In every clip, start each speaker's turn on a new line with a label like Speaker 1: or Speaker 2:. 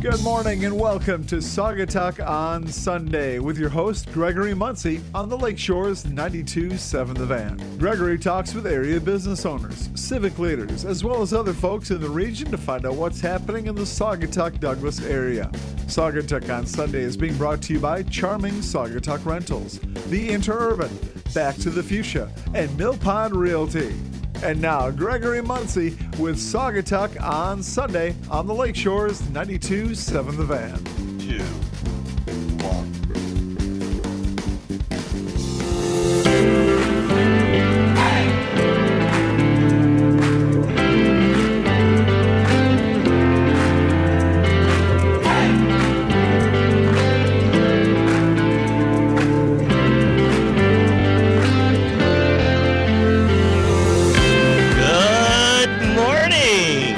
Speaker 1: Good morning and welcome to Saugatuck on Sunday with your host Gregory Muncie on the Lakeshore's 92.7 The Van. Gregory talks with area business owners, civic leaders, as well as other folks in the region to find out what's happening in the Saugatuck Douglas area. Saugatuck on Sunday is being brought to you by Charming Saugatuck Rentals, The Interurban, Back to the Fuchsia, and Mill Pond Realty. And now, Gregory Muncie with Saugatuck on Sunday on the Lakeshore's 92.7 The Van.
Speaker 2: two, one.
Speaker 3: Good morning!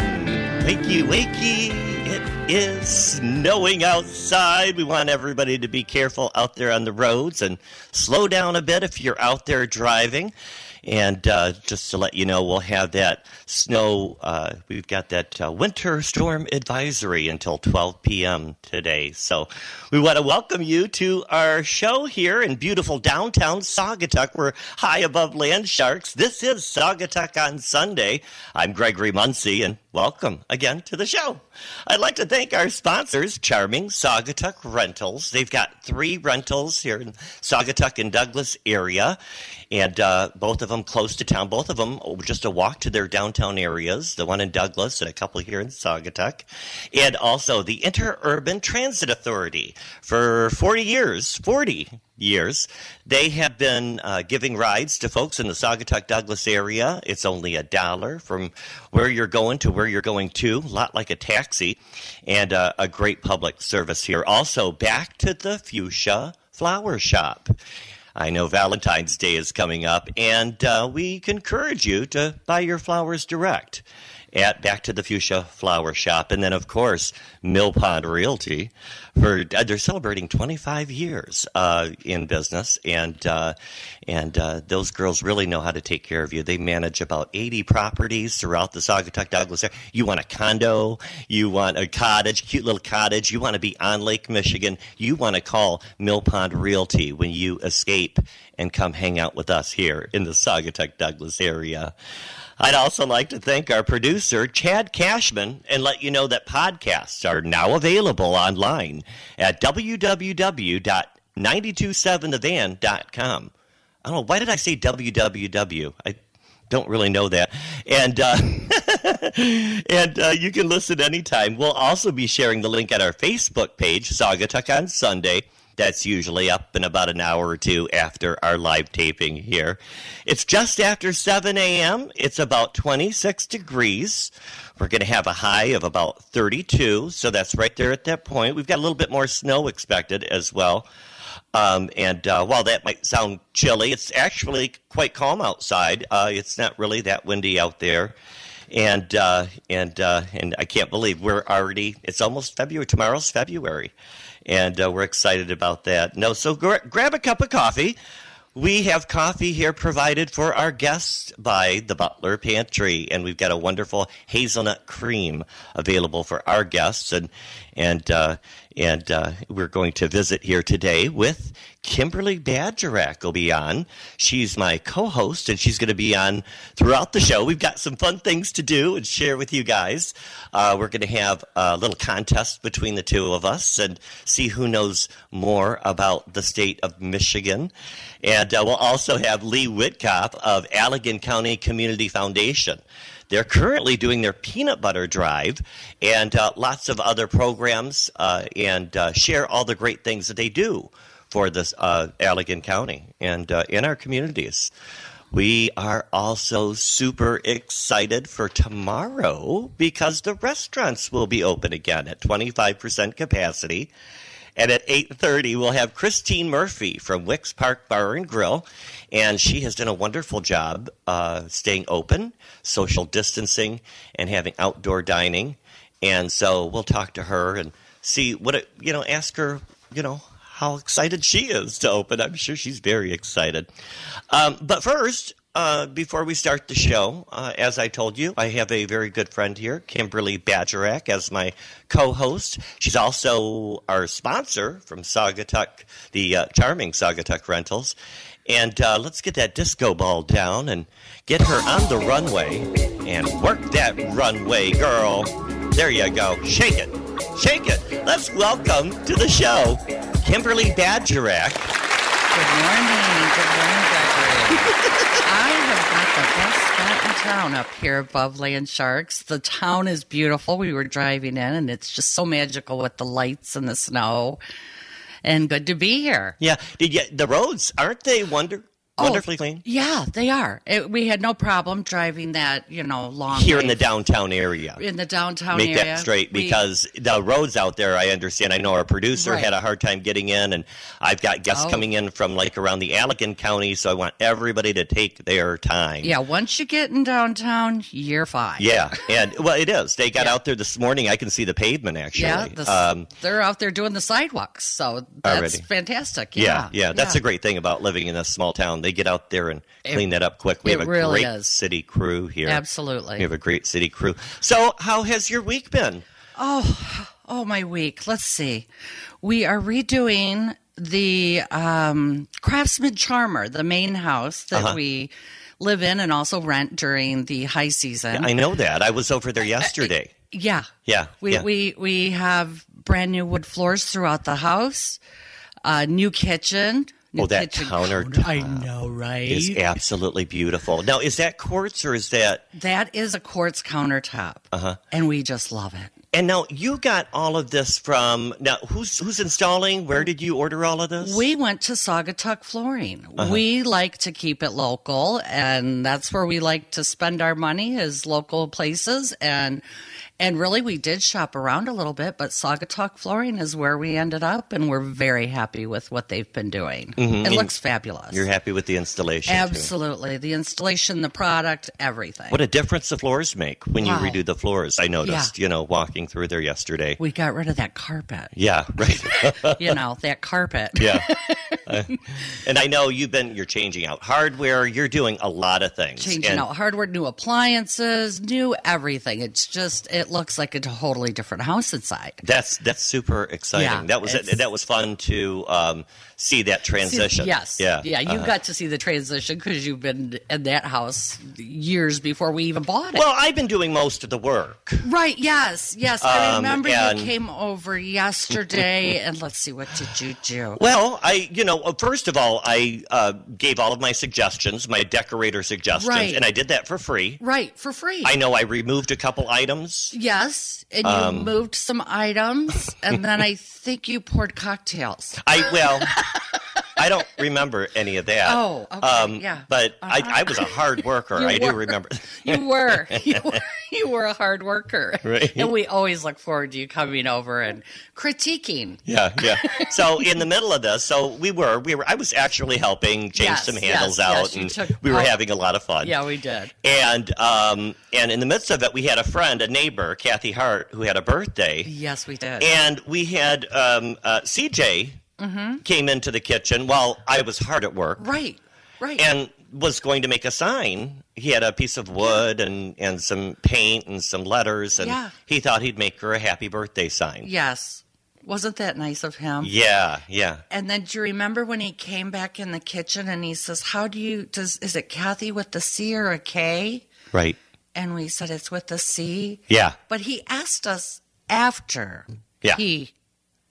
Speaker 3: Wakey, wakey! It is snowing outside. We want everybody to be careful out there on the roads and slow down a bit if you're out there driving. And uh, just to let you know, we'll have that snow. Uh, we've got that uh, winter storm advisory until 12 p.m. today. So we want to welcome you to our show here in beautiful downtown Saugatuck. We're high above land sharks. This is Saugatuck on Sunday. I'm Gregory Muncie, and welcome again to the show. I'd like to thank our sponsors, Charming Saugatuck Rentals. They've got three rentals here in Saugatuck and Douglas area, and uh, both of them close to town. Both of them oh, just a walk to their downtown areas. The one in Douglas and a couple here in Saugatuck, and also the Interurban Transit Authority. For forty years, forty years. They have been uh, giving rides to folks in the Saugatuck Douglas area. It's only a dollar from where you're going to where you're going to, a lot like a taxi, and uh, a great public service here. Also, back to the Fuchsia Flower Shop. I know Valentine's Day is coming up, and uh, we encourage you to buy your flowers direct at Back to the Fuchsia Flower Shop, and then of course Mill Pond Realty. For uh, they're celebrating 25 years uh, in business, and uh, and uh, those girls really know how to take care of you. They manage about 80 properties throughout the Saugatuck Douglas area. You want a condo, you want a cottage, cute little cottage. You want to be on Lake Michigan. You want to call Mill Pond Realty when you escape and come hang out with us here in the Saugatuck Douglas area. I'd also like to thank our producer, Chad Cashman, and let you know that podcasts are now available online at www.927thevan.com. I don't know, why did I say www? I don't really know that. And, uh, and uh, you can listen anytime. We'll also be sharing the link at our Facebook page, Saugatuck on Sunday. That's usually up in about an hour or two after our live taping here. It's just after 7 a.m. It's about 26 degrees. We're going to have a high of about 32, so that's right there at that point. We've got a little bit more snow expected as well. Um, and uh, while that might sound chilly, it's actually quite calm outside. Uh, it's not really that windy out there. And uh, and uh, and I can't believe we're already. It's almost February. Tomorrow's February, and uh, we're excited about that. No, so gr- grab a cup of coffee. We have coffee here provided for our guests by the Butler Pantry, and we've got a wonderful hazelnut cream available for our guests. and And uh, and uh, we're going to visit here today with Kimberly Badgerak. Will be on. She's my co-host, and she's going to be on throughout the show. We've got some fun things to do and share with you guys. Uh, we're going to have a little contest between the two of us and see who knows more about the state of Michigan. And uh, we'll also have Lee Whitcop of Allegan County Community Foundation. They're currently doing their peanut butter drive and uh, lots of other programs uh, and uh, share all the great things that they do for this uh, Allegan County and uh, in our communities. We are also super excited for tomorrow because the restaurants will be open again at 25% capacity. And at 8:30 we'll have Christine Murphy from Wicks Park Bar and Grill, and she has done a wonderful job uh, staying open, social distancing, and having outdoor dining. And so we'll talk to her and see what it, you know, ask her, you know, how excited she is to open. I'm sure she's very excited. Um, but first, uh, before we start the show, uh, as I told you, I have a very good friend here, Kimberly Badgerak, as my co host. She's also our sponsor from Saugatuck, the uh, charming Saugatuck Rentals. And uh, let's get that disco ball down and get her on the runway and work that runway, girl. There you go. Shake it. Shake it. Let's welcome to the show Kimberly Badgerak.
Speaker 4: Good morning. Good morning, Gregory. I have got the best spot in town up here above Land Sharks. The town is beautiful. We were driving in, and it's just so magical with the lights and the snow. And good to be here.
Speaker 3: Yeah. Did you, the roads, aren't they wonder, wonderfully
Speaker 4: Oh,
Speaker 3: clean?
Speaker 4: Yeah, they are. It, we had no problem driving that, you know, long
Speaker 3: Here in
Speaker 4: way
Speaker 3: the downtown area.
Speaker 4: in the downtown
Speaker 3: Make
Speaker 4: area.
Speaker 3: that straight
Speaker 4: We-
Speaker 3: because the roads out there, I understand. I know our producer
Speaker 4: Right.
Speaker 3: had a hard time getting in, and I've got guests
Speaker 4: Oh.
Speaker 3: coming in from like around the Allegan County, so I want everybody to take their time.
Speaker 4: yeah, once you get in downtown, you're fine.
Speaker 3: Yeah, and well, it is. They got out there this morning. I can see the pavement actually.
Speaker 4: Yeah, the, s-
Speaker 3: um,
Speaker 4: they're out there doing the sidewalks, so that's
Speaker 3: Already.
Speaker 4: fantastic.
Speaker 3: yeah,
Speaker 4: Yeah,
Speaker 3: yeah, That's a great thing about living in a small town. They get out there and clean that up quick. We
Speaker 4: it
Speaker 3: have a
Speaker 4: really
Speaker 3: great
Speaker 4: is.
Speaker 3: city crew here.
Speaker 4: Absolutely.
Speaker 3: We have a great city crew. So, how has your week been?
Speaker 4: Oh, my week. Let's see. We are redoing the um, Craftsman Charmer, the main house that
Speaker 3: Uh-huh.
Speaker 4: we live in and also rent during the high season.
Speaker 3: I know that I was over there yesterday.
Speaker 4: yeah.
Speaker 3: Yeah,
Speaker 4: We,
Speaker 3: yeah.
Speaker 4: we, we have brand new wood floors throughout the house, uh, new kitchen. New
Speaker 3: Oh, that
Speaker 4: kitchen
Speaker 3: countertop
Speaker 4: I know, right?
Speaker 3: It's absolutely beautiful. Now, is that quartz or is that?
Speaker 4: that is a quartz countertop. Uh-huh. And we just love it.
Speaker 3: And now you got all of this from now. Who's who's installing? Where did you order all of this?
Speaker 4: We went to Saugatuck Flooring.
Speaker 3: Uh-huh.
Speaker 4: We like to keep it local, and that's where we like to spend our money is local places. And and really, we did shop around a little bit, but Saugatuck Flooring is where we ended up, and we're very happy with what they've been doing. It looks fabulous.
Speaker 3: Mm-hmm. You're happy with the installation? too.
Speaker 4: Absolutely, the installation, the product, everything.
Speaker 3: What a difference the floors make when
Speaker 4: Wow.
Speaker 3: you redo the floors. I noticed, you know, walking through there yesterday.
Speaker 4: we got rid of that carpet.
Speaker 3: yeah, right.
Speaker 4: you know that carpet.
Speaker 3: yeah. Uh, and I know you've been you're changing out hardware, you're doing a lot of things.
Speaker 4: changing
Speaker 3: and
Speaker 4: out hardware, new appliances, new everything. It's just it looks like a totally different house inside.
Speaker 3: That's that's super exciting.
Speaker 4: Yeah,
Speaker 3: that was
Speaker 4: it's-
Speaker 3: that was fun to um, see that transition.
Speaker 4: Yes.
Speaker 3: Yeah.
Speaker 4: Yeah. You
Speaker 3: uh-huh.
Speaker 4: got to see the transition because you've been in that house years before we even bought it.
Speaker 3: Well, I've been doing most of the work.
Speaker 4: right. Yes. Yes. I
Speaker 3: Um,
Speaker 4: remember
Speaker 3: and-
Speaker 4: you came over yesterday, and let's see what did you do.
Speaker 3: Well, I, you know, uh, first of all, I uh, gave all of my suggestions, my decorator suggestions,
Speaker 4: Right.
Speaker 3: and I did that for free.
Speaker 4: Right for free.
Speaker 3: I know I removed a couple items.
Speaker 4: yes, and you
Speaker 3: Um,
Speaker 4: moved some items, and then I think you poured cocktails.
Speaker 3: I well, I don't remember any of that. Um,
Speaker 4: Oh, okay, yeah. Uh-huh.
Speaker 3: But I, I was a hard worker.
Speaker 4: You
Speaker 3: I do
Speaker 4: were.
Speaker 3: remember.
Speaker 4: You were. You were, you were a hard worker.
Speaker 3: Right.
Speaker 4: And we always look forward to you coming over and critiquing.
Speaker 3: Yeah, yeah. So in the middle of this, so we were, we were. I was actually helping change
Speaker 4: Yes,
Speaker 3: some
Speaker 4: yes,
Speaker 3: handles
Speaker 4: yes,
Speaker 3: out,
Speaker 4: you
Speaker 3: and
Speaker 4: took
Speaker 3: we were
Speaker 4: out-
Speaker 3: having a lot of fun.
Speaker 4: Yeah, we did.
Speaker 3: And um, and in the midst of it, we had a friend, a neighbor, Kathy Hart, who had a birthday.
Speaker 4: Yes, we did.
Speaker 3: and we had um, uh, CJ
Speaker 4: Mm-hmm.
Speaker 3: came into the kitchen while I was hard at work
Speaker 4: right. Right.
Speaker 3: and was going to make a sign. He had a piece of wood and, and some paint and some letters, and
Speaker 4: Yeah.
Speaker 3: he thought he'd make her a happy birthday sign.
Speaker 4: yes. Wasn't that nice of him?
Speaker 3: Yeah, yeah.
Speaker 4: And then do you remember when he came back in the kitchen and he says, How do you does is it Kathy with the C or a K?
Speaker 3: Right.
Speaker 4: And we said it's with the C.
Speaker 3: Yeah.
Speaker 4: But he asked us after
Speaker 3: Yeah.
Speaker 4: he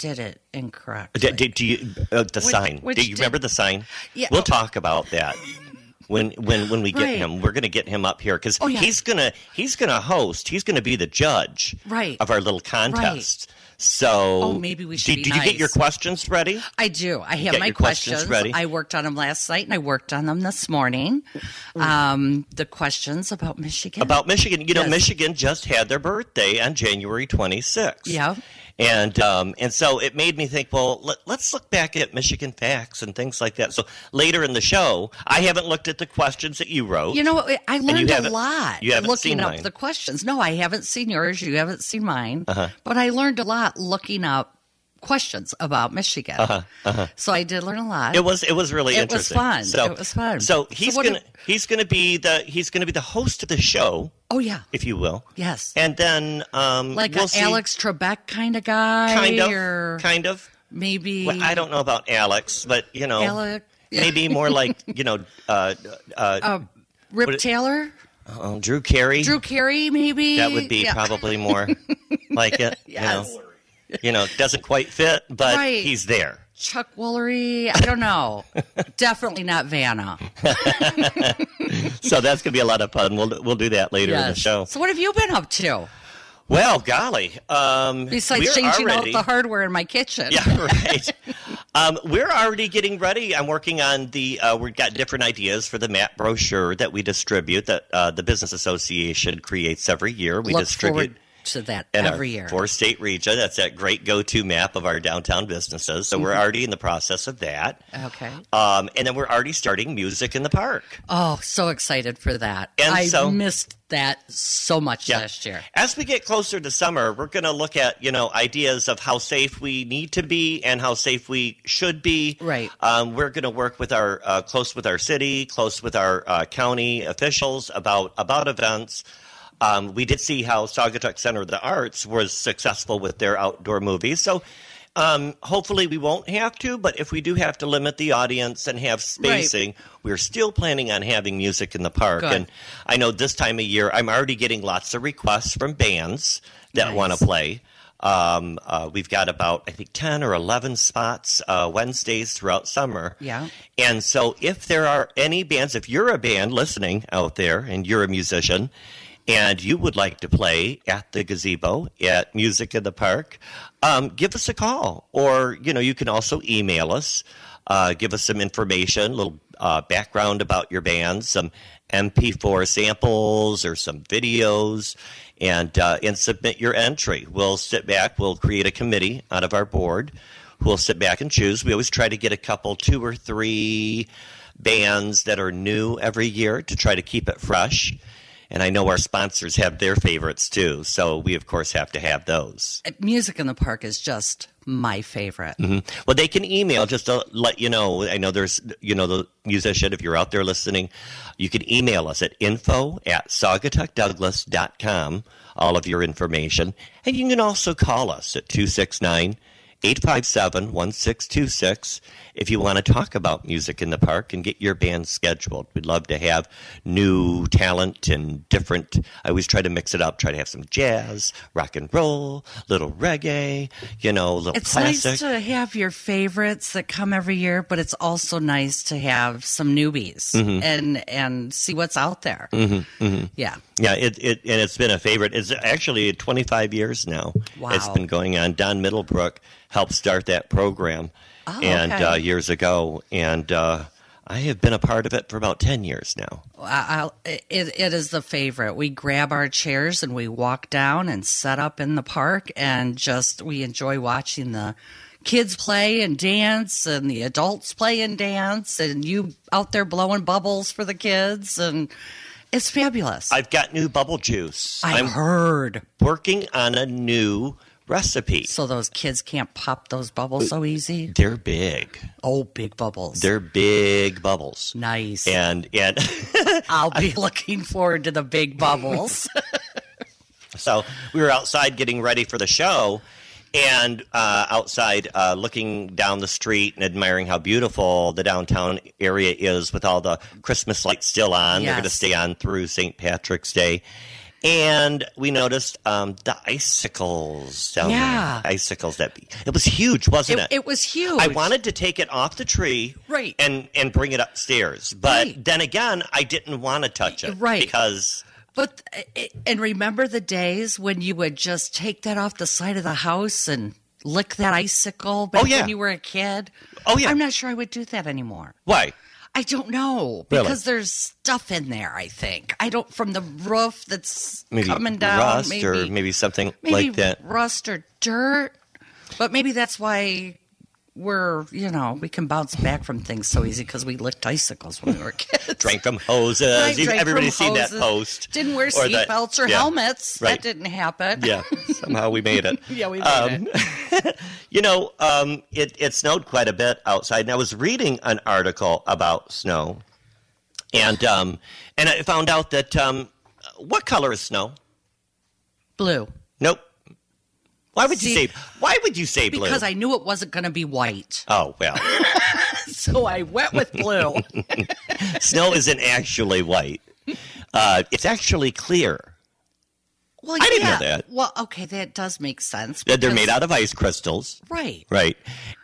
Speaker 4: did it incorrectly.
Speaker 3: D- did, do you uh, the sign?
Speaker 4: which
Speaker 3: do you
Speaker 4: did-
Speaker 3: remember the sign?
Speaker 4: Yeah.
Speaker 3: We'll talk about that when when when we get
Speaker 4: Right.
Speaker 3: him. We're gonna get him up here because
Speaker 4: Oh, yeah.
Speaker 3: he's gonna he's gonna host. He's gonna be the judge
Speaker 4: Right.
Speaker 3: of our little contest. So
Speaker 4: Oh, maybe we should
Speaker 3: Did,
Speaker 4: be
Speaker 3: did you get your
Speaker 4: nice.
Speaker 3: questions ready?
Speaker 4: I do. I have
Speaker 3: Get
Speaker 4: my
Speaker 3: your questions
Speaker 4: questions.
Speaker 3: ready.
Speaker 4: I worked on them last night and I worked on them this morning. Um, the questions about Michigan.
Speaker 3: About Michigan, you know,
Speaker 4: Yes.
Speaker 3: Michigan just had their birthday on January 26th.
Speaker 4: Yeah.
Speaker 3: And um, and so it made me think. Well, let, let's look back at Michigan facts and things like that. So later in the show, I haven't looked at the questions that you wrote.
Speaker 4: you know, what? I learned a
Speaker 3: haven't-
Speaker 4: lot
Speaker 3: you haven't
Speaker 4: looking
Speaker 3: seen
Speaker 4: up
Speaker 3: mine.
Speaker 4: the
Speaker 3: Uh-huh.
Speaker 4: questions. No, I haven't seen yours. You haven't seen mine. But I learned a lot looking up questions about Michigan. So I did learn a lot.
Speaker 3: Uh-huh, It was it was really
Speaker 4: It was
Speaker 3: interesting.
Speaker 4: fun. It was fun.
Speaker 3: So
Speaker 4: So
Speaker 3: he's
Speaker 4: what
Speaker 3: gonna
Speaker 4: do-
Speaker 3: he's gonna be the he's gonna be the host of the show,
Speaker 4: oh yeah,
Speaker 3: if you will.
Speaker 4: yes,
Speaker 3: And then um,
Speaker 4: like
Speaker 3: we'll
Speaker 4: an
Speaker 3: see-
Speaker 4: Alex Trebek kind of guy,
Speaker 3: kind of
Speaker 4: or
Speaker 3: kind of.
Speaker 4: maybe
Speaker 3: Well, I don't know about Alex, but you know,
Speaker 4: Alec-
Speaker 3: maybe more like you know, uh, uh,
Speaker 4: Rip
Speaker 3: Would it-
Speaker 4: Taylor,
Speaker 3: um, Drew Carey.
Speaker 4: Drew Carey, maybe
Speaker 3: that would be
Speaker 4: Yeah.
Speaker 3: probably more like it.
Speaker 4: Yes.
Speaker 3: You know, you know, doesn't quite fit, but
Speaker 4: Right.
Speaker 3: he's there.
Speaker 4: Chuck Woolery. I don't know. Definitely not Vanna.
Speaker 3: So that's gonna be a lot of fun. We'll we'll do that later in the
Speaker 4: Yes.
Speaker 3: show.
Speaker 4: So what have you been up to
Speaker 3: Well, golly, um,
Speaker 4: besides
Speaker 3: we're
Speaker 4: changing
Speaker 3: already-
Speaker 4: out the hardware in my kitchen?
Speaker 3: Yeah, right. um, we're already getting ready. I'm working on the. Uh, we've got different ideas for the map brochure that we distribute. That uh, the business association creates every year. We
Speaker 4: Look
Speaker 3: distribute.
Speaker 4: forward to that
Speaker 3: in our
Speaker 4: every year.
Speaker 3: Four state region. That's that great go to map of our downtown businesses. So
Speaker 4: Mm-hmm.
Speaker 3: we're already in the process of that.
Speaker 4: Okay.
Speaker 3: Um, and then we're already starting music in the park.
Speaker 4: Oh, so excited for that.
Speaker 3: And
Speaker 4: I
Speaker 3: so-
Speaker 4: missed that so much
Speaker 3: Yeah.
Speaker 4: last year.
Speaker 3: As we get closer to summer, we're going to look at you know ideas of how safe we need to be and how safe we should be.
Speaker 4: Right.
Speaker 3: Um, we're going to work with our uh, close with our city, close with our uh, county officials about about events. Um, we did see how Saugatuck Center of the Arts was successful with their outdoor movies, so. Um, hopefully we won't have to, but if we do have to limit the audience and have spacing, we're still planning on having music in the park.
Speaker 4: Good.
Speaker 3: And I know this time of year, I'm already getting lots of requests from bands that
Speaker 4: Nice.
Speaker 3: want to play. Um, uh, we've got about, I think, 10 or 11 spots uh, Wednesdays throughout summer.
Speaker 4: Yeah.
Speaker 3: And so if there are any bands, if you're a band listening out there and you're a musician, and you would like to play at the gazebo at Music in the Park, um, give us a call. Or, you know, you can also email us uh, give us some information, a little uh, background about your band, some MP4 samples or some videos, and uh, and submit your entry. We'll sit back. We'll create a committee out of our board who will sit back and choose. We always try to get a couple, two or three bands that are new every year to try to keep it fresh. And I know our sponsors have their favorites too, so we of course have to have those.
Speaker 4: Uh, Music in the Park is just my favorite.
Speaker 3: Well, they can email just to let you know. I know there's, you know, the musician, if you're out there listening, you can email us at info at saugatuckdouglas.com, all of your information. And you can also call us at 269 857 1626 if you want to talk about music in the park and get your band scheduled. We'd love to have new talent and different. I always try to mix it up, try to have some jazz, rock and roll, little reggae, you know, little
Speaker 4: It's
Speaker 3: classic.
Speaker 4: nice to have your favorites that come every year, but it's also nice to have some newbies
Speaker 3: Mm-hmm.
Speaker 4: and and see what's out there. Yeah.
Speaker 3: Yeah, it, it and it's been a favorite. It's actually 25 years now.
Speaker 4: Wow.
Speaker 3: It's been going on. Don Middlebrook helped start that program,
Speaker 4: Oh,
Speaker 3: and
Speaker 4: okay.
Speaker 3: uh, years ago, and uh, I have been a part of it for about 10 years now.
Speaker 4: I- I'll, it, it is the favorite. We grab our chairs and we walk down and set up in the park and just we enjoy watching the kids play and dance and the adults play and dance and you out there blowing bubbles for the kids and it's fabulous.
Speaker 3: I've got new bubble juice.
Speaker 4: I
Speaker 3: I'm
Speaker 4: heard
Speaker 3: working on a new recipe.
Speaker 4: so those kids can't pop those bubbles so easy.
Speaker 3: They're big.
Speaker 4: Oh, big bubbles.
Speaker 3: They're big bubbles.
Speaker 4: nice.
Speaker 3: And and.
Speaker 4: I'll be looking forward to the big bubbles.
Speaker 3: So we were outside getting ready for the show, and uh, outside uh, looking down the street and admiring how beautiful the downtown area is with all the Christmas lights still on. They're going to
Speaker 4: Yes.
Speaker 3: stay on through St. Patrick's Day. And we noticed um, the icicles down
Speaker 4: Yeah.
Speaker 3: there. Icicles that be. It was huge, wasn't
Speaker 4: it,
Speaker 3: it?
Speaker 4: it was huge.
Speaker 3: I wanted to take it off the tree,
Speaker 4: Right.
Speaker 3: and and bring it upstairs. But
Speaker 4: Right.
Speaker 3: then again, I didn't want to touch it,
Speaker 4: Right.
Speaker 3: Because
Speaker 4: But eh, and remember the days when you would just take that off the side of the house and lick that icicle back
Speaker 3: Oh, yeah.
Speaker 4: when you were a kid.
Speaker 3: Oh, yeah.
Speaker 4: I'm not sure I would do that anymore.
Speaker 3: why?
Speaker 4: I don't know
Speaker 3: Really?
Speaker 4: because there's stuff in there. I think I don't from the roof that's
Speaker 3: maybe
Speaker 4: coming down.
Speaker 3: rust
Speaker 4: maybe,
Speaker 3: or maybe something
Speaker 4: maybe
Speaker 3: like that.
Speaker 4: rust or dirt. But maybe that's why we're you know we can bounce back from things so easy because we licked icicles when we were kids.
Speaker 3: Drank from hoses.
Speaker 4: Right,
Speaker 3: You've-
Speaker 4: drank
Speaker 3: Everybody's
Speaker 4: from
Speaker 3: seen that
Speaker 4: hoses.
Speaker 3: post.
Speaker 4: Didn't wear
Speaker 3: or that-
Speaker 4: seatbelts or
Speaker 3: yeah,
Speaker 4: helmets.
Speaker 3: right.
Speaker 4: That didn't happen.
Speaker 3: Yeah, Um, somehow we made it. Uh,
Speaker 4: Yeah, we made
Speaker 3: you know, um, it, it snowed quite a bit outside, and I was reading an article about snow, and um, and I found out that um, what color is snow?
Speaker 4: Blue.
Speaker 3: Nope. Why would you
Speaker 4: See-
Speaker 3: say? Why would you say blue?
Speaker 4: Because I knew it wasn't going to be white.
Speaker 3: oh well,
Speaker 4: So I went with blue.
Speaker 3: snow isn't actually white. Uh, it's actually clear.
Speaker 4: well,
Speaker 3: I didn't know
Speaker 4: yeah.
Speaker 3: that.
Speaker 4: Well, okay, that does make sense.
Speaker 3: That They're
Speaker 4: because-
Speaker 3: made out of ice crystals.
Speaker 4: Right.
Speaker 3: Right.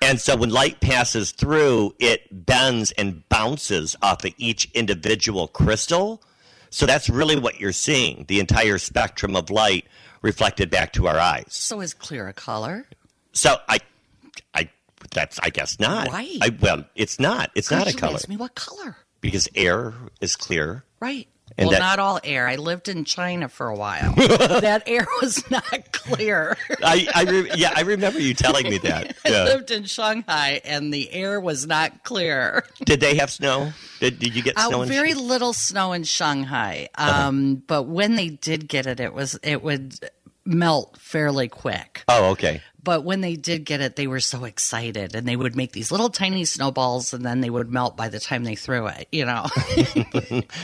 Speaker 3: And so when light passes through, it bends and bounces off of each individual crystal. So that's really what you're seeing the entire spectrum of light reflected back to our eyes.
Speaker 4: So is clear a color?
Speaker 3: So I, I, that's, I guess not.
Speaker 4: Why?
Speaker 3: I, well, it's not. It's not
Speaker 4: Gosh,
Speaker 3: a
Speaker 4: you
Speaker 3: color
Speaker 4: Asked me what color.
Speaker 3: because air is clear.
Speaker 4: Right.
Speaker 3: And
Speaker 4: well,
Speaker 3: that-
Speaker 4: not all air. I lived in China for a while. that air was not clear.
Speaker 3: I, I re- yeah, I remember you telling me that.
Speaker 4: I
Speaker 3: Yeah.
Speaker 4: lived in Shanghai and the air was not clear.
Speaker 3: Did they have snow? Did, did you get snow? Uh-huh.
Speaker 4: Uh,
Speaker 3: in-
Speaker 4: very little snow in Shanghai. Um, But when they did get it, it was it would melt fairly quick.
Speaker 3: oh, okay.
Speaker 4: But when they did get it, they were so excited and they would make these little tiny snowballs and then they would melt by the time they threw it, you know.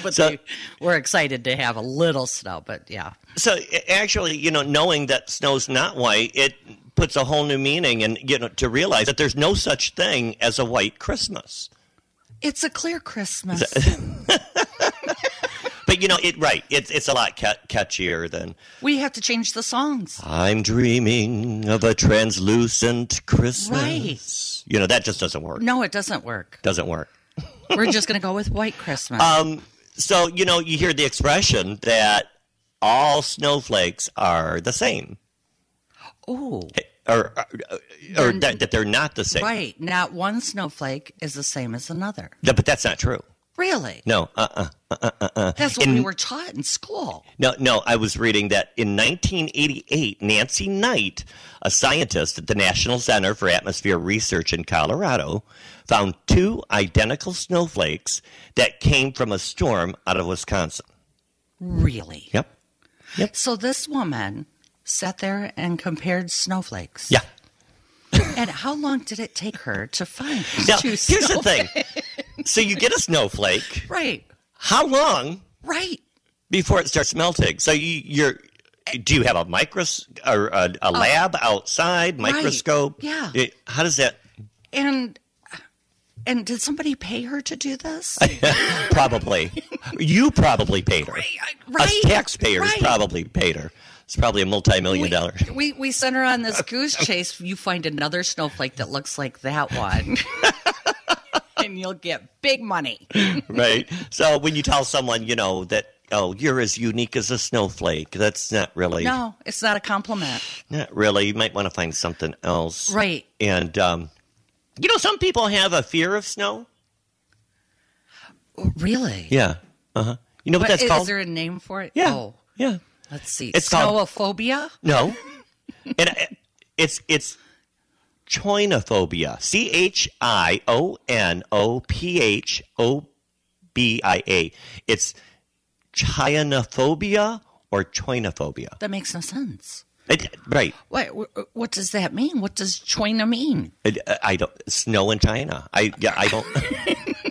Speaker 4: but
Speaker 3: So-
Speaker 4: they were excited to have a little snow, but yeah.
Speaker 3: So a- actually, you know, knowing that snow's not white, it puts a whole new meaning, and you know, to realize that there's no such thing as a white Christmas.
Speaker 4: It's a clear Christmas.
Speaker 3: But you know, it right, it's it's a lot ca- catchier than
Speaker 4: we have to change the songs.
Speaker 3: "I'm dreaming of a translucent Christmas."
Speaker 4: Right.
Speaker 3: You know, that just doesn't work.
Speaker 4: No, it doesn't work.
Speaker 3: Doesn't work. Um,
Speaker 4: We're just going to go with White Christmas.
Speaker 3: Uh, So you know, you hear the expression that all snowflakes are the same,
Speaker 4: oh,
Speaker 3: or or, or that, that they're not the same.
Speaker 4: right. Not one snowflake is the same as another.
Speaker 3: No, But that's not true.
Speaker 4: Really?
Speaker 3: No, uh, uh
Speaker 4: That's what we were taught in school.
Speaker 3: No, no, I was reading that in 1988, Nancy Knight, a scientist at the National Center for Atmosphere Research in Colorado, found two identical snowflakes that came from a storm out of Wisconsin.
Speaker 4: Really?
Speaker 3: Yep.
Speaker 4: So this woman sat there and compared snowflakes.
Speaker 3: Yeah.
Speaker 4: And how long did it take her to find
Speaker 3: Now,
Speaker 4: two
Speaker 3: here's the
Speaker 4: snowflakes?
Speaker 3: thing. So you get a snowflake.
Speaker 4: Right.
Speaker 3: How long
Speaker 4: Right.
Speaker 3: before it starts melting? So you, you're. Do you have a micros or a, a lab outside microscope?
Speaker 4: Oh. Yeah.
Speaker 3: It- how does that?
Speaker 4: And and did somebody pay her to do this?
Speaker 3: Probably. you probably paid her.
Speaker 4: right.
Speaker 3: Us taxpayers
Speaker 4: Right.
Speaker 3: probably paid her. It's probably a multi-million
Speaker 4: We,
Speaker 3: dollar.
Speaker 4: we we sent her on this goose chase. You find another snowflake that looks like that one. and you'll get big money.
Speaker 3: right. So when you tell someone, you know that oh, you're as unique as a snowflake. That's not really,
Speaker 4: No, it's not a compliment.
Speaker 3: not really. You might want to find something else.
Speaker 4: Right.
Speaker 3: And um, you know, some people have a fear of snow.
Speaker 4: Really?
Speaker 3: Yeah. Uh huh. You know what
Speaker 4: But
Speaker 3: that's
Speaker 4: is,
Speaker 3: called?
Speaker 4: there a name for it?
Speaker 3: yeah.
Speaker 4: Oh,
Speaker 3: Yeah.
Speaker 4: let's see.
Speaker 3: It's called-
Speaker 4: Snowophobia?
Speaker 3: No. and uh, it's it's choinophobia. C H I O N O P H O B I A. It's chinophobia or choinophobia.
Speaker 4: That makes no sense.
Speaker 3: It- right.
Speaker 4: What wh- what does that mean? What does China mean?
Speaker 3: It- uh, I don't snow in China. I yeah, I don't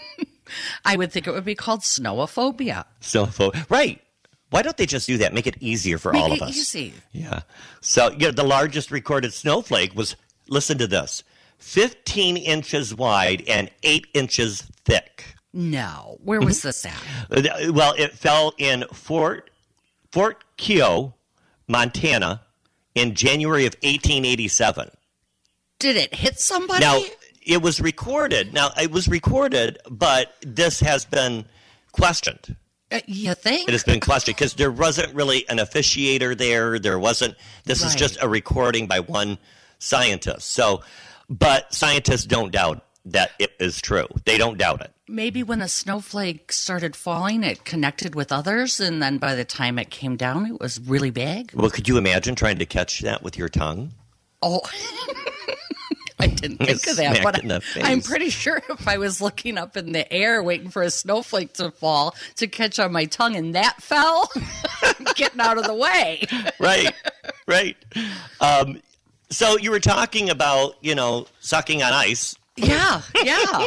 Speaker 4: I would think it would be called snowophobia.
Speaker 3: snowphobia. Right. Why don't they just do that? Make it easier for
Speaker 4: Make
Speaker 3: all
Speaker 4: it
Speaker 3: of us.
Speaker 4: easy.
Speaker 3: Yeah. So, you know, the largest recorded snowflake was, listen to this, 15 inches wide and 8 inches thick.
Speaker 4: No,
Speaker 3: Mm-hmm.
Speaker 4: where was this at?
Speaker 3: Uh, Well, it fell in Fort, Fort Keogh, Montana, in January of 1887.
Speaker 4: Did it hit somebody?
Speaker 3: Now, it was recorded. Now, it was recorded, but this has been questioned.
Speaker 4: Uh, you think?
Speaker 3: It has been questioned because there wasn't really an officiator there. There wasn't. This is
Speaker 4: Right.
Speaker 3: just a recording by one scientist. So, but scientists don't doubt that it is true. They don't doubt it.
Speaker 4: Maybe when the snowflake started falling, it connected with others, and then by the time it came down, it was really big.
Speaker 3: Well, could you imagine trying to catch that with your tongue?
Speaker 4: Oh, I didn't think of that,
Speaker 3: Smacked
Speaker 4: but
Speaker 3: in the face.
Speaker 4: I'm pretty sure if I was looking up in the air waiting for a snowflake to fall to catch on my tongue and that fell, I'm getting out of the way.
Speaker 3: right, right. Um, so you were talking about you know sucking on ice,
Speaker 4: Yeah, yeah.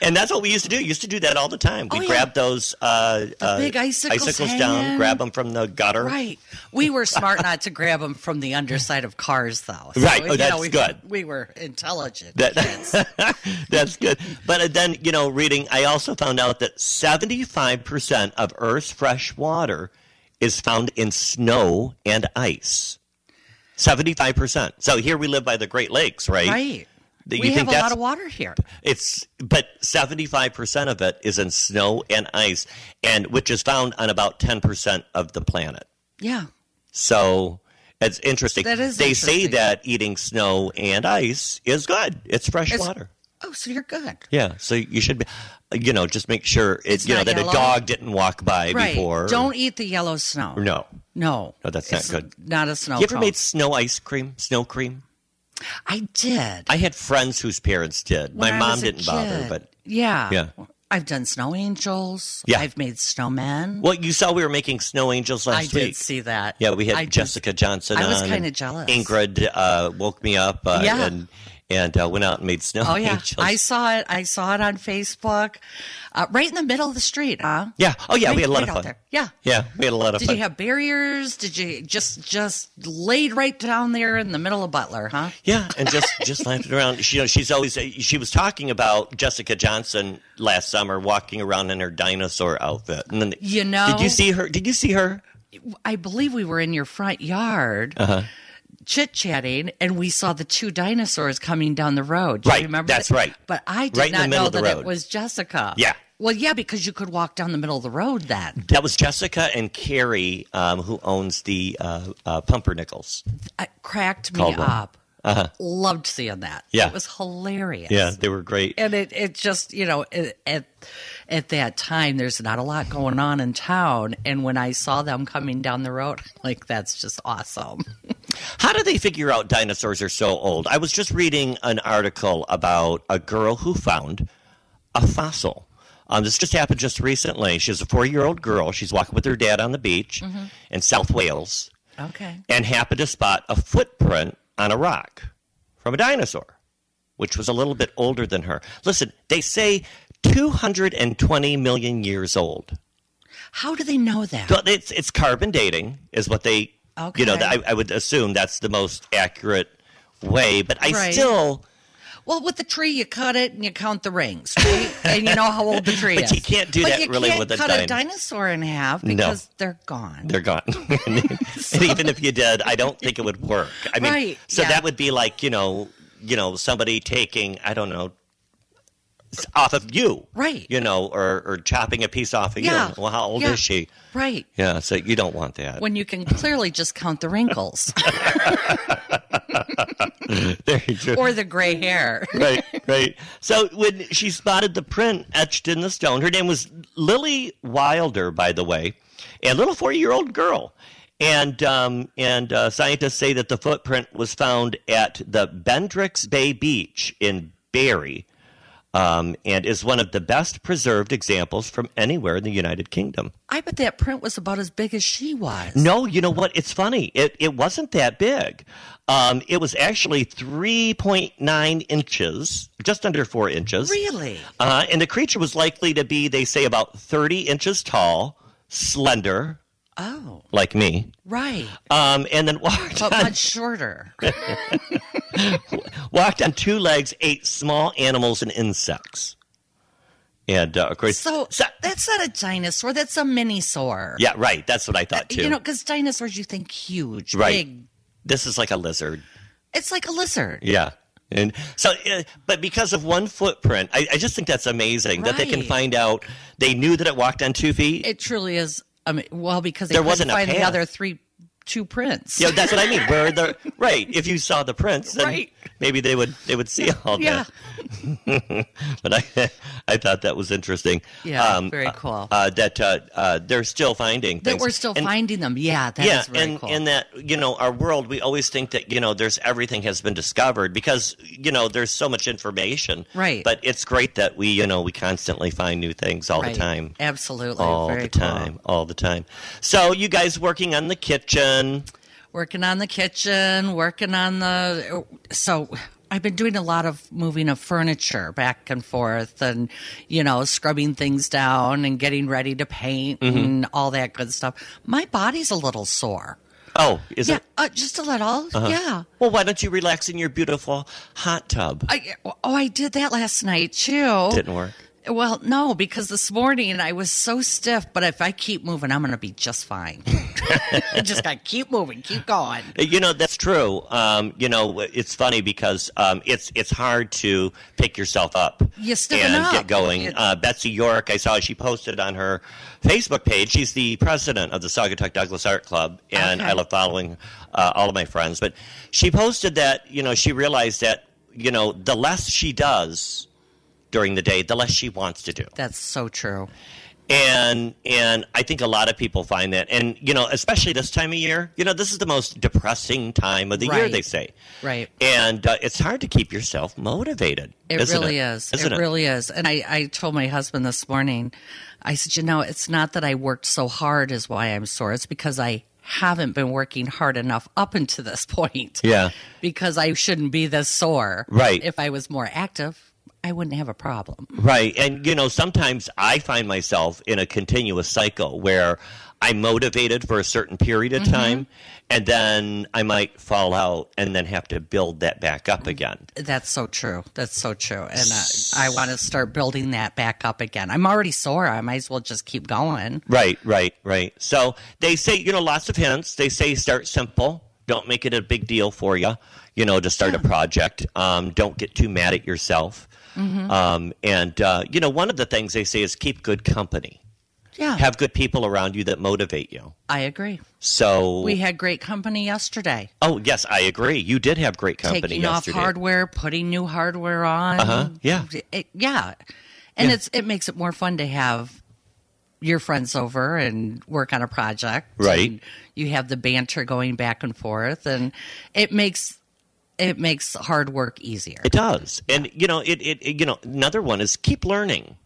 Speaker 3: and that's what we used to do. Used to do that all the time. We
Speaker 4: Oh, yeah.
Speaker 3: grabbed those uh, uh,
Speaker 4: big icicles
Speaker 3: down,
Speaker 4: hanging.
Speaker 3: grab them from the gutter.
Speaker 4: Right. We were smart not to grab them from the underside of cars, though.
Speaker 3: Right. Oh,
Speaker 4: you
Speaker 3: that's
Speaker 4: we,
Speaker 3: good.
Speaker 4: We were intelligent.
Speaker 3: That, that's good. But uh, then, you know, reading, I also found out that 75% of Earth's fresh water is found in snow and ice. 75%. So here we live by the Great Lakes, right?
Speaker 4: right.
Speaker 3: That you
Speaker 4: we
Speaker 3: think
Speaker 4: have a
Speaker 3: that's-
Speaker 4: lot of water here.
Speaker 3: It's but 75% of it is in snow and ice and which is found on about 10% of the planet.
Speaker 4: Yeah.
Speaker 3: So it's interesting.
Speaker 4: That is
Speaker 3: they say
Speaker 4: interesting.
Speaker 3: that eating snow and ice is good. It's fresh
Speaker 4: It's-
Speaker 3: water.
Speaker 4: Oh, so you're good.
Speaker 3: Yeah, so you should, be, you know, just make sure it's,
Speaker 4: It's
Speaker 3: you know
Speaker 4: not
Speaker 3: that
Speaker 4: yellow.
Speaker 3: a dog didn't walk by
Speaker 4: Right.
Speaker 3: before.
Speaker 4: Don't eat the yellow snow.
Speaker 3: no.
Speaker 4: No.
Speaker 3: No, Oh, that's not
Speaker 4: It's
Speaker 3: good.
Speaker 4: Not a snow
Speaker 3: you ever
Speaker 4: cone.
Speaker 3: made snow ice cream, snow cream?
Speaker 4: I did.
Speaker 3: I had friends whose parents did.
Speaker 4: when
Speaker 3: My
Speaker 4: I
Speaker 3: mom
Speaker 4: was a
Speaker 3: didn't bother,
Speaker 4: kid.
Speaker 3: but
Speaker 4: Yeah.
Speaker 3: Yeah.
Speaker 4: I've done snow angels.
Speaker 3: Yeah.
Speaker 4: I've made snowmen.
Speaker 3: well, you saw we were making snow angels
Speaker 4: I
Speaker 3: last
Speaker 4: did
Speaker 3: week.
Speaker 4: see that.
Speaker 3: Yeah, we had
Speaker 4: I did-
Speaker 3: Jessica Johnson.
Speaker 4: I was
Speaker 3: on,
Speaker 4: kinda
Speaker 3: and
Speaker 4: jealous.
Speaker 3: Ingrid uh, woke me up uh,
Speaker 4: Yeah.
Speaker 3: and and uh, went out and made snow
Speaker 4: Oh yeah,
Speaker 3: angels.
Speaker 4: I saw it. I saw it on Facebook, uh, right in the middle of the street. Huh?
Speaker 3: yeah. Oh yeah,
Speaker 4: Right-
Speaker 3: we had a lot
Speaker 4: right
Speaker 3: of
Speaker 4: out
Speaker 3: fun.
Speaker 4: there. Yeah.
Speaker 3: Yeah, we had a lot of
Speaker 4: Did
Speaker 3: fun.
Speaker 4: you have barriers? Did you just just laid right down there in the middle of Butler? Huh?
Speaker 3: Yeah, and just just laughing around. She, you know, she's always she was talking about Jessica Johnson last summer walking around in her dinosaur outfit. And then
Speaker 4: You know-
Speaker 3: did you see her? Did you see her?
Speaker 4: I believe we were in your front yard.
Speaker 3: Uh-huh.
Speaker 4: Chit chatting, and we saw the two dinosaurs coming down the road. Do
Speaker 3: Right,
Speaker 4: you remember
Speaker 3: that's
Speaker 4: that?
Speaker 3: right.
Speaker 4: But I did
Speaker 3: Right in the
Speaker 4: not
Speaker 3: middle
Speaker 4: know
Speaker 3: of the
Speaker 4: that
Speaker 3: road.
Speaker 4: it was Jessica.
Speaker 3: Yeah.
Speaker 4: Well, yeah, because you could walk down the middle of the road then.
Speaker 3: That was Jessica and Carrie, um, who owns the uh, uh, Pumpernickels.
Speaker 4: It cracked me
Speaker 3: Caldwell.
Speaker 4: up. Loved seeing that.
Speaker 3: Uh-huh. Yeah.
Speaker 4: It was hilarious.
Speaker 3: Yeah, they were great.
Speaker 4: and it it just you know it, at at that time there's not a lot going on in town and when i saw them coming down the road like that's just awesome
Speaker 3: How do they figure out dinosaurs are so old? I was just reading an article about a girl who found a fossil. Um, this just happened just recently. She's a four-year-old girl. She's walking with her dad on the beach
Speaker 4: Mm-hmm.
Speaker 3: in South Wales.
Speaker 4: okay
Speaker 3: and happened to spot a footprint on a rock from a dinosaur, which was a little bit older than her. Listen, they say 220 million years old.
Speaker 4: how do they know that
Speaker 3: So it's, it's carbon dating, is what they, you know,
Speaker 4: Okay.
Speaker 3: I, I would assume that's the most accurate way, but I
Speaker 4: Right.
Speaker 3: still,
Speaker 4: well with the tree you cut it and you count the rings right? and you know how old the tree
Speaker 3: But
Speaker 4: is
Speaker 3: you can't do
Speaker 4: But
Speaker 3: that
Speaker 4: you
Speaker 3: really
Speaker 4: can't
Speaker 3: with a
Speaker 4: cut
Speaker 3: dino-
Speaker 4: a dinosaur in half because they're gone
Speaker 3: they're gone. and even if you did, I don't think it would work. I mean,
Speaker 4: Right,
Speaker 3: so
Speaker 4: yeah.
Speaker 3: that would be like, you know, you know, somebody taking, I don't know, s- off of you.
Speaker 4: Right.
Speaker 3: You know, or, or chopping a piece off of
Speaker 4: Yeah,
Speaker 3: you. Well, how old
Speaker 4: yeah.
Speaker 3: is she?
Speaker 4: right
Speaker 3: Yeah, so you don't want that.
Speaker 4: when you can clearly just count the wrinkles
Speaker 3: there you go.
Speaker 4: or the gray hair
Speaker 3: right, right. So when she spotted the print etched in the stone, her name was Lily Wilder, by the way, a little four-year-old girl. And um, and uh, scientists say that the footprint was found at the Bendrix Bay Beach in Barrie, um, and is one of the best preserved examples from anywhere in the United Kingdom.
Speaker 4: i bet that print was about as big as she was
Speaker 3: No, you know what? It's funny. It it wasn't that big. Um, it was actually three point nine inches, just under four inches.
Speaker 4: really
Speaker 3: Uh, and the creature was likely to be, they say, about 30 inches tall, slender,
Speaker 4: oh
Speaker 3: like me,
Speaker 4: right
Speaker 3: um, and then walked
Speaker 4: but
Speaker 3: on,
Speaker 4: much shorter.
Speaker 3: walked on two legs, ate small animals and insects. And uh, of course,
Speaker 4: So that's not a dinosaur. That's a minisaur.
Speaker 3: yeah, right. That's what I thought too.
Speaker 4: Uh, You know, because dinosaurs you think huge,
Speaker 3: Right.
Speaker 4: big.
Speaker 3: this is like a lizard.
Speaker 4: It's like a lizard.
Speaker 3: Yeah. And so, uh, but because of one footprint, I, I just think that's amazing that they can
Speaker 4: Right.
Speaker 3: find out. They knew that it walked on two feet.
Speaker 4: It truly is. I mean, well, because they
Speaker 3: There
Speaker 4: couldn't
Speaker 3: wasn't a
Speaker 4: find the
Speaker 3: path.
Speaker 4: other three two prints.
Speaker 3: Yeah, that's what I mean. Where are the right? If you saw the prints, then
Speaker 4: Right.
Speaker 3: maybe they would they would see all
Speaker 4: Yeah.
Speaker 3: that. but I I thought that was interesting.
Speaker 4: Yeah, very cool.
Speaker 3: Uh, that uh, uh, they're still finding
Speaker 4: That
Speaker 3: things.
Speaker 4: we're still
Speaker 3: And-
Speaker 4: finding them. Yeah, that is
Speaker 3: yeah,
Speaker 4: very
Speaker 3: and
Speaker 4: cool.
Speaker 3: and that you know our world, we always think that you know there's everything has been discovered because you know there's so much information.
Speaker 4: Right.
Speaker 3: But it's great that we you know we constantly find new things all
Speaker 4: Right.
Speaker 3: the time.
Speaker 4: Absolutely.
Speaker 3: All
Speaker 4: very
Speaker 3: the
Speaker 4: cool.
Speaker 3: time, all the time. So you guys working on the kitchen?
Speaker 4: Working on the kitchen, working on the. So I've been doing a lot of moving of furniture back and forth and, you know, scrubbing things down and getting ready to paint
Speaker 3: Mm-hmm.
Speaker 4: and all that good stuff. My body's a little sore.
Speaker 3: Oh, is
Speaker 4: yeah.
Speaker 3: it?
Speaker 4: Uh, just a little.
Speaker 3: Uh-huh.
Speaker 4: Yeah.
Speaker 3: Well, why don't you relax in your beautiful hot tub?
Speaker 4: I, oh, I did that last night too.
Speaker 3: Didn't work.
Speaker 4: Well, no, because this morning I was so stiff, but if I keep moving, I'm going to be just fine. just got to keep moving, keep going.
Speaker 3: You know that's true. Um, you know it's funny because um, it's it's hard to pick yourself up
Speaker 4: You stiffen
Speaker 3: and
Speaker 4: up.
Speaker 3: get going.
Speaker 4: It-
Speaker 3: Uh, Betsy York, I saw she posted on her Facebook page. She's the president of the Saugatuck Douglas Art Club, and
Speaker 4: Okay.
Speaker 3: I love following uh, all of my friends. But she posted that you know she realized that you know the less she does during the day, the less she wants to do.
Speaker 4: That's so true.
Speaker 3: and and I think a lot of people find that, and you know, especially this time of year, you know, this is the most depressing time of the year,
Speaker 4: Right.
Speaker 3: they say,
Speaker 4: Right.
Speaker 3: and uh, it's hard to keep yourself motivated.
Speaker 4: It
Speaker 3: isn't
Speaker 4: really
Speaker 3: it?
Speaker 4: is.
Speaker 3: Isn't
Speaker 4: it, really is. And I, I told my husband this morning, I said, you know, it's not that I worked so hard is why I'm sore. It's because I haven't been working hard enough up until this point.
Speaker 3: Yeah.
Speaker 4: Because I shouldn't be this sore.
Speaker 3: Right.
Speaker 4: If I was more active, I wouldn't have a problem.
Speaker 3: Right. And, you know, sometimes I find myself in a continuous cycle where I'm motivated for a certain period
Speaker 4: Mm-hmm.
Speaker 3: of time and then I might fall out and then have to build that back
Speaker 4: Mm-hmm.
Speaker 3: up again.
Speaker 4: That's so true. That's so true. And uh, I want to start building that back up again. I'm already sore. I might as well just keep going.
Speaker 3: Right, right, right. So they say, you know, lots of hints. They say start simple. Don't make it a big deal for you, you know, to start a project. Um, don't get too mad at yourself.
Speaker 4: Mm-hmm.
Speaker 3: Um, and, uh, you know, one of the things they say is keep good company.
Speaker 4: Yeah.
Speaker 3: Have good people around you that motivate you.
Speaker 4: I agree.
Speaker 3: So,
Speaker 4: We had great company yesterday.
Speaker 3: oh, yes, I agree. You did have great company
Speaker 4: Taking
Speaker 3: yesterday.
Speaker 4: off hardware, putting new hardware on.
Speaker 3: Uh-huh. Yeah.
Speaker 4: It- yeah. And
Speaker 3: Yeah.
Speaker 4: it's it makes it more fun to have your friends over and work on a project.
Speaker 3: Right.
Speaker 4: And you have the banter going back and forth and it makes it makes hard work easier.
Speaker 3: It does. And, you know, it, it, it, you know, another one is keep learning.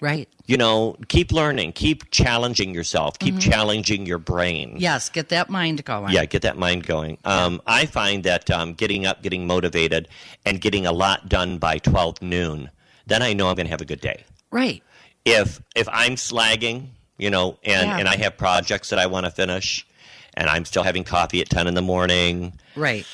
Speaker 4: right.
Speaker 3: You know, keep learning, keep challenging yourself, keep
Speaker 4: Mm-hmm.
Speaker 3: challenging your brain.
Speaker 4: Yes, get that mind going.
Speaker 3: Yeah, get that mind going. Um, I find that um, getting up, getting motivated, and getting a lot done by twelve noon, then I know I'm going to have a good day.
Speaker 4: Right.
Speaker 3: If if I'm slagging, you know, and
Speaker 4: Yeah.
Speaker 3: and I have projects that I want to finish, and I'm still having coffee at ten in the morning,
Speaker 4: Right.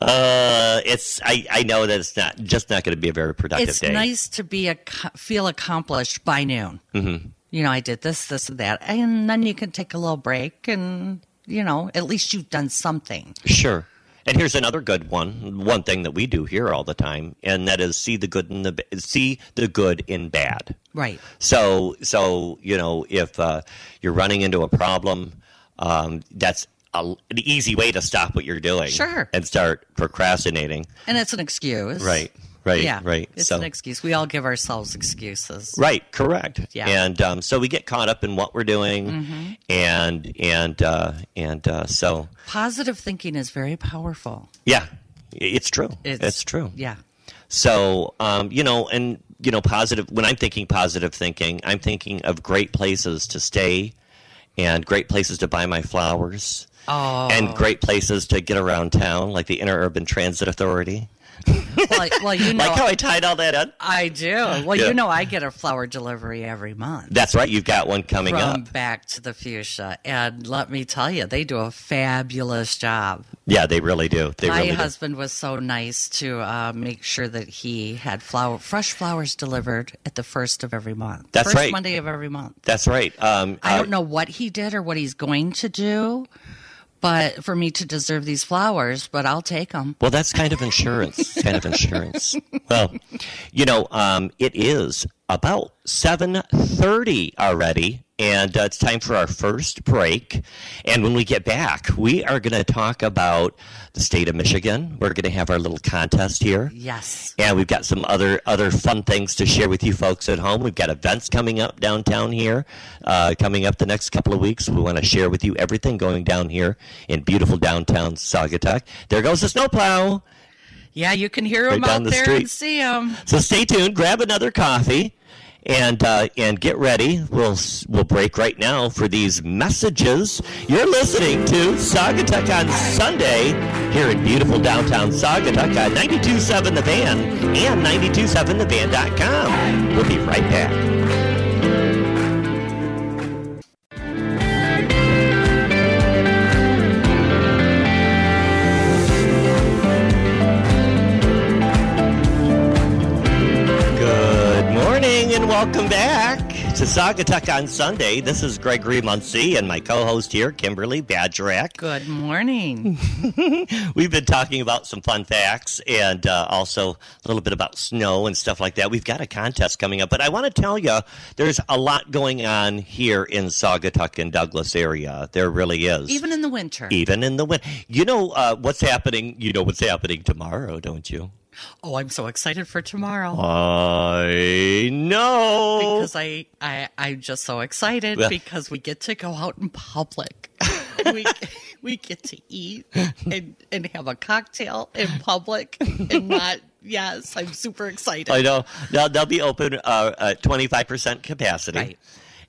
Speaker 3: uh, it's I I know that it's not just not going to be a very productive
Speaker 4: It's
Speaker 3: day.
Speaker 4: nice to be a feel accomplished by noon. Mm-hmm. You know, I did this, this, and that, and then you can take a little break, and you know, at least you've done something.
Speaker 3: Sure. And here's another good one. One thing that we do here all the time, and that is see the good in the ba- see the good in bad.
Speaker 4: Right.
Speaker 3: So, so you know, if uh, you're running into a problem, um, that's a, an easy way to stop what you're doing.
Speaker 4: Sure.
Speaker 3: And start procrastinating.
Speaker 4: And it's an excuse.
Speaker 3: Right. Right.
Speaker 4: Yeah.
Speaker 3: Right.
Speaker 4: It's
Speaker 3: so.
Speaker 4: an excuse. We all give ourselves excuses.
Speaker 3: Right, correct.
Speaker 4: Yeah. Mm-hmm.
Speaker 3: And um, so we get caught up in what we're doing, and and uh, and uh, so
Speaker 4: Positive thinking is very powerful.
Speaker 3: yeah, it's true. true.
Speaker 4: Yeah.
Speaker 3: So, um, you know, and, you know, positive, when I'm thinking positive thinking, I'm thinking of great places to stay and great places to buy my flowers
Speaker 4: Oh.
Speaker 3: and great places to get around town, like the Interurban Transit Authority.
Speaker 4: Well, well you know,
Speaker 3: Like how I tied all that up.
Speaker 4: I do. Well,
Speaker 3: Yeah.
Speaker 4: you know, I get a flower delivery every month.
Speaker 3: That's right. You've got one coming
Speaker 4: from
Speaker 3: up.
Speaker 4: Back to the Fuchsia. And let me tell you, they do a fabulous job.
Speaker 3: Yeah, they really do. They
Speaker 4: My
Speaker 3: really do.
Speaker 4: husband was so nice to uh, make sure that he had flower, fresh flowers delivered at the first of every month.
Speaker 3: That's
Speaker 4: first
Speaker 3: right.
Speaker 4: Monday of every month.
Speaker 3: That's right. Um,
Speaker 4: I
Speaker 3: uh,
Speaker 4: don't know what he did or what he's going to do, but for me to deserve these flowers, but I'll take them.
Speaker 3: Well, that's kind of insurance. kind of insurance. Well, you know, um, it is about 7.30 already and uh, it's time for our first break and when we get back we are going to talk about the state of michigan we're going to have our little contest here
Speaker 4: Yes.
Speaker 3: and we've got some other other fun things to share with you folks at home. We've got events coming up downtown here, uh, coming up the next couple of weeks. We want to share with you everything going down here in beautiful downtown Saugatuck. There goes the snowplow.
Speaker 4: Yeah, you can hear them
Speaker 3: Right down
Speaker 4: out
Speaker 3: the
Speaker 4: there
Speaker 3: street.
Speaker 4: and see them.
Speaker 3: So stay tuned. Grab another coffee, and uh, and get ready. We'll s- we'll break right now for these messages. You're listening to Saugatuck on Sunday here in beautiful downtown Saugatuck on 92.7 The Van and 92.7thevan.com. We'll be right back. Good morning and welcome back to Saugatuck on Sunday. This is Gregory Muncie and my co-host here, Kimberly Badgerak.
Speaker 4: Good morning.
Speaker 3: We've been talking about some fun facts and uh, also a little bit about snow and stuff like that. We've got a contest coming up, but I want to tell you there's a lot going on here in Saugatuck and Douglas area. There really is.
Speaker 4: Even in the winter.
Speaker 3: even in the winter. You know uh, what's happening. You know what's happening tomorrow, don't you?
Speaker 4: Oh, I'm so excited for tomorrow.
Speaker 3: I know.
Speaker 4: because I, I I'm just so excited
Speaker 3: Well-
Speaker 4: because we get to go out in public. And we we get to eat and, and have a cocktail in public and not yes, I'm super excited.
Speaker 3: I know. They'll, they'll be open uh, at 25% capacity.
Speaker 4: Right.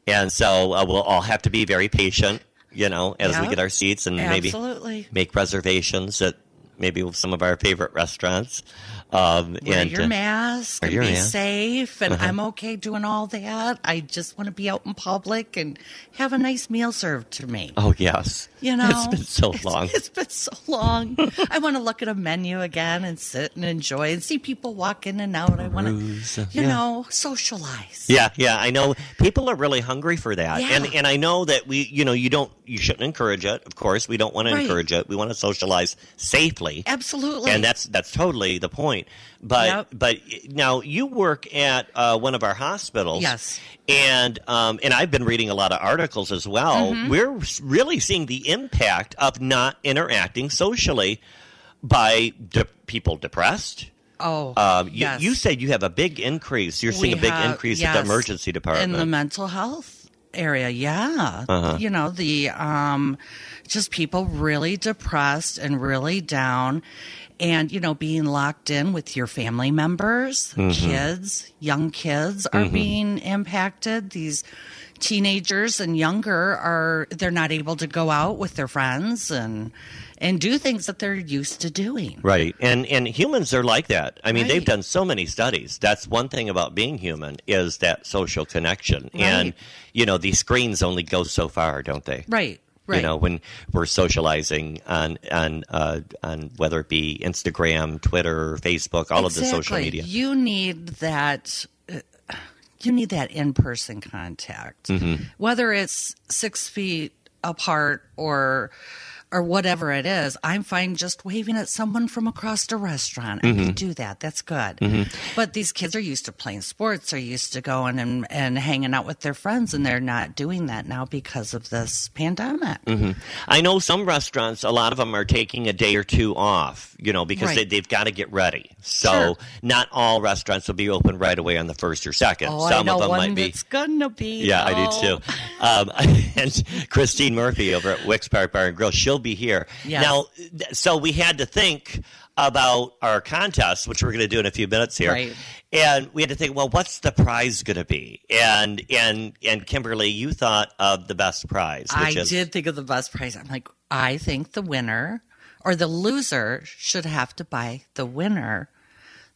Speaker 3: And so uh, we'll all have to be very patient, you know, as we
Speaker 4: Yeah.
Speaker 3: get our seats and maybe
Speaker 4: Absolutely.
Speaker 3: make reservations at maybe some of our favorite restaurants. Um,
Speaker 4: Wear
Speaker 3: and
Speaker 4: your
Speaker 3: uh,
Speaker 4: mask
Speaker 3: wear
Speaker 4: and
Speaker 3: your Uh-huh.
Speaker 4: be
Speaker 3: mask.
Speaker 4: safe and I'm okay doing all that. I just want to be out in public and have a nice meal served to me.
Speaker 3: Oh, yes.
Speaker 4: You know,
Speaker 3: It's been so
Speaker 4: It's-
Speaker 3: long.
Speaker 4: it's been so long. I want to look at a menu again and sit and enjoy and see people walk in and out. I want
Speaker 3: Peruse, uh,
Speaker 4: to, you
Speaker 3: yeah.
Speaker 4: know, socialize.
Speaker 3: Yeah, yeah, I know people are really hungry for that,
Speaker 4: Yeah.
Speaker 3: and and I know that we, you know, you don't, you shouldn't encourage it. Of course, we don't want to
Speaker 4: Right.
Speaker 3: encourage it. We want to socialize safely,
Speaker 4: Absolutely.
Speaker 3: and that's that's totally the point. But
Speaker 4: Yep.
Speaker 3: but now you work at uh, one of our hospitals,
Speaker 4: Yes.
Speaker 3: and um, and I've been reading a lot of articles as well.
Speaker 4: Mm-hmm.
Speaker 3: We're really seeing the impact of not interacting socially by de- people depressed.
Speaker 4: oh,
Speaker 3: Um, you,
Speaker 4: yes.
Speaker 3: you said you have a big increase. You're seeing
Speaker 4: We
Speaker 3: a big
Speaker 4: have-
Speaker 3: increase at
Speaker 4: yes,
Speaker 3: the emergency department. Uh-huh.
Speaker 4: in the mental health area. Yeah, you know the um, just people really depressed and really down, and you know being locked in with your family members,
Speaker 3: Mm-hmm.
Speaker 4: kids, young kids are being impacted. These teenagers and younger are they're not able to go out with their friends and and do things that they're used to doing.
Speaker 3: Right. And and humans are like that. I mean, they've
Speaker 4: Right.
Speaker 3: done so many studies. That's one thing about being human is that social connection. And
Speaker 4: Right.
Speaker 3: you know, these screens only go so far, don't they?
Speaker 4: Right. Right.
Speaker 3: You know, when we're socializing on on uh, on whether it be Instagram, Twitter, Facebook, all of the social
Speaker 4: Exactly.
Speaker 3: media.
Speaker 4: You need that. uh, You need that in-person contact,
Speaker 3: Mm-hmm.
Speaker 4: whether it's six feet apart or or whatever it is. I'm fine just waving at someone from across the restaurant. I
Speaker 3: Mm-hmm.
Speaker 4: can do that. That's good. But these kids are used to playing sports. Are used to going and and hanging out with their friends, and they're not doing that now because of this pandemic.
Speaker 3: Mm-hmm. I know some restaurants, a lot of them are taking a day or two off, you know, because
Speaker 4: Right.
Speaker 3: they, they've got to get ready. So
Speaker 4: Sure.
Speaker 3: not all restaurants will be open right away on the first or second.
Speaker 4: Oh,
Speaker 3: some
Speaker 4: I know
Speaker 3: of them
Speaker 4: one
Speaker 3: might be.
Speaker 4: that's gonna be.
Speaker 3: Yeah, I
Speaker 4: oh.
Speaker 3: do too. Um, and Christine Murphy over at Wicks Park Bar and Grill, she'll be here.
Speaker 4: Yes.
Speaker 3: Now, th- so we had to think about our contest, which we're going to do in a few minutes here.
Speaker 4: Right.
Speaker 3: And we had to think, well, what's the prize going to be? And and and Kimberly, you thought of the best prize.
Speaker 4: I
Speaker 3: Which is,
Speaker 4: did think of the bus prize. I'm like, I think the winner or the loser should have to buy the winner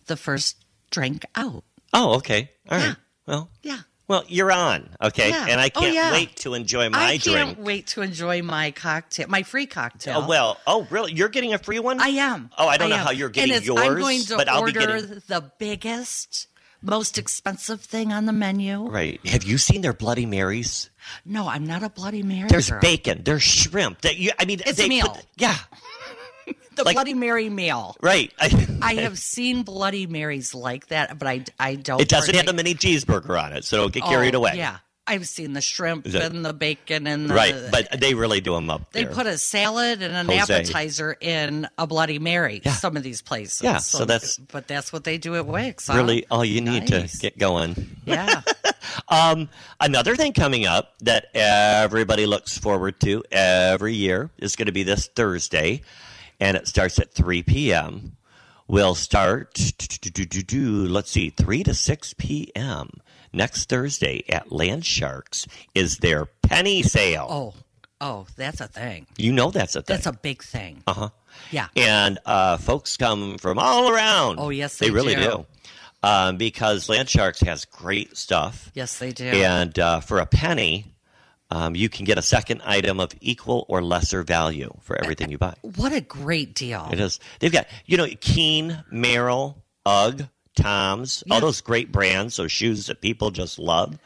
Speaker 4: the first drink out.
Speaker 3: Oh, okay. All right.
Speaker 4: Yeah.
Speaker 3: Well,
Speaker 4: Yeah.
Speaker 3: well, you're on. Okay.
Speaker 4: Yeah.
Speaker 3: And I
Speaker 4: Oh,
Speaker 3: can't
Speaker 4: yeah.
Speaker 3: wait to enjoy my
Speaker 4: I
Speaker 3: drink.
Speaker 4: can't wait to enjoy my cocktail, my free cocktail.
Speaker 3: Oh, well, oh, really? You're getting a free one?
Speaker 4: I am.
Speaker 3: Oh, I don't know
Speaker 4: am.
Speaker 3: how you're getting
Speaker 4: and it's,
Speaker 3: yours,
Speaker 4: I'm going to
Speaker 3: but I'll be
Speaker 4: order
Speaker 3: getting.
Speaker 4: the biggest, most expensive thing on the menu.
Speaker 3: Right. Have you seen their Bloody Marys?
Speaker 4: No, I'm not a Bloody Mary.
Speaker 3: There's
Speaker 4: girl.
Speaker 3: bacon. There's shrimp. That you. I mean,
Speaker 4: It's a
Speaker 3: they
Speaker 4: meal.
Speaker 3: Put, yeah.
Speaker 4: the
Speaker 3: like-
Speaker 4: Bloody Mary meal.
Speaker 3: Right. I,
Speaker 4: I have seen Bloody Marys like that, but I, I don't.
Speaker 3: It doesn't have
Speaker 4: partake-
Speaker 3: the mini cheeseburger on it, so don't get
Speaker 4: Oh,
Speaker 3: carried away.
Speaker 4: Yeah, I've seen the shrimp
Speaker 3: Is that-
Speaker 4: and the bacon and the,
Speaker 3: Right, but they really do them up
Speaker 4: they
Speaker 3: there.
Speaker 4: put a salad and an
Speaker 3: Jose.
Speaker 4: appetizer in a Bloody Mary. Some of these places.
Speaker 3: Yeah, so that's-
Speaker 4: but that's what they do at Wix. huh?
Speaker 3: really all you need
Speaker 4: Nice.
Speaker 3: to get going.
Speaker 4: yeah.
Speaker 3: Um, another thing coming up that everybody looks forward to every year is going to be this Thursday, and it starts at 3 p.m. We'll start, let's see, 3 to 6 p.m. Next Thursday at Land Sharks is their penny sale.
Speaker 4: Oh, oh, that's a thing.
Speaker 3: You know that's a thing. Uh-huh.
Speaker 4: That's a big thing. Uh huh. Yeah.
Speaker 3: and uh, folks come from all around.
Speaker 4: Oh, yes,
Speaker 3: they,
Speaker 4: they
Speaker 3: really do.
Speaker 4: do.
Speaker 3: Um, because Land Sharks has great stuff.
Speaker 4: yes, they do.
Speaker 3: And uh, for a penny, um, you can get a second item of equal or lesser value for everything you buy.
Speaker 4: What a great deal.
Speaker 3: It is. They've got, you know, Keen, Merrill, Ugg, Tom's, all
Speaker 4: Yeah.
Speaker 3: those great brands, those shoes that people just love.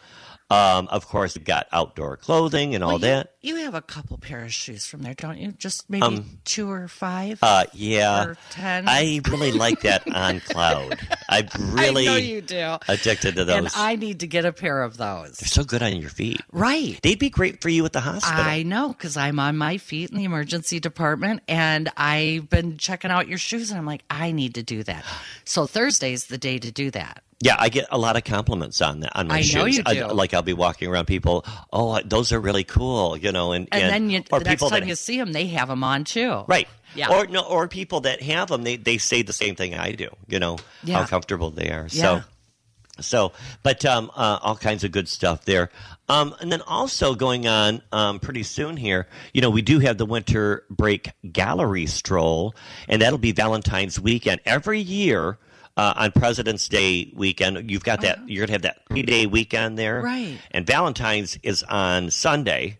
Speaker 3: Um, of course, they've got outdoor clothing and all
Speaker 4: Well,
Speaker 3: that.
Speaker 4: You, you have a couple pair of shoes from there, don't you? Just maybe two or five.
Speaker 3: Um, Uh, yeah.
Speaker 4: Or 10.
Speaker 3: I really like that on cloud. I'm really
Speaker 4: I know you do.
Speaker 3: addicted to those.
Speaker 4: And I need to get a pair of those.
Speaker 3: They're so good on your feet.
Speaker 4: Right.
Speaker 3: They'd be great for you at the hospital.
Speaker 4: I know because I'm on my feet in the emergency department and I've been checking out your shoes and I'm like, I need to do that. So Thursday's the day to do that.
Speaker 3: Yeah, I get a lot of compliments on that on my
Speaker 4: I
Speaker 3: shoes.
Speaker 4: know you do.
Speaker 3: like I'll be walking around, people, oh, those are really cool, you know, and
Speaker 4: And, then you,
Speaker 3: or
Speaker 4: the next
Speaker 3: people
Speaker 4: time
Speaker 3: that,
Speaker 4: you see them, they have them on too.
Speaker 3: right,
Speaker 4: Yeah.
Speaker 3: or no, or people that have them, they they say the same thing I do, you know, how
Speaker 4: Yeah.
Speaker 3: comfortable they are.
Speaker 4: Yeah.
Speaker 3: So, so, but um, uh, all kinds of good stuff there, um, and then also going on um, pretty soon here, you know, we do have the winter break gallery stroll, and that'll be Valentine's weekend every year. Uh, on President's Day weekend, you've got that. You're gonna have that three-day weekend there,
Speaker 4: Uh-huh. Right.
Speaker 3: and Valentine's is on Sunday,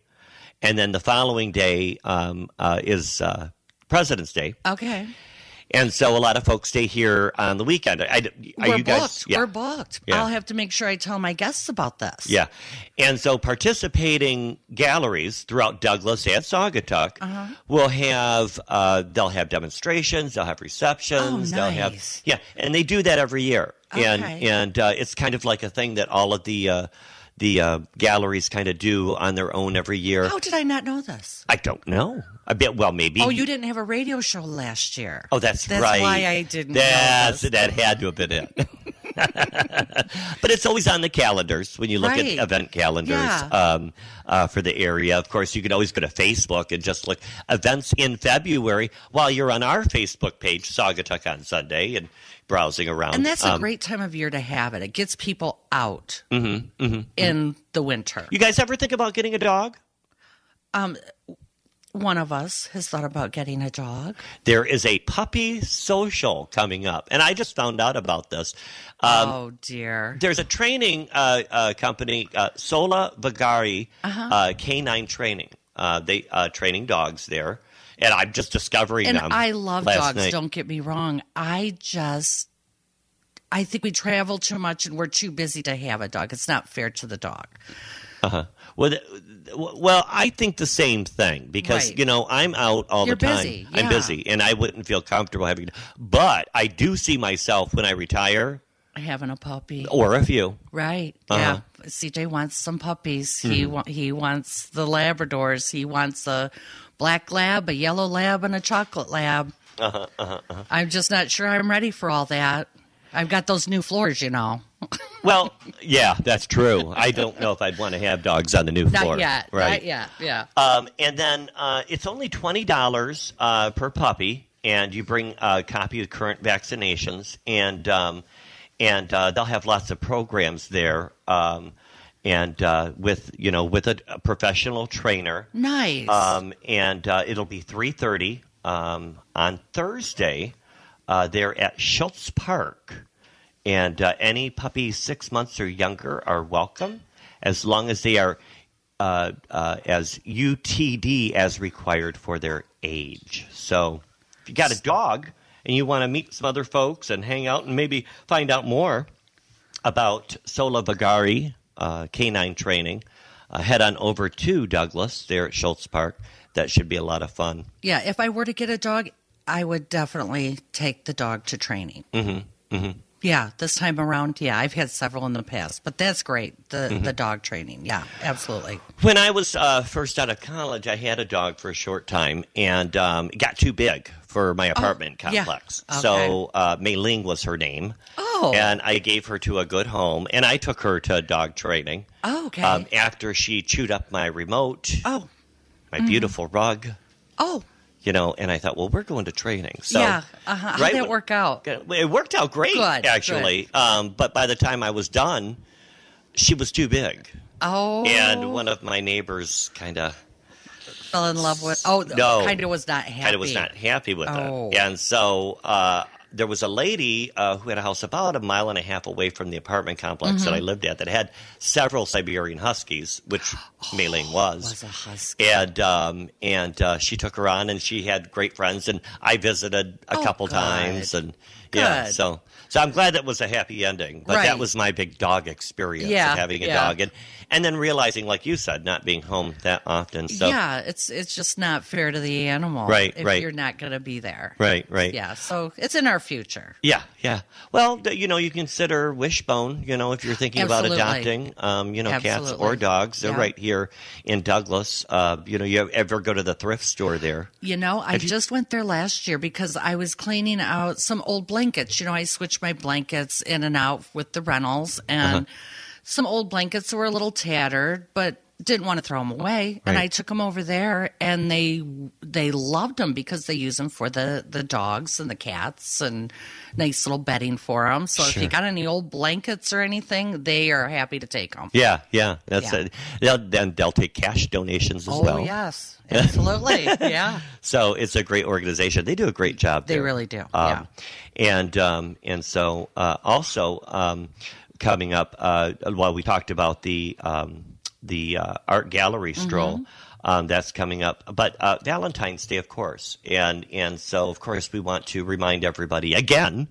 Speaker 3: and then the following day um, uh, is uh, President's Day,
Speaker 4: Okay.
Speaker 3: and so a lot of folks stay here on the weekend. I, are
Speaker 4: We're
Speaker 3: you
Speaker 4: booked.
Speaker 3: guys? Yeah,
Speaker 4: We're booked.
Speaker 3: Yeah.
Speaker 4: I'll have to make sure I tell my guests about this.
Speaker 3: yeah. And so participating galleries throughout Douglas and Saugatuck
Speaker 4: Uh-huh.
Speaker 3: will have uh, they'll have demonstrations, they'll have receptions,
Speaker 4: Oh,
Speaker 3: they'll have
Speaker 4: nice.
Speaker 3: yeah, and they do that every year. And
Speaker 4: Okay.
Speaker 3: and uh, it's kind of like a thing that all of the uh, the uh, galleries kind of do on their own every year.
Speaker 4: How did I not know this?
Speaker 3: I don't know. I bet. Well, maybe.
Speaker 4: Oh, you didn't have a radio show last year.
Speaker 3: Oh, that's,
Speaker 4: that's
Speaker 3: right.
Speaker 4: why I didn't.
Speaker 3: That's
Speaker 4: know this.
Speaker 3: that had to have been it. but it's always on the calendars when you look
Speaker 4: Right.
Speaker 3: at event calendars
Speaker 4: Yeah.
Speaker 3: um, uh, for the area. Of course, you can always go to Facebook and just look events in February while you're on our Facebook page, Saugatuck on Sunday, and browsing around.
Speaker 4: And that's a
Speaker 3: Um,
Speaker 4: great time of year to have it. It gets people out in the winter.
Speaker 3: Mm-hmm, You guys ever think about getting a dog?
Speaker 4: One of us has thought about getting a dog.
Speaker 3: There is a puppy social coming up, and I just found out about this. Um,
Speaker 4: oh dear.
Speaker 3: there's a training uh, uh, company, uh, Sola Vagari
Speaker 4: Uh-huh.
Speaker 3: uh, Canine Training. Uh, they uh, training dogs there, and I'm just discovering
Speaker 4: And
Speaker 3: them.
Speaker 4: I love
Speaker 3: um, last
Speaker 4: dogs,
Speaker 3: night.
Speaker 4: don't get me wrong. I just I think we travel too much and we're too busy to have a dog. It's not fair to the dog.
Speaker 3: Well, th- th- well, I think the same thing because
Speaker 4: Right.
Speaker 3: you know I'm out all
Speaker 4: You're
Speaker 3: the time.
Speaker 4: busy,
Speaker 3: I'm
Speaker 4: yeah.
Speaker 3: busy, and I wouldn't feel comfortable having. But I do see myself when I retire
Speaker 4: Having a puppy.
Speaker 3: or a few.
Speaker 4: Right.
Speaker 3: Uh-huh. Hmm.
Speaker 4: Yeah. CJ wants some puppies. He wa- he wants the Labradors. He wants a black lab, a yellow lab, and a chocolate lab.
Speaker 3: Uh-huh,
Speaker 4: I'm just not sure I'm ready for all that. I've got those new floors, you know.
Speaker 3: Well, yeah, that's true. I don't know if I'd want to have dogs on the new
Speaker 4: Not
Speaker 3: floor.
Speaker 4: yet.
Speaker 3: Right.
Speaker 4: Not yet. Yeah.
Speaker 3: Um, and then uh, it's only twenty dollars uh, per puppy, and you bring a copy of current vaccinations, and um, and uh, they'll have lots of programs there, um, and uh, with you know with a, a professional trainer,
Speaker 4: Nice.
Speaker 3: um, and uh, it'll be three thirty um, on Thursday. Uh, they're at Schultz Park, and uh, any puppies six months or younger are welcome, as long as they are uh, uh, as UTD as required for their age. So, if you got a dog and you want to meet some other folks and hang out and maybe find out more about Sola Vagari uh, canine training, uh, head on over to Douglas there at Schultz Park. That should be a lot of fun.
Speaker 4: yeah. If I were to get a dog, I would definitely take the dog to training. Mm-hmm. Yeah, this time around, yeah, I've had several in the past, but that's great. The
Speaker 3: Mm-hmm.
Speaker 4: the dog training, yeah, absolutely.
Speaker 3: When I was uh, first out of college, I had a dog for a short time, and um, it got too big for my apartment
Speaker 4: Oh, yeah.
Speaker 3: complex.
Speaker 4: Okay.
Speaker 3: So uh, Mei Ling was her name.
Speaker 4: Oh.
Speaker 3: And I gave her to a good home, and I took her to dog training.
Speaker 4: Oh, okay.
Speaker 3: Um, after she chewed up my remote,
Speaker 4: oh,
Speaker 3: my beautiful rug,
Speaker 4: oh,
Speaker 3: you know, and I thought, well, we're going to training. So,
Speaker 4: yeah. Uh-huh. How'd
Speaker 3: right
Speaker 4: that
Speaker 3: when-
Speaker 4: work out?
Speaker 3: Good. It worked out great,
Speaker 4: Good,
Speaker 3: actually. Um, but by the time I was done, she was too big.
Speaker 4: Oh,
Speaker 3: And one of my neighbors kind of
Speaker 4: fell in love with. Oh,
Speaker 3: No.
Speaker 4: kind of was not happy.
Speaker 3: kind of was not happy with
Speaker 4: Oh.
Speaker 3: it. And so uh, there was a lady uh, who had a house about a mile and a half away from the apartment complex
Speaker 4: Mm-hmm.
Speaker 3: that I lived at that had several Siberian Huskies, which Mei Ling was.
Speaker 4: was a husky.
Speaker 3: And um, and uh, she took her on, and she had great friends, and I visited a
Speaker 4: Oh,
Speaker 3: couple
Speaker 4: good.
Speaker 3: times, and yeah,
Speaker 4: Good.
Speaker 3: so so I'm glad that was a happy ending. But
Speaker 4: Right.
Speaker 3: that was my big dog experience
Speaker 4: Yeah,
Speaker 3: of having a
Speaker 4: yeah.
Speaker 3: dog, and and then realizing, like you said, not being home that often. So
Speaker 4: yeah, it's it's just not fair to the animal.
Speaker 3: Right,
Speaker 4: if
Speaker 3: right.
Speaker 4: You're not going to be there.
Speaker 3: right, right,
Speaker 4: Yeah, so it's in our future.
Speaker 3: Yeah, yeah. Well, th- you know, you consider Wishbone, you know, if you're thinking
Speaker 4: Absolutely.
Speaker 3: about adopting, um, you know, cats
Speaker 4: Absolutely.
Speaker 3: or dogs. They're
Speaker 4: Yeah.
Speaker 3: right here in Douglas. Uh, you know, you ever go to the thrift store there?
Speaker 4: You know, I just went there last year because I was cleaning out some old blankets. You know, I switched my blankets in and out with the rentals,
Speaker 3: Uh-huh.
Speaker 4: and some old blankets were a little tattered, but didn't want to throw them away. And
Speaker 3: Right.
Speaker 4: I took them over there, and they they loved them because they use them for the the dogs and the cats and nice little bedding for them. So if you
Speaker 3: Sure.
Speaker 4: got any old blankets or anything, they are happy to take them.
Speaker 3: Yeah, yeah. That's
Speaker 4: Yeah.
Speaker 3: it. They'll, then they'll take cash donations as
Speaker 4: Oh
Speaker 3: well.
Speaker 4: yes, absolutely, yeah.
Speaker 3: So it's a great organization. They do a great job.
Speaker 4: They
Speaker 3: there.
Speaker 4: really do,
Speaker 3: Um,
Speaker 4: yeah.
Speaker 3: And um, and so uh, also um, coming up, uh, while we talked about the um, the uh, art
Speaker 4: Mm-hmm.
Speaker 3: gallery stroll. Um, that's coming up, but uh, Valentine's Day, of course, and and so of course we want to remind everybody again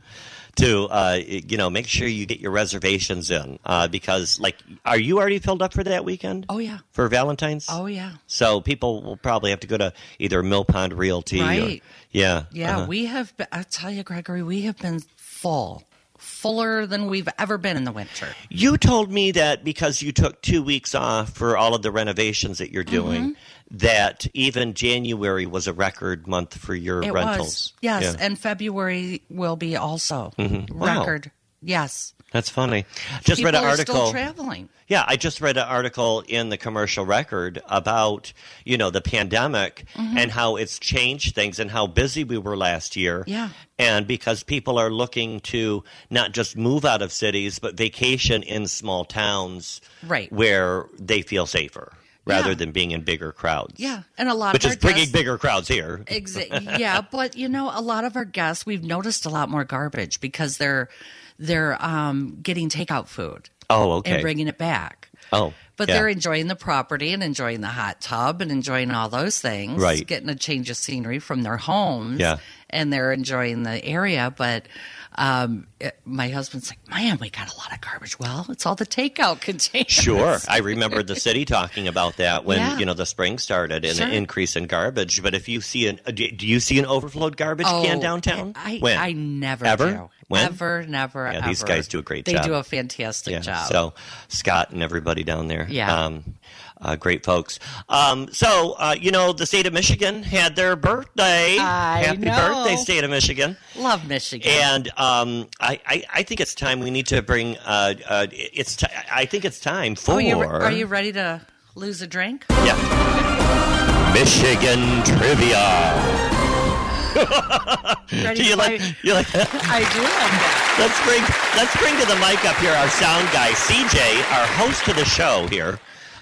Speaker 3: to uh, you know make sure you get your reservations in uh, because like are you already filled up for that weekend?
Speaker 4: Oh, yeah.
Speaker 3: for Valentine's.
Speaker 4: Oh yeah.
Speaker 3: So people will probably have to go to either Mill Pond Realty
Speaker 4: Right.
Speaker 3: or yeah,
Speaker 4: Yeah,
Speaker 3: uh-huh.
Speaker 4: we have. Been, I tell you, Gregory, we have been full, fuller than we've ever been in the winter.
Speaker 3: you told me that because you took two weeks off for all of the renovations that you're doing,
Speaker 4: Mm-hmm.
Speaker 3: that even January was a record month for your
Speaker 4: It was
Speaker 3: rentals.
Speaker 4: yes,
Speaker 3: Yeah. Mm-hmm.
Speaker 4: and February will be also
Speaker 3: Wow.
Speaker 4: record. Yes,
Speaker 3: that's funny. Just
Speaker 4: people
Speaker 3: read an
Speaker 4: are
Speaker 3: article.
Speaker 4: still traveling.
Speaker 3: Yeah, I just read an article in the commercial record about, you know, the pandemic
Speaker 4: Mm-hmm.
Speaker 3: and how it's changed things and how busy we were last year.
Speaker 4: Yeah.
Speaker 3: And because people are looking to not just move out of cities, but vacation in small towns
Speaker 4: Right.
Speaker 3: where they feel safer rather
Speaker 4: Yeah.
Speaker 3: than being in bigger crowds.
Speaker 4: Yeah, and a lot
Speaker 3: Which
Speaker 4: of
Speaker 3: is
Speaker 4: our
Speaker 3: bringing
Speaker 4: guests-
Speaker 3: bigger crowds here.
Speaker 4: Exa- yeah, but you know, a lot of our guests, we've noticed a lot more garbage because they're they're um, getting takeout food
Speaker 3: Oh, okay.
Speaker 4: and bringing it back.
Speaker 3: oh.
Speaker 4: But
Speaker 3: yeah.
Speaker 4: they're enjoying the property and enjoying the hot tub and enjoying all those things.
Speaker 3: Right.
Speaker 4: Getting a change of scenery from their homes.
Speaker 3: Yeah.
Speaker 4: And they're enjoying the area. But um, it- my husband's like, man, we got a lot of garbage. Well, it's all the takeout containers.
Speaker 3: Sure, I remember the city talking about that when
Speaker 4: Yeah.
Speaker 3: you know the spring started and
Speaker 4: Sure.
Speaker 3: the increase in garbage. But if you see an, uh, do do you see an overflowed garbage can downtown?
Speaker 4: Oh, I,
Speaker 3: when?
Speaker 4: I never
Speaker 3: Ever?
Speaker 4: do.
Speaker 3: When?
Speaker 4: Ever, never,
Speaker 3: Yeah, these
Speaker 4: ever.
Speaker 3: guys do a great
Speaker 4: they
Speaker 3: job.
Speaker 4: They do a fantastic
Speaker 3: yeah.
Speaker 4: job.
Speaker 3: So Scott and everybody down there,
Speaker 4: Yeah.
Speaker 3: um, uh, great folks. Um, so uh, you know the state of Michigan had their birthday.
Speaker 4: I
Speaker 3: Happy
Speaker 4: know.
Speaker 3: birthday, state of Michigan.
Speaker 4: Love Michigan.
Speaker 3: And um, I, I, I think it's time we need to bring. Uh, uh, it's t- I think it's time for.
Speaker 4: Oh, you, are you ready to lose a drink?
Speaker 3: Yeah. Michigan trivia.
Speaker 4: Ready
Speaker 3: Do you
Speaker 4: to
Speaker 3: like?
Speaker 4: play-
Speaker 3: You like?
Speaker 4: I do like that.
Speaker 3: Let's bring let's bring to the mic up here our sound guy CJ, our host of the show here,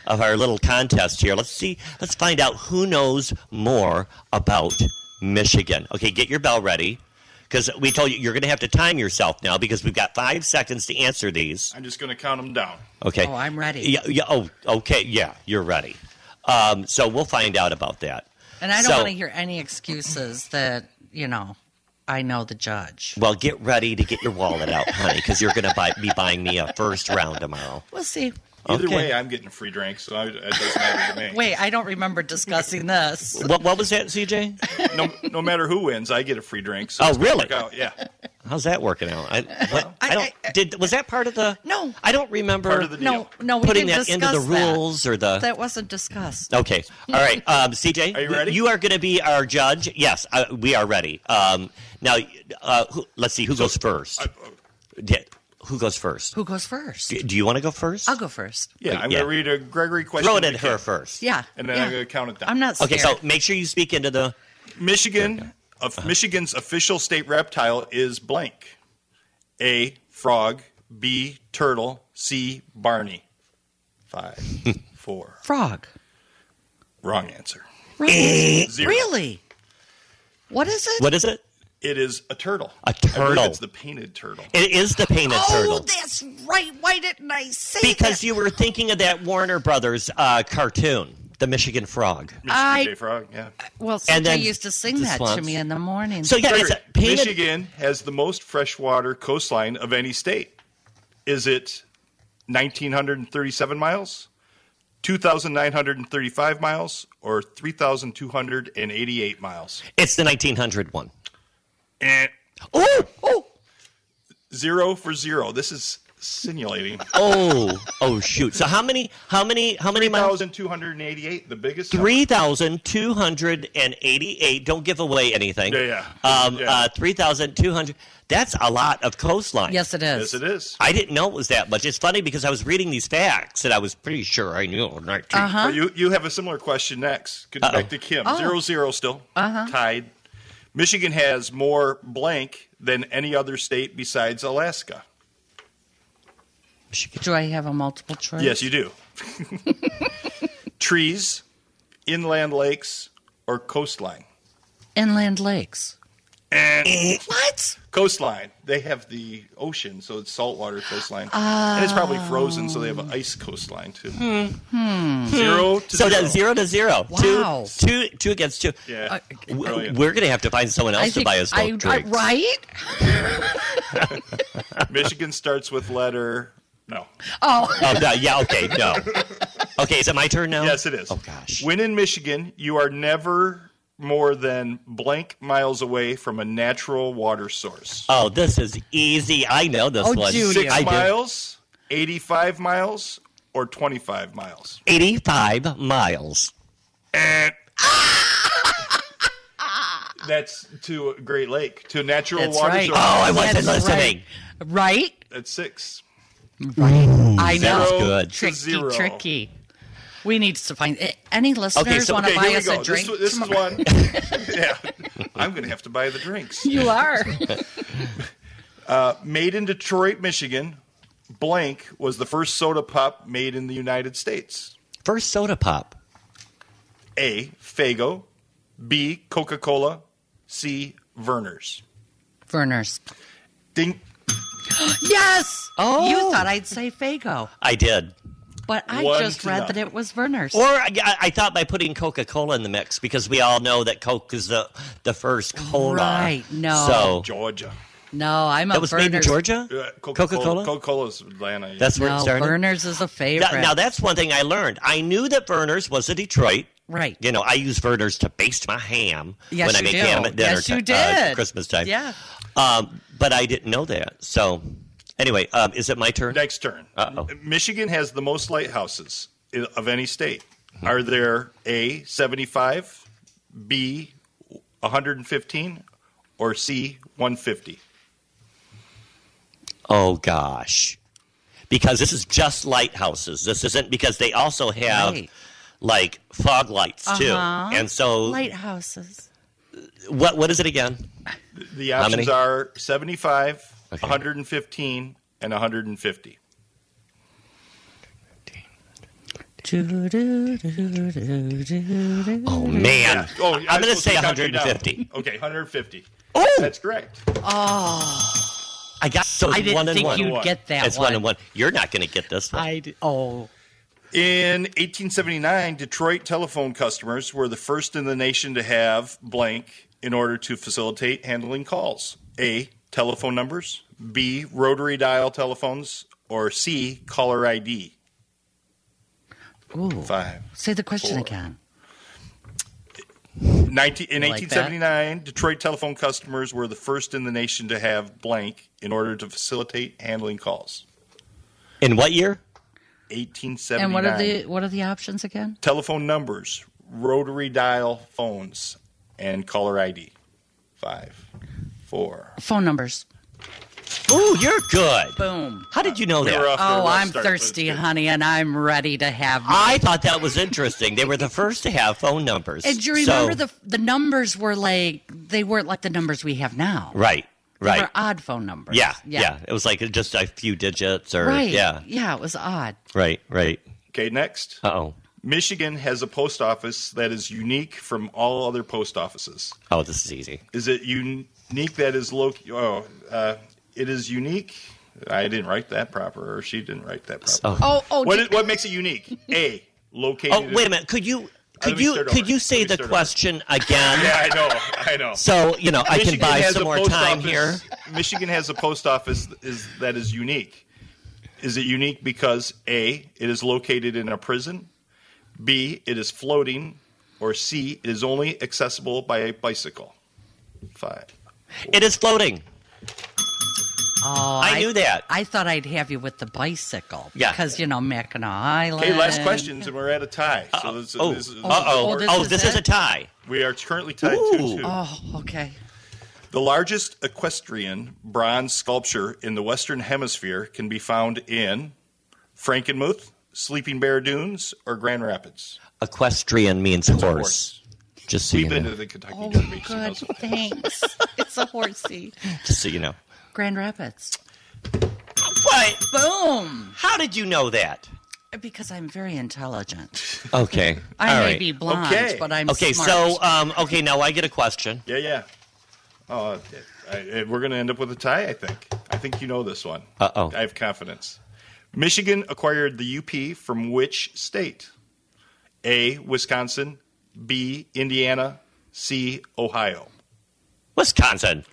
Speaker 3: of our little contest here. Let's see. Let's find out who knows more about Michigan. Okay, get your bell ready, because we told you you're going to have to time yourself now because we've got five seconds to answer these.
Speaker 2: I'm just going to count them down.
Speaker 3: Okay.
Speaker 4: Oh, I'm ready.
Speaker 3: Yeah. yeah oh, okay. Yeah, you're ready. Um, so we'll find out about that.
Speaker 4: And I don't
Speaker 3: So-
Speaker 4: want to hear any excuses that, you know, I know the judge.
Speaker 3: Well, get ready to get your wallet out, honey, because you're going to buy, be buying me a first round tomorrow.
Speaker 4: We'll see.
Speaker 5: Either
Speaker 3: Okay.
Speaker 5: way, I'm getting a free drink, so I, it doesn't matter to me.
Speaker 4: Wait, I don't remember discussing this.
Speaker 3: What, what was that, CJ?
Speaker 5: No, no matter who wins, I get a free drink. So
Speaker 3: Oh,
Speaker 5: it's gonna
Speaker 3: really?
Speaker 5: work out. Yeah.
Speaker 3: How's that working out? I, what, I,
Speaker 4: I-
Speaker 3: don't.
Speaker 4: I-
Speaker 3: did was that part of the?
Speaker 4: No.
Speaker 3: I don't remember
Speaker 5: Part of the deal.
Speaker 4: No, no, we
Speaker 3: putting
Speaker 4: didn't
Speaker 3: that into the
Speaker 4: discuss that.
Speaker 3: rules or the.
Speaker 4: That wasn't discussed.
Speaker 3: Okay. All right. Um, CJ,
Speaker 5: Are you ready?
Speaker 3: You are going to be our judge. Yes, uh, we are ready. Um, now, uh, who, let's see who goes first.
Speaker 5: oh.
Speaker 3: Yeah, who goes first?
Speaker 4: Who goes first?
Speaker 3: Do you want to go first?
Speaker 4: I'll go first.
Speaker 5: Yeah, I'm
Speaker 3: Yeah.
Speaker 5: going to read a Gregory question.
Speaker 3: Throw it
Speaker 5: to
Speaker 3: at
Speaker 5: Kim,
Speaker 3: her first.
Speaker 4: Yeah.
Speaker 5: And then
Speaker 4: yeah.
Speaker 5: I'm going to count it down.
Speaker 4: I'm not scared.
Speaker 3: Okay. So make sure you speak into the.
Speaker 5: Michigan, of
Speaker 3: Uh-huh.
Speaker 5: Michigan's official state reptile is blank. A. Frog. B. Turtle. C. Barney. Five, four.
Speaker 4: frog.
Speaker 5: Wrong answer.
Speaker 4: Really?
Speaker 5: Zero.
Speaker 4: Really? What is it?
Speaker 3: What is it?
Speaker 5: It is a turtle.
Speaker 3: A
Speaker 5: I believe
Speaker 3: turtle.
Speaker 5: it's the painted turtle.
Speaker 3: It is the painted
Speaker 4: oh,
Speaker 3: turtle.
Speaker 4: that's right. Why didn't I say
Speaker 3: Because
Speaker 4: that?
Speaker 3: you were thinking of that Warner Brothers uh, cartoon, The Michigan Frog.
Speaker 5: Michigan
Speaker 4: I-
Speaker 5: J. Frog. Yeah.
Speaker 4: well,
Speaker 3: and
Speaker 4: CJ
Speaker 3: then
Speaker 4: used to sing
Speaker 3: the
Speaker 4: that to
Speaker 3: swans.
Speaker 4: me in the morning.
Speaker 3: So yeah, it's a
Speaker 5: Gregory,
Speaker 3: painted.
Speaker 5: Michigan has the most freshwater coastline of any state. Is it 1,937 miles, 2,935 miles, or 3,288 miles?
Speaker 3: It's the 1900 one.
Speaker 5: Eh,
Speaker 3: Oh, oh,
Speaker 5: zero for zero. This is simulating.
Speaker 3: oh, oh! Shoot. So how many? How many? How many miles?
Speaker 5: 1,288, the biggest. number.
Speaker 3: Three thousand two hundred and eighty-eight. Don't give away anything.
Speaker 5: Yeah, yeah.
Speaker 3: Um,
Speaker 5: Yeah.
Speaker 3: Uh, three thousand two hundred. That's a lot of coastline.
Speaker 4: yes, it is.
Speaker 5: Yes, it is.
Speaker 3: I didn't know it was that much. It's funny because I was reading these facts and I was pretty sure I knew. Uh huh.
Speaker 5: Well, you, you have a similar question next. Get
Speaker 3: Uh-oh. Oh. Uh-huh.
Speaker 5: back to Kim. Zero zero still. Tied. Michigan has more blank than any other state besides Alaska.
Speaker 4: Do I have a multiple choice?
Speaker 5: Yes, you do. Trees, inland lakes, or coastline?
Speaker 4: Inland lakes. what?
Speaker 5: Coastline. They have the ocean, so it's saltwater coastline. and it's probably frozen, so they have an ice coastline, too. Hmm.
Speaker 3: Hmm.
Speaker 5: Zero to
Speaker 3: So
Speaker 5: zero.
Speaker 3: that's zero to zero.
Speaker 4: Wow.
Speaker 3: Two, two, two against two.
Speaker 5: Yeah.
Speaker 3: W-
Speaker 5: Brilliant.
Speaker 3: We're gonna have to find someone else
Speaker 4: I
Speaker 3: to
Speaker 4: think
Speaker 3: buy us both
Speaker 4: I- I-
Speaker 3: drinks.
Speaker 4: right?
Speaker 5: Michigan starts with letter. No.
Speaker 4: Oh,
Speaker 3: Oh, no, yeah. Okay. No. Okay. Is it my turn now?
Speaker 5: Yes, it is.
Speaker 3: Oh gosh.
Speaker 5: When in Michigan, you are never more than blank miles away from a natural water source.
Speaker 3: Oh, this is easy. I know this
Speaker 4: Oh,
Speaker 3: one.
Speaker 4: Junior.
Speaker 5: Six
Speaker 3: I do.
Speaker 5: miles, 85 miles, or 25 miles?
Speaker 3: 85 miles.
Speaker 5: That's to a Great Lake, to a natural
Speaker 4: That's
Speaker 5: water
Speaker 4: right.
Speaker 5: source.
Speaker 3: Oh, I wasn't
Speaker 4: That's
Speaker 3: listening.
Speaker 4: right?
Speaker 5: That's six.
Speaker 4: I know.
Speaker 3: That's good.
Speaker 4: Tricky,
Speaker 5: Zero.
Speaker 4: tricky. We need to find eh, any listeners
Speaker 3: so-
Speaker 4: want to
Speaker 5: Okay,
Speaker 4: buy
Speaker 5: here we
Speaker 4: us
Speaker 5: go.
Speaker 4: a drink.
Speaker 5: This, this is one. yeah. I'm going to have to buy the drinks.
Speaker 4: you are.
Speaker 5: Made in Detroit, Michigan, blank was the first soda pop made in the United States.
Speaker 3: First soda pop.
Speaker 5: A. Fago. B. Coca Cola. C. Verner's.
Speaker 4: Verners.
Speaker 5: Ding.
Speaker 4: Yes.
Speaker 3: Oh.
Speaker 4: You thought I'd say Fago,
Speaker 3: I did.
Speaker 4: but I
Speaker 5: One
Speaker 4: just
Speaker 5: to
Speaker 4: read
Speaker 5: nothing.
Speaker 4: that it was Verners.
Speaker 3: Or I, I- I thought by putting Coca Cola in the mix because we all know that Coke is the, the first cola.
Speaker 4: Right, no.
Speaker 3: So
Speaker 5: Georgia. Uh,
Speaker 4: no, I'm a
Speaker 3: that was made in
Speaker 4: Verners-
Speaker 3: Georgia?
Speaker 5: Coca
Speaker 3: Coca-Cola?
Speaker 5: Coca Cola's Atlanta. yeah.
Speaker 3: That's where it
Speaker 4: No,
Speaker 3: started.
Speaker 4: Verners is a favorite.
Speaker 3: That- now that's one thing I learned. I knew that Verner's was a Detroit.
Speaker 4: Right.
Speaker 3: You know, I use Verner's to baste my ham
Speaker 4: Yes,
Speaker 3: when I
Speaker 4: you
Speaker 3: make
Speaker 4: do.
Speaker 3: ham at dinner
Speaker 4: Yes, you
Speaker 3: ti- uh,
Speaker 4: did.
Speaker 3: Christmas time.
Speaker 4: Yeah.
Speaker 3: Um, but I didn't know that. So anyway, um, is it my turn?
Speaker 5: Next turn.
Speaker 3: Uh-oh.
Speaker 5: M- Michigan has the most lighthouses i- of any state.
Speaker 3: Hmm.
Speaker 5: Are there A. 75, B. 115, or C. 150?
Speaker 3: Oh gosh. Because this is just lighthouses. This isn't because they also have
Speaker 4: Right.
Speaker 3: like fog lights too.
Speaker 4: Uh-huh.
Speaker 3: And so
Speaker 4: lighthouses.
Speaker 3: what what is it again?
Speaker 5: The
Speaker 3: How
Speaker 5: options
Speaker 3: many?
Speaker 5: are 75,
Speaker 3: Okay.
Speaker 5: 115, and 150.
Speaker 3: Oh
Speaker 4: Mm-hmm.
Speaker 3: man.
Speaker 5: Oh, I
Speaker 3: I'm gonna
Speaker 5: suppose
Speaker 3: say
Speaker 5: we count you down.
Speaker 3: 150.
Speaker 5: Okay, 150.
Speaker 3: Oh
Speaker 5: That's correct.
Speaker 3: I got so it's
Speaker 4: I didn't
Speaker 3: one and
Speaker 4: think
Speaker 3: one.
Speaker 4: you'd
Speaker 5: One.
Speaker 4: get that
Speaker 3: it's one. and one. You're not gonna get this one.
Speaker 4: I d- oh.
Speaker 5: In 1879, Detroit telephone customers were the first in the nation to have blank in order to facilitate handling calls. A. Telephone numbers. B. Rotary dial telephones. Or C. Caller ID.
Speaker 4: Ooh.
Speaker 5: Five.
Speaker 4: Say the question
Speaker 5: four.
Speaker 4: again.
Speaker 5: 19, in
Speaker 4: Like
Speaker 5: 1879, Detroit telephone customers were the first in the nation to have blank in order to facilitate handling calls.
Speaker 3: In what year?
Speaker 5: 1879.
Speaker 4: And what are the what are the options again?
Speaker 5: telephone numbers, rotary dial phones, and caller ID. Five, four.
Speaker 4: Phone numbers.
Speaker 3: Ooh, you're good.
Speaker 4: Boom.
Speaker 3: How did you know
Speaker 5: They were
Speaker 3: that?
Speaker 5: off to a
Speaker 4: Oh,
Speaker 5: rough
Speaker 4: I'm
Speaker 5: start, Ah, but it's
Speaker 4: thirsty,
Speaker 5: good.
Speaker 4: honey, and I'm ready to have. My-
Speaker 3: I thought that was interesting. They were the first to have phone numbers.
Speaker 4: and do you
Speaker 3: So-
Speaker 4: remember the the numbers were like they weren't like the numbers we have now.
Speaker 3: right?
Speaker 4: They
Speaker 3: Right.
Speaker 4: were odd phone numbers.
Speaker 3: Yeah, yeah, It was like just a few digits, or
Speaker 4: Right.
Speaker 3: yeah,
Speaker 4: Yeah. It was odd.
Speaker 3: right, right.
Speaker 5: Okay, next.
Speaker 3: Uh oh.
Speaker 5: Michigan has a post office that is unique from all other post offices.
Speaker 3: Oh, this is easy.
Speaker 5: Is it unique that is local? Oh, uh, it is unique. I didn't write that proper, or she didn't write that proper.
Speaker 3: Oh.
Speaker 4: Oh, oh.
Speaker 5: What,
Speaker 4: did-
Speaker 5: is, what makes it unique? A, located.
Speaker 3: Oh, wait a minute. Could you
Speaker 5: Uh, let
Speaker 3: could
Speaker 5: me
Speaker 3: you
Speaker 5: start
Speaker 3: could
Speaker 5: over.
Speaker 3: you say
Speaker 5: Let me
Speaker 3: the
Speaker 5: start over.
Speaker 3: question again?
Speaker 5: Yeah, I know. I know.
Speaker 3: So you know I can
Speaker 5: Michigan
Speaker 3: buy
Speaker 5: has
Speaker 3: some
Speaker 5: a
Speaker 3: more
Speaker 5: post
Speaker 3: time
Speaker 5: office-
Speaker 3: here.
Speaker 5: Michigan has a post office that is that is unique. Is it unique because A, it is located in a prison, B, it is floating, or C, it is only accessible by a bicycle? Five.
Speaker 3: It is floating.
Speaker 4: Oh,
Speaker 3: I knew that.
Speaker 4: I thought I'd have you with the bicycle.
Speaker 3: Yeah.
Speaker 4: Because, you know, Mackinac Island.
Speaker 5: Okay, last questions, and we're at a tie. So this,
Speaker 3: Uh, Oh,
Speaker 5: this is,
Speaker 3: uh
Speaker 4: Oh,
Speaker 3: oh.
Speaker 4: this
Speaker 3: Oh,
Speaker 4: is
Speaker 3: this is
Speaker 4: it?
Speaker 3: a tie.
Speaker 5: we are currently tied
Speaker 3: Ooh.
Speaker 5: two two.
Speaker 4: Oh, okay.
Speaker 5: The largest equestrian bronze sculpture in the Western Hemisphere can be found in Frankenmuth, Sleeping Bear Dunes, or Grand Rapids.
Speaker 3: Equestrian means horse. Just so you
Speaker 5: We've been to
Speaker 3: know.
Speaker 5: the Kentucky
Speaker 4: Oh,
Speaker 5: Derby. she
Speaker 4: good.
Speaker 5: knows it.
Speaker 4: Thanks. it's a horsey.
Speaker 3: Just so you know.
Speaker 4: Grand Rapids.
Speaker 3: What?
Speaker 4: Boom.
Speaker 3: How did you know that?
Speaker 4: Because I'm very intelligent.
Speaker 3: Okay.
Speaker 4: I
Speaker 3: All
Speaker 4: may
Speaker 3: right.
Speaker 4: be blonde,
Speaker 5: Okay.
Speaker 4: but I'm
Speaker 3: Okay,
Speaker 4: smart.
Speaker 3: so um, okay, now I get a question.
Speaker 5: Yeah, yeah. Oh, I, I- we're going to end up with a tie, I think. I think you know this one.
Speaker 3: Uh-oh.
Speaker 5: I have confidence. Michigan acquired the UP from which state? A. Wisconsin. B. Indiana. C. Ohio.
Speaker 3: Wisconsin.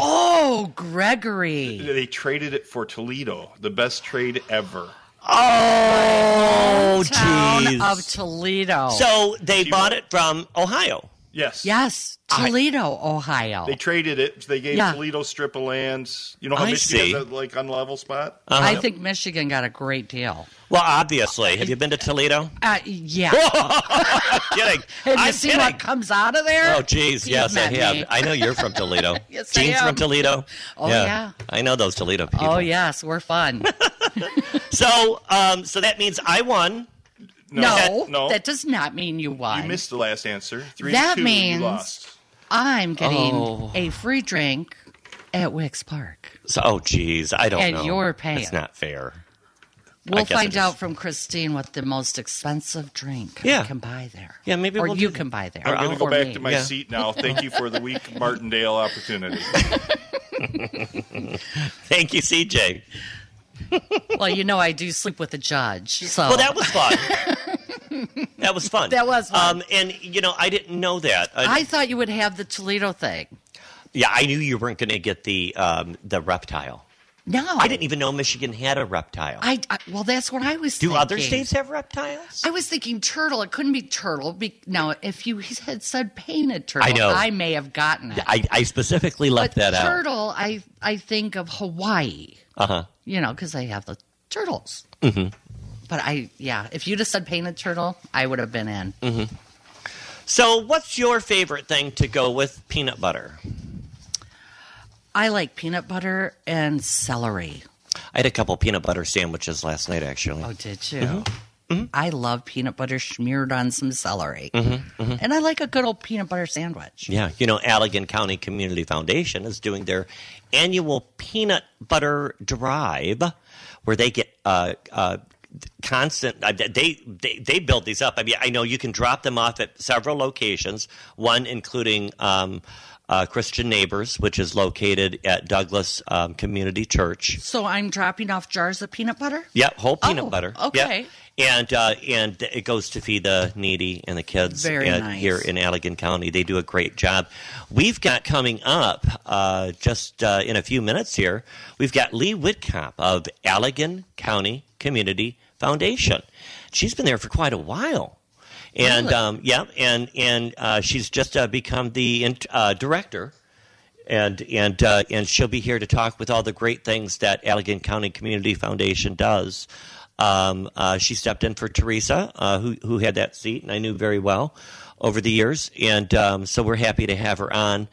Speaker 4: Oh, Gregory.
Speaker 5: They traded it for Toledo, the best trade ever.
Speaker 3: Oh,
Speaker 4: Town of
Speaker 3: jeez.
Speaker 4: Toledo.
Speaker 3: So they bought it from Ohio.
Speaker 5: Yes.
Speaker 4: yes, Toledo, Ohio.
Speaker 5: They traded it. They gave
Speaker 4: Yeah.
Speaker 5: Toledo strip of land. You know how
Speaker 3: I
Speaker 5: Michigan
Speaker 3: see.
Speaker 5: has that like unlevel spot?
Speaker 4: I think Michigan got a great deal.
Speaker 3: Uh-huh. Well, obviously. Have you been to Toledo?
Speaker 4: Uh, yeah.
Speaker 3: kidding.
Speaker 4: And
Speaker 3: I'm
Speaker 4: you see
Speaker 3: kidding.
Speaker 4: what comes out of there?
Speaker 3: Oh, jeez.
Speaker 4: You've
Speaker 3: Yes, I
Speaker 4: met
Speaker 3: have.
Speaker 4: me.
Speaker 3: I know you're from Toledo.
Speaker 4: Yes, I
Speaker 3: Gene's
Speaker 4: am.
Speaker 3: from Toledo.
Speaker 4: Oh, yeah.
Speaker 3: I know those Toledo people.
Speaker 4: Oh yes, we're fun.
Speaker 3: So, um, so that means I won.
Speaker 4: no,
Speaker 5: no.
Speaker 4: that does not mean you won.
Speaker 5: You missed the last answer. Three
Speaker 4: That
Speaker 5: to two,
Speaker 4: means-
Speaker 5: you lost.
Speaker 4: I'm getting
Speaker 3: Oh.
Speaker 4: a free drink at Wicks Park.
Speaker 3: So, oh, geez. I don't
Speaker 4: And
Speaker 3: know.
Speaker 4: you're paying.
Speaker 3: It's not fair.
Speaker 4: We'll
Speaker 3: guess it
Speaker 4: find
Speaker 3: is.
Speaker 4: out from Christine what the most expensive drink
Speaker 3: Yeah.
Speaker 4: we can buy there.
Speaker 3: Yeah, maybe
Speaker 4: or
Speaker 3: we'll
Speaker 4: you
Speaker 3: do that.
Speaker 4: can buy there.
Speaker 5: I'm going
Speaker 4: or
Speaker 5: to go back
Speaker 4: me.
Speaker 5: to my
Speaker 3: Yeah.
Speaker 5: seat now. Thank you for the weak Martindale opportunity.
Speaker 3: Thank you, CJ.
Speaker 4: Well, you know I do sleep with a judge, so
Speaker 3: Well, that was fun. that was fun.
Speaker 4: That was fun.
Speaker 3: Um, and you know, I didn't know that. I,
Speaker 4: I thought you would have the Toledo thing.
Speaker 3: yeah, I knew you weren't going to get the um, the reptile.
Speaker 4: No,
Speaker 3: I didn't e- even know Michigan had a reptile.
Speaker 4: I, I- well, that's what I was.
Speaker 3: Do
Speaker 4: thinking.
Speaker 3: other states have reptiles?
Speaker 4: I was thinking turtle. It couldn't be turtle. Be- now, if you had said painted turtle,
Speaker 3: I know.
Speaker 4: may have gotten it.
Speaker 3: I, I specifically left
Speaker 4: but
Speaker 3: that out.
Speaker 4: turtle, I I think of Hawaii.
Speaker 3: Uh huh.
Speaker 4: You know, because they have the turtles.
Speaker 3: Mm-hmm.
Speaker 4: But I, yeah, if you'd have said painted turtle, I would have been in.
Speaker 3: Mm-hmm. So, what's your favorite thing to go with peanut butter?
Speaker 4: I like peanut butter and celery.
Speaker 3: I had a couple peanut butter sandwiches last night, actually.
Speaker 4: Oh, did you?
Speaker 3: Mm-hmm.
Speaker 4: I love peanut butter smeared on some celery, and I like a good old peanut butter sandwich.
Speaker 3: Mm-hmm. Yeah, you know, Allegan County Community Foundation is doing their annual peanut butter drive, where they get uh, uh, constant. Uh, they, they they build these up. I mean, I know you can drop them off at several locations, one including. Um, uh, Christian Neighbors, which is located at Douglas um, Community Church.
Speaker 4: So I'm dropping off jars of peanut butter.
Speaker 3: Yeah, whole peanut
Speaker 4: Oh,
Speaker 3: butter.
Speaker 4: okay.
Speaker 3: Yeah. And uh, and it goes to feed the needy and the kids
Speaker 4: Very
Speaker 3: and
Speaker 4: nice.
Speaker 3: here in Allegan County. They do a great job. We've got coming up uh, just uh, in a few minutes here. We've got Lee Whitcomb of Allegan County Community Foundation. She's been there for quite a while. And
Speaker 4: Really?
Speaker 3: um, yeah, and and uh, she's just uh, become the int- uh, director, and and uh, and she'll be here to talk with all the great things that Allegan County Community Foundation does. Um, uh, she stepped in for Teresa, uh, who who had that seat, and I knew very well over the years, and um, so we're happy to have her on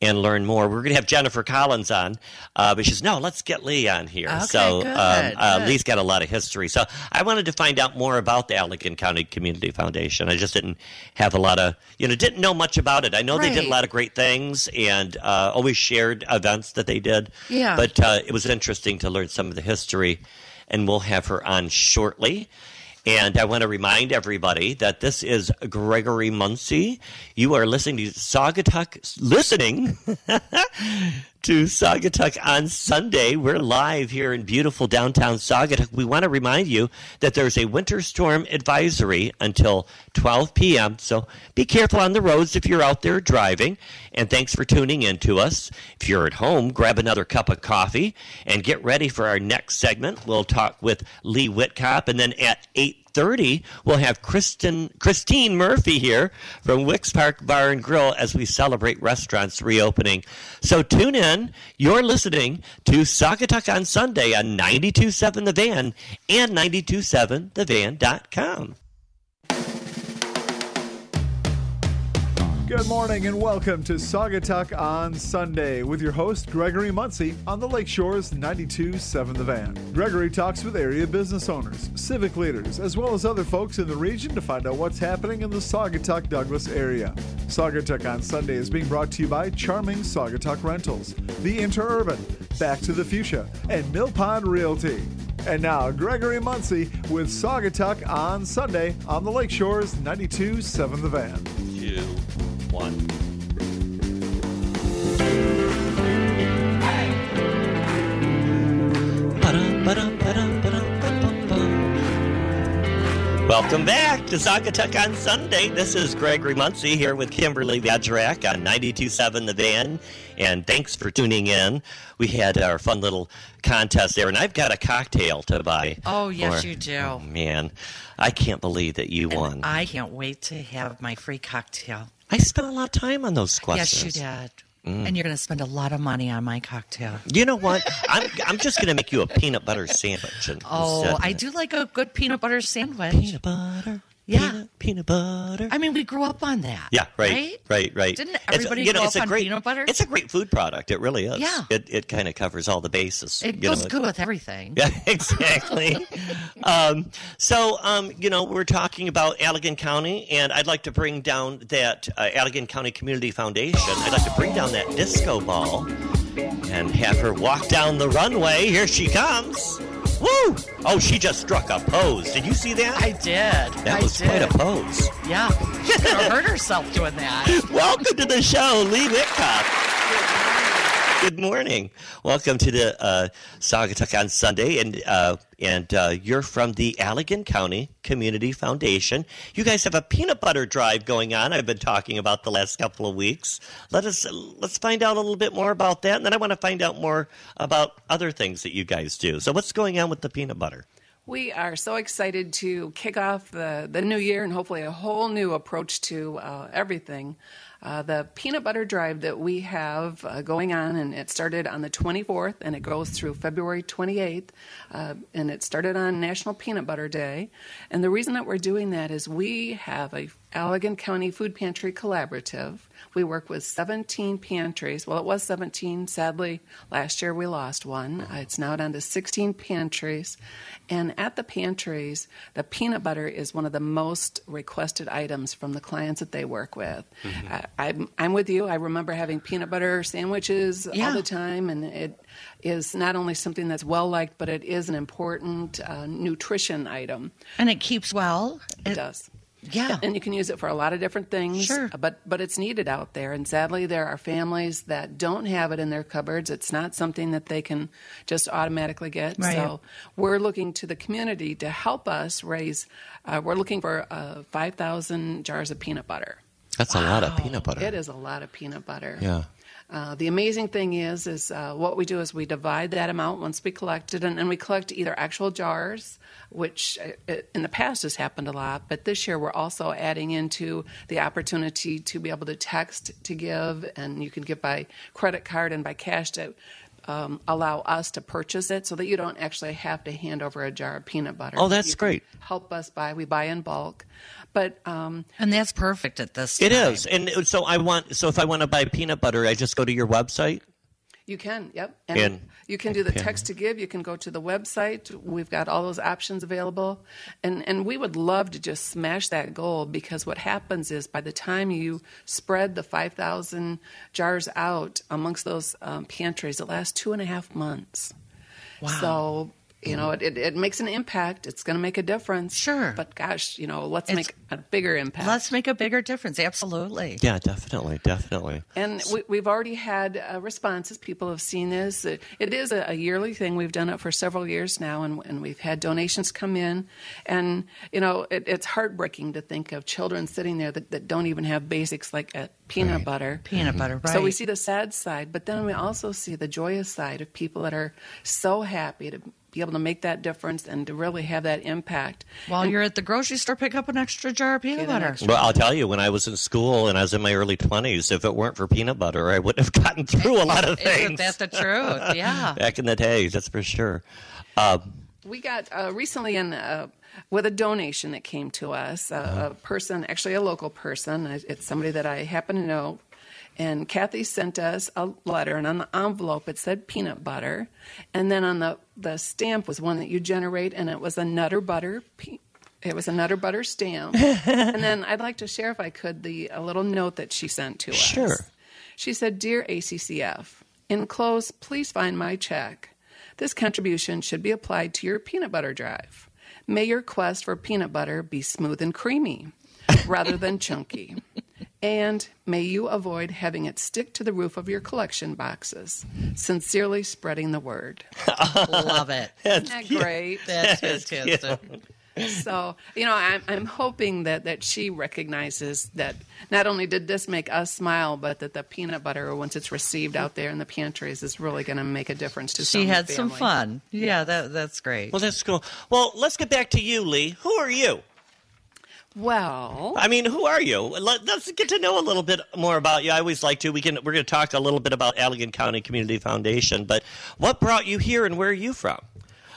Speaker 3: and learn more. We're going to have Jennifer Collins on, uh, but she's no, let's get Lee on here.
Speaker 4: Okay,
Speaker 3: so
Speaker 4: good,
Speaker 3: um, uh,
Speaker 4: good.
Speaker 3: Lee's got a lot of history. So I wanted to find out more about the Allegan County Community Foundation. I just didn't have a lot of, you know, didn't know much about it. I know they did a
Speaker 4: Right.
Speaker 3: lot of great things and uh, always shared events that they did.
Speaker 4: Yeah.
Speaker 3: But uh, it was interesting to learn some of the history, and we'll have her on shortly. And I want to remind everybody that this is Gregory Muncie. You are listening to Saugatuck, listening to Saugatuck on Sunday. We're live here in beautiful downtown Saugatuck. We want to remind you that there's a winter storm advisory until 12 p.m. So be careful on the roads if you're out there driving. And thanks for tuning in to us. If you're at home, grab another cup of coffee and get ready for our next segment. We'll talk with Lee Whitcop, and then at 8 30 we'll have Kristen Christine Murphy here from Wicks Park Bar and Grill as we celebrate restaurants reopening. So tune in. You're listening to Saugatuck on Sunday on 927 The Van and 927thevan.com.
Speaker 1: Good morning and welcome to Saugatuck on Sunday with your host Gregory Muncie on the Lakeshore's 92.7 The Van. Gregory talks with area business owners, civic leaders, as well as other folks in the region to find out what's happening in the Saugatuck Douglas area. Saugatuck on Sunday is being brought to you by Charming Saugatuck Rentals, The Interurban, Back to the Fuchsia, and Mill Pond Realty. And now Gregory Muncie with Saugatuck on Sunday on the Lakeshore's 92.7 The Van.
Speaker 3: Two, one. Welcome back to Saugatuck on Sunday. This is Gregory Muncie here with Kimberly Vajarak on 92.7 The Van, and thanks for tuning in. We had our fun little contest there, and I've got a cocktail to buy.
Speaker 4: Oh, yes,
Speaker 3: for-
Speaker 4: you do.
Speaker 3: Oh, man, I can't believe that you won. I,
Speaker 4: I can't wait to have my free cocktail.
Speaker 3: spent a lot of time on those questions.
Speaker 4: Yes, you did.
Speaker 3: Mm.
Speaker 4: And you're going to spend a lot of money on my cocktail.
Speaker 3: You know what? I'm I'm just gonna make you a peanut butter sandwich. And
Speaker 4: Oh,
Speaker 3: instead-
Speaker 4: I do like a good peanut butter sandwich.
Speaker 3: peanut butter.
Speaker 4: Yeah.
Speaker 3: peanut, peanut butter.
Speaker 4: I mean, we grew up on that.
Speaker 3: yeah, right,
Speaker 4: Right?
Speaker 3: right, right,
Speaker 4: Didn't everybody
Speaker 3: it's, you know,
Speaker 4: grow
Speaker 3: it's
Speaker 4: up
Speaker 3: a
Speaker 4: on
Speaker 3: great,
Speaker 4: peanut butter?
Speaker 3: It's a great food product. It really is.
Speaker 4: Yeah.
Speaker 3: it it kind of covers all the bases.
Speaker 4: It
Speaker 3: you
Speaker 4: goes
Speaker 3: know,
Speaker 4: good with everything.
Speaker 3: Yeah, exactly. um, so, um, you know, we're talking about Allegan County, and I'd like to bring down that uh, Allegan County Community Foundation. I'd like to bring down that disco ball and have her walk down the runway. Here she comes. Woo! Oh, she just struck a pose. Did you see that?
Speaker 4: I did.
Speaker 3: that
Speaker 4: I
Speaker 3: was
Speaker 4: did.
Speaker 3: quite a pose.
Speaker 4: Yeah. She could have hurt herself doing that.
Speaker 3: Welcome to the show, Lee Whitcock. Good morning. Welcome to the uh, Saugatuck on Sunday, and uh, and uh, you're from the Allegan County Community Foundation. You guys have a peanut butter drive going on. I've been talking about the last couple of weeks. Let us let's find out a little bit more about that, and then I want to find out more about other things that you guys do. So, what's going on with the peanut butter?
Speaker 6: We are so excited to kick off the, the new year and hopefully a whole new approach to uh, everything. Uh, the peanut butter drive that we have uh, going on, and it started on the 24th and it goes through February 28th, uh, and it started on National Peanut Butter Day. And the reason that we're doing that is we have a Allegan County Food Pantry Collaborative. We work with 17 pantries. Well, it was 17. Sadly, last year we lost one. Uh, It's now down to 16 pantries. And at the pantries, the peanut butter is one of the most requested items from the clients that they work with. I, I'm, I'm with you. I remember having peanut butter sandwiches
Speaker 4: Yeah.
Speaker 6: all the time, and it is not only something that's well liked, but it is an important uh, nutrition item.
Speaker 4: And it keeps well.
Speaker 6: It, does.
Speaker 4: Yeah.
Speaker 6: And you can use it for a lot of different things.
Speaker 4: Sure.
Speaker 6: But but it's needed out there. And sadly there are families that don't have it in their cupboards. It's not something that they can just automatically get.
Speaker 4: Right.
Speaker 6: So we're looking to the community to help us raise uh, we're looking for uh, five thousand jars of peanut butter.
Speaker 3: That's a lot of peanut butter.
Speaker 6: It is a lot of peanut butter.
Speaker 3: Yeah.
Speaker 6: Uh, the amazing thing is, is uh, what we do is we divide that amount once we collect it, and, and we collect either actual jars, which uh, in the past has happened a lot, but this year we're also adding into the opportunity to be able to text to give, and you can give by credit card and by cash to um, allow us to purchase it so that you don't actually have to hand over a jar of peanut butter.
Speaker 3: Oh, that's
Speaker 6: You can
Speaker 3: great.
Speaker 6: Help us buy. We buy in bulk. But um,
Speaker 4: And that's perfect at this
Speaker 3: It
Speaker 4: time.
Speaker 3: is, and so I want. So if I want to buy peanut butter, I just go to your website.
Speaker 6: you can, yep. And,
Speaker 3: And-
Speaker 6: you can do the
Speaker 3: and-
Speaker 6: text to give. You can go to the website. We've got all those options available. And, and we would love to just smash that goal because what happens is by the time you spread the 5,000 jars out amongst those um, pantries, it lasts two and a half months. So, you know, it, it, it makes an impact. It's going to make a difference.
Speaker 4: Sure.
Speaker 6: But gosh, you know, let's
Speaker 4: It's-
Speaker 6: make a bigger impact.
Speaker 4: Let's make a bigger difference. Absolutely.
Speaker 3: Yeah, definitely, definitely.
Speaker 6: And we, we've already had uh, responses. People have seen this. It, it is a, a yearly thing. We've done it for several years now, and, and we've had donations come in. And, you know, it, it's heartbreaking to think of children sitting there that, that don't even have basics like a peanut butter.
Speaker 4: Peanut
Speaker 3: Mm-hmm.
Speaker 4: butter, right?
Speaker 6: So we see the sad side, but then we also see the joyous side of people that are so happy to be able to make that difference and to really have that impact.
Speaker 4: While you're at the grocery store, pick up an extra jar of peanut
Speaker 6: Get an
Speaker 4: butter.
Speaker 6: extra-
Speaker 3: Well, I'll tell you, when I was in school and I was in my early twenties, if it weren't for peanut butter, I wouldn't have gotten through a lot of
Speaker 4: Isn't
Speaker 3: things
Speaker 4: that the truth? Yeah.
Speaker 3: back in the days. That's for sure. Um,
Speaker 6: We got uh, recently in uh, with a donation that came to us. Uh, a person, actually a local person, it- it's somebody that I happen to know. And Kathy sent us a letter, and on the envelope it said peanut butter, and then on the the stamp was one that you generate, and it was a Nutter Butter. Pe- it was a Nutter Butter stamp, and then I'd like to share, if I could, the a little note that she sent to us.
Speaker 3: Sure.
Speaker 6: She said, Dear ACCF, enclosed, please find my check. This contribution should be applied to your peanut butter drive. May your quest for peanut butter be smooth and creamy rather than chunky. And may you avoid having it stick to the roof of your collection boxes. Sincerely spreading the word.
Speaker 4: Love it.
Speaker 6: Isn't that great?
Speaker 4: That's fantastic.
Speaker 6: So, you know, I'm, I'm hoping that, that she recognizes that not only did this make us smile, but that the peanut butter, once it's received out there in the pantries, is really going to make a difference to
Speaker 4: She
Speaker 6: someone's
Speaker 4: had some
Speaker 6: family.
Speaker 4: fun. Yeah, that that's great.
Speaker 3: Well, that's cool. Well, let's get back to you, Lee. Who are you?
Speaker 6: Well,
Speaker 3: I mean, who are you? Let, let's get to know a little bit more about you. I always like to. We can. We're going to talk a little bit about Allegan County Community Foundation, but what brought you here and where are you from?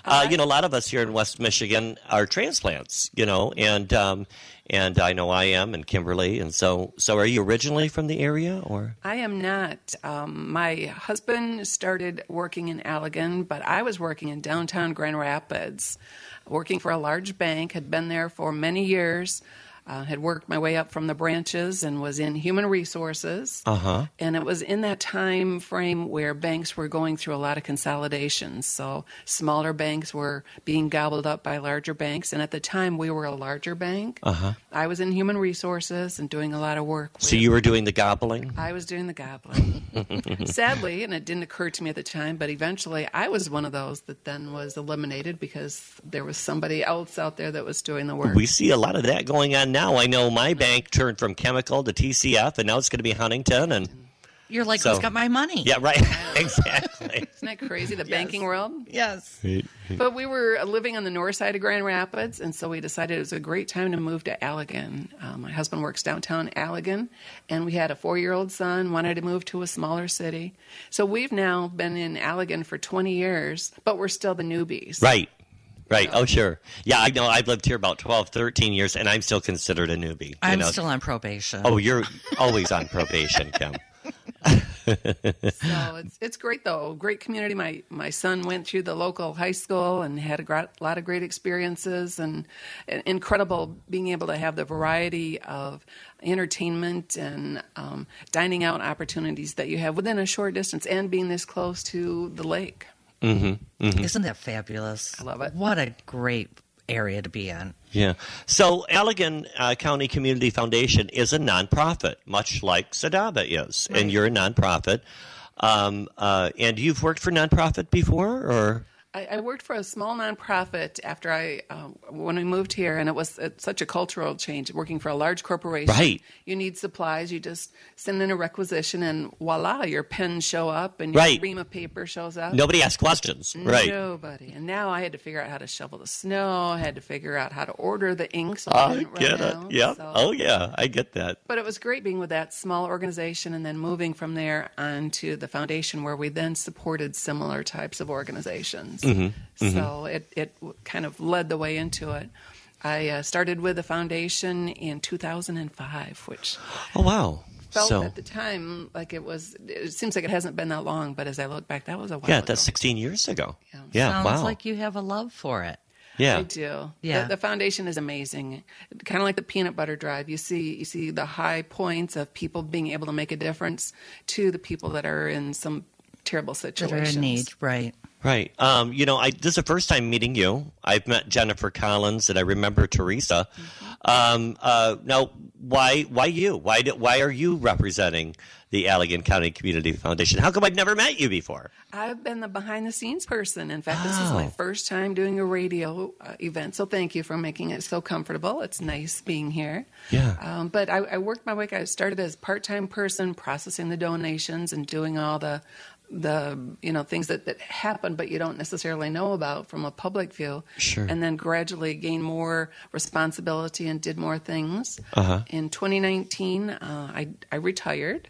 Speaker 3: Uh, you know, a lot of us here in West Michigan are transplants. You know, and um, and I know I am, and Kimberly, and so so. Are you originally from the area, or
Speaker 6: I am not. Um, my husband started working in Allegan, but I was working in downtown Grand Rapids, working for a large bank, had been there for many years. Uh, had worked my way up from the branches and was in human resources. Uh-huh. And it was in that time frame where banks were going through a lot of consolidations. So smaller banks were being gobbled up by larger banks. And at the time, we were a larger bank. Uh-huh. I was in human resources and doing a lot of work.
Speaker 3: so
Speaker 6: with-
Speaker 3: you were doing the gobbling?
Speaker 6: I was doing the goblin. Sadly, and it didn't occur to me at the time, but eventually I was one of those that then was eliminated because there was somebody else out there that was doing the work.
Speaker 3: We see a lot of that going on now. I know my bank turned from chemical to TCF, and now it's going to be Huntington. And
Speaker 4: You're like,
Speaker 3: So-
Speaker 4: who's got my money?
Speaker 3: yeah, right, exactly.
Speaker 6: Isn't that crazy? The banking world?
Speaker 4: Yes.
Speaker 6: But we were living on the north side of Grand Rapids, and so we decided it was a great time to move to Allegan. Um, my husband works downtown Allegan, and we had a four year old son, wanted to move to a smaller city. So we've now been in Allegan for 20 years, but we're still the newbies.
Speaker 3: Right. Right. Oh, sure. Yeah, I know. I've lived here about 12, 13 years, and I'm still considered a newbie. you
Speaker 4: I'm
Speaker 3: know.
Speaker 4: still on probation.
Speaker 3: Oh, you're always on probation, Kim.
Speaker 6: So it's it's great though. Great community. My my son went through the local high school and had a gr- lot of great experiences and, and incredible being able to have the variety of entertainment and um, dining out opportunities that you have within a short distance and being this close to the lake.
Speaker 3: mm-hmm.
Speaker 4: Isn't that fabulous? I
Speaker 6: love it.
Speaker 4: What a great area to be in.
Speaker 3: Yeah. So, Allegan uh, County Community Foundation is a nonprofit, much like Sadaba is, and you're a nonprofit. Um, uh, and you've worked for nonprofit before, or
Speaker 6: I, I worked for a small nonprofit after I uh, when we moved here, and it was uh such a cultural change. Working for a large corporation,
Speaker 3: Right.
Speaker 6: You need supplies. You just send in a requisition, and voila, your pens show up, and your
Speaker 3: Right.
Speaker 6: ream of paper shows up.
Speaker 3: Nobody asks questions, right?
Speaker 6: Nobody. And now I had to figure out how to shovel the snow. I had to figure out how to order the inks. So
Speaker 3: I
Speaker 6: didn't
Speaker 3: get
Speaker 6: run
Speaker 3: it.
Speaker 6: out,
Speaker 3: Yeah.
Speaker 6: so-
Speaker 3: Oh, yeah. I get that.
Speaker 6: But it was great being with that small organization and then moving from there on to the foundation where we then supported similar types of organizations.
Speaker 3: Mm-hmm.
Speaker 6: So it, it w- kind of led the way into it. I uh, started with the foundation in 2005, which
Speaker 3: Oh, wow.
Speaker 6: felt
Speaker 3: so,
Speaker 6: at the time like it was, it seems like it hasn't been that long, but as I look back, that was a while.
Speaker 3: yeah,
Speaker 6: ago.
Speaker 3: that's 16 years ago. Yeah.
Speaker 4: Sounds
Speaker 3: Oh, wow.
Speaker 4: like you have a love for it.
Speaker 3: yeah.
Speaker 6: I do.
Speaker 4: Yeah.
Speaker 6: The, the foundation is amazing. Kind of like the peanut butter drive. You see you see the high points of people being able to make a difference to the people that are in some terrible
Speaker 4: That are in
Speaker 6: situations.
Speaker 4: need, right?
Speaker 3: Right. Um, you know, I this is the first time meeting you. I've met Jennifer Collins and I remember Teresa. Um, uh, now, why why you? Why do, why are you representing the Allegan County Community Foundation? How come I've never met you before?
Speaker 6: I've been the behind the scenes person. In fact, this
Speaker 4: Oh.
Speaker 6: is my
Speaker 3: Wow.
Speaker 6: first time doing a radio uh, event. So thank you for making it so comfortable. It's nice being here.
Speaker 3: Yeah.
Speaker 6: Um, but I, I worked my way. I started as part time person processing the donations and doing all the the you know things that, that happen but you don't necessarily know about from a public view
Speaker 3: Sure.
Speaker 6: and then gradually gained more responsibility and did more things
Speaker 3: Uh-huh.
Speaker 6: in 2019 uh, I, I retired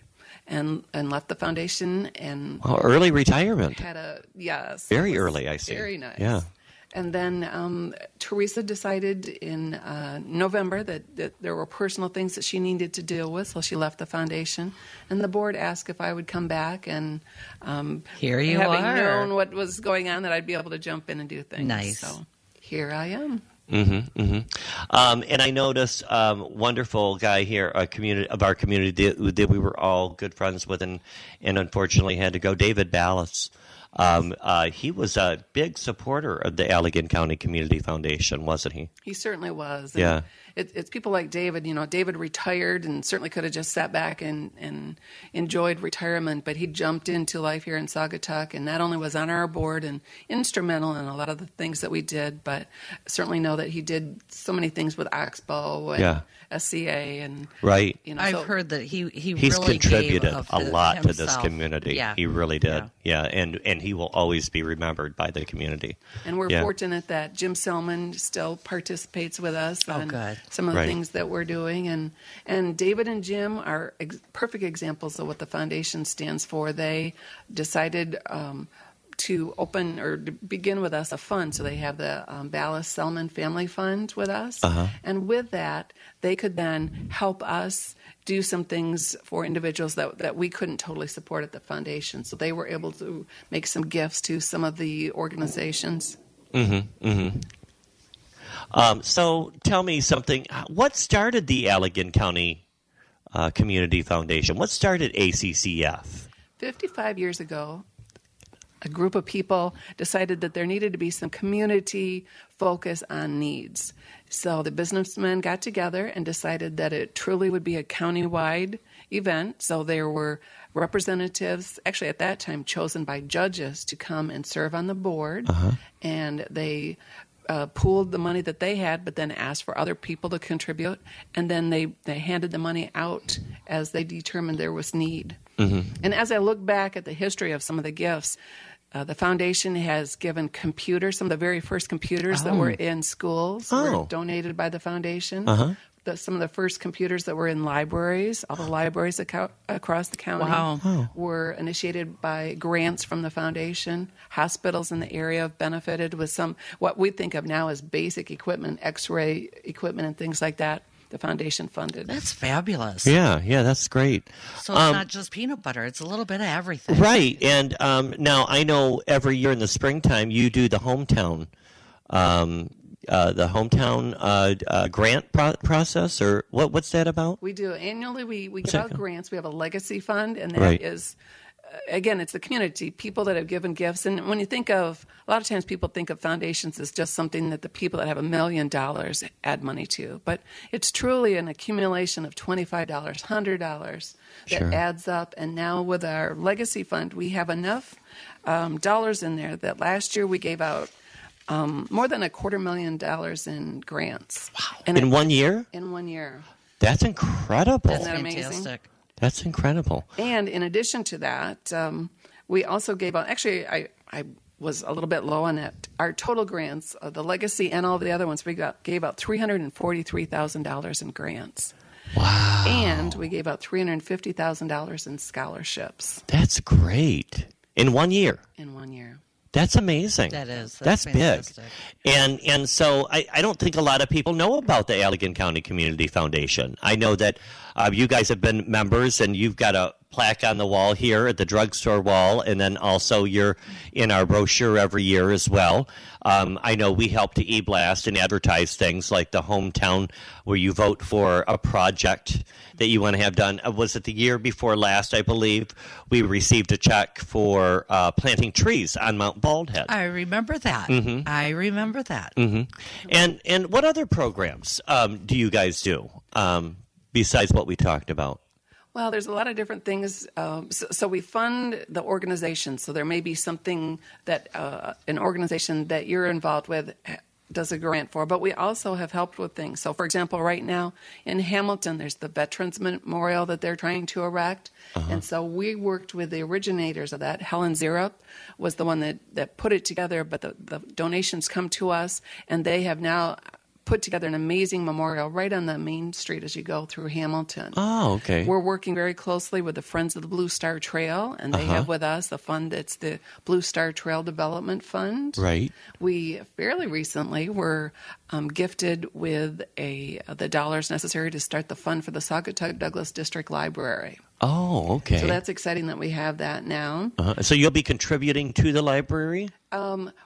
Speaker 6: and and left the foundation and
Speaker 3: Well, early retirement.
Speaker 6: had a yes
Speaker 3: Very
Speaker 6: it was
Speaker 3: early, I see.
Speaker 6: very nice
Speaker 3: Yeah.
Speaker 6: and then um, teresa decided in uh, november that, that there were personal things that she needed to deal with so she left the foundation and the board asked if i would come back and um,
Speaker 4: Here you
Speaker 6: having
Speaker 4: are.
Speaker 6: known what was going on that i'd be able to jump in and do things
Speaker 4: Nice.
Speaker 6: so here i am
Speaker 3: Um, and I noticed um, wonderful guy here, a community of our community that, that we were all good friends with, and and unfortunately had to go. David Ballas. Um, uh, he was a big supporter of the Allegan County Community Foundation, wasn't he?
Speaker 6: He certainly was. And
Speaker 3: Yeah.
Speaker 6: It, it's people like David. You know, David retired and certainly could have just sat back and, and enjoyed retirement, but he jumped into life here in Saugatuck and not only was on our board and instrumental in a lot of the things that we did, but certainly know that he did so many things with Oxbow and
Speaker 3: Yeah.
Speaker 6: SCA and,
Speaker 3: Right.
Speaker 6: you know,
Speaker 4: I've
Speaker 6: so-
Speaker 4: heard that he he
Speaker 3: He's
Speaker 4: really
Speaker 3: contributed
Speaker 4: gave of
Speaker 3: a
Speaker 4: the-
Speaker 3: lot to this
Speaker 4: himself.
Speaker 3: community.
Speaker 4: Yeah.
Speaker 3: He really did. Yeah. and and he will always be remembered by the community.
Speaker 6: And we're
Speaker 3: Yeah.
Speaker 6: fortunate that Jim Selman still participates with us on
Speaker 4: Oh, good.
Speaker 6: some of the
Speaker 3: Right.
Speaker 6: things that we're doing. And and David and Jim are ex- perfect examples of what the foundation stands for. They decided. Um, to open or to begin with us a fund. So they have the um, Ballas Selman Family Fund with us. And with that, they could then help us do some things for individuals that, that we couldn't totally support at the foundation. So they were able to make some gifts to some of the organizations.
Speaker 3: Um, so tell me something. What started the Allegan County uh, Community Foundation? What started ACCF?
Speaker 6: 55 years ago, a group of people decided that there needed to be some community focus on needs. So the businessmen got together and decided that it truly would be a countywide event. So there were representatives, actually at that time chosen by judges, to come and serve on the board. And they uh, pooled the money that they had, but then asked for other people to contribute, and then they they handed the money out as they determined there was need. And as I look back at the history of some of the gifts. Uh, the foundation has given computers. Some of the very first computers that were in schools
Speaker 3: Oh.
Speaker 6: were donated by the foundation. The, some of the first computers that were in libraries, all the libraries aco- across the county,
Speaker 4: Wow.
Speaker 6: were initiated by grants from the foundation. Hospitals in the area have benefited with some what we think of now as basic equipment, X-ray equipment, and things like that. The foundation funded.
Speaker 4: That's fabulous.
Speaker 3: Yeah, yeah, that's great.
Speaker 4: So it's not just peanut butter; it's a little bit of everything.
Speaker 3: Right, and um, now I know every year in the springtime you do the hometown, um, uh, the hometown uh, uh, grant pro- process, or what? What's that about?
Speaker 6: We do annually. We we
Speaker 3: that
Speaker 6: give out
Speaker 3: called?
Speaker 6: grants. We have a legacy fund, and that is uh,
Speaker 3: Right.
Speaker 6: again, it's the community, people that have given gifts. And when you think of, a lot of times people think of foundations as just something that the people that have a million dollars add money to. But it's truly an accumulation of $25, $100 that adds up. And now with our legacy fund, we have enough um, dollars in there that last year we gave out um, more than a quarter million dollars in grants. Wow.
Speaker 3: in one year?
Speaker 6: in one year.
Speaker 3: That's incredible.
Speaker 6: Isn't that amazing?
Speaker 4: Fantastic.
Speaker 3: That's incredible.
Speaker 6: And in addition to that, um, we also gave out. Actually, I I was a little bit low on it. Our total grants, uh, the legacy and all of the other ones, we got, gave out three hundred and forty three thousand dollars in grants. Wow. And we gave out three hundred and fifty thousand dollars in scholarships
Speaker 3: That's great. In one year.
Speaker 6: in one year.
Speaker 3: That's amazing.
Speaker 4: That is.
Speaker 3: That's,
Speaker 4: That's
Speaker 3: big.
Speaker 4: fantastic.
Speaker 3: And and so I, I don't think a lot of people know about the Allegan County Community Foundation. I know that uh, you guys have been members and you've got a plaque on the wall here at the drugstore wall and then also you're in our brochure every year as well. Um, I know we help to e-blast and advertise things like the hometown where you vote for a project that you want to have done. Uh, Was it the year before last, I believe, we received a check for uh, planting trees on Mount Baldhead.
Speaker 4: I remember that.
Speaker 3: Mm-hmm.
Speaker 4: I remember that.
Speaker 3: And and what other programs um, do you guys do um, besides what we talked about?
Speaker 6: Well, there's a lot of different things. Um, so, so we fund the organization. So there may be something that uh, an organization that you're involved with ha- does a grant for, but we also have helped with things. So, for example, right now in Hamilton, there's the Veterans Memorial that they're trying to erect. And so we worked with the originators of that. Helen Zirup was the one that, that put it together, but the, the donations come to us, and they have now put together an amazing memorial right on the main street as you go through Hamilton.
Speaker 3: Oh, okay.
Speaker 6: We're working very closely with the Friends of the Blue Star Trail, and
Speaker 3: Uh-huh.
Speaker 6: they have with us the fund that's the Blue Star Trail Development Fund.
Speaker 3: Right.
Speaker 6: We fairly recently were um, gifted with a uh, the dollars necessary to start the fund for the Saugatuck Douglas District Library.
Speaker 3: Oh, okay.
Speaker 6: So that's exciting that we have that now.
Speaker 3: Uh-huh. So you'll be contributing to the library.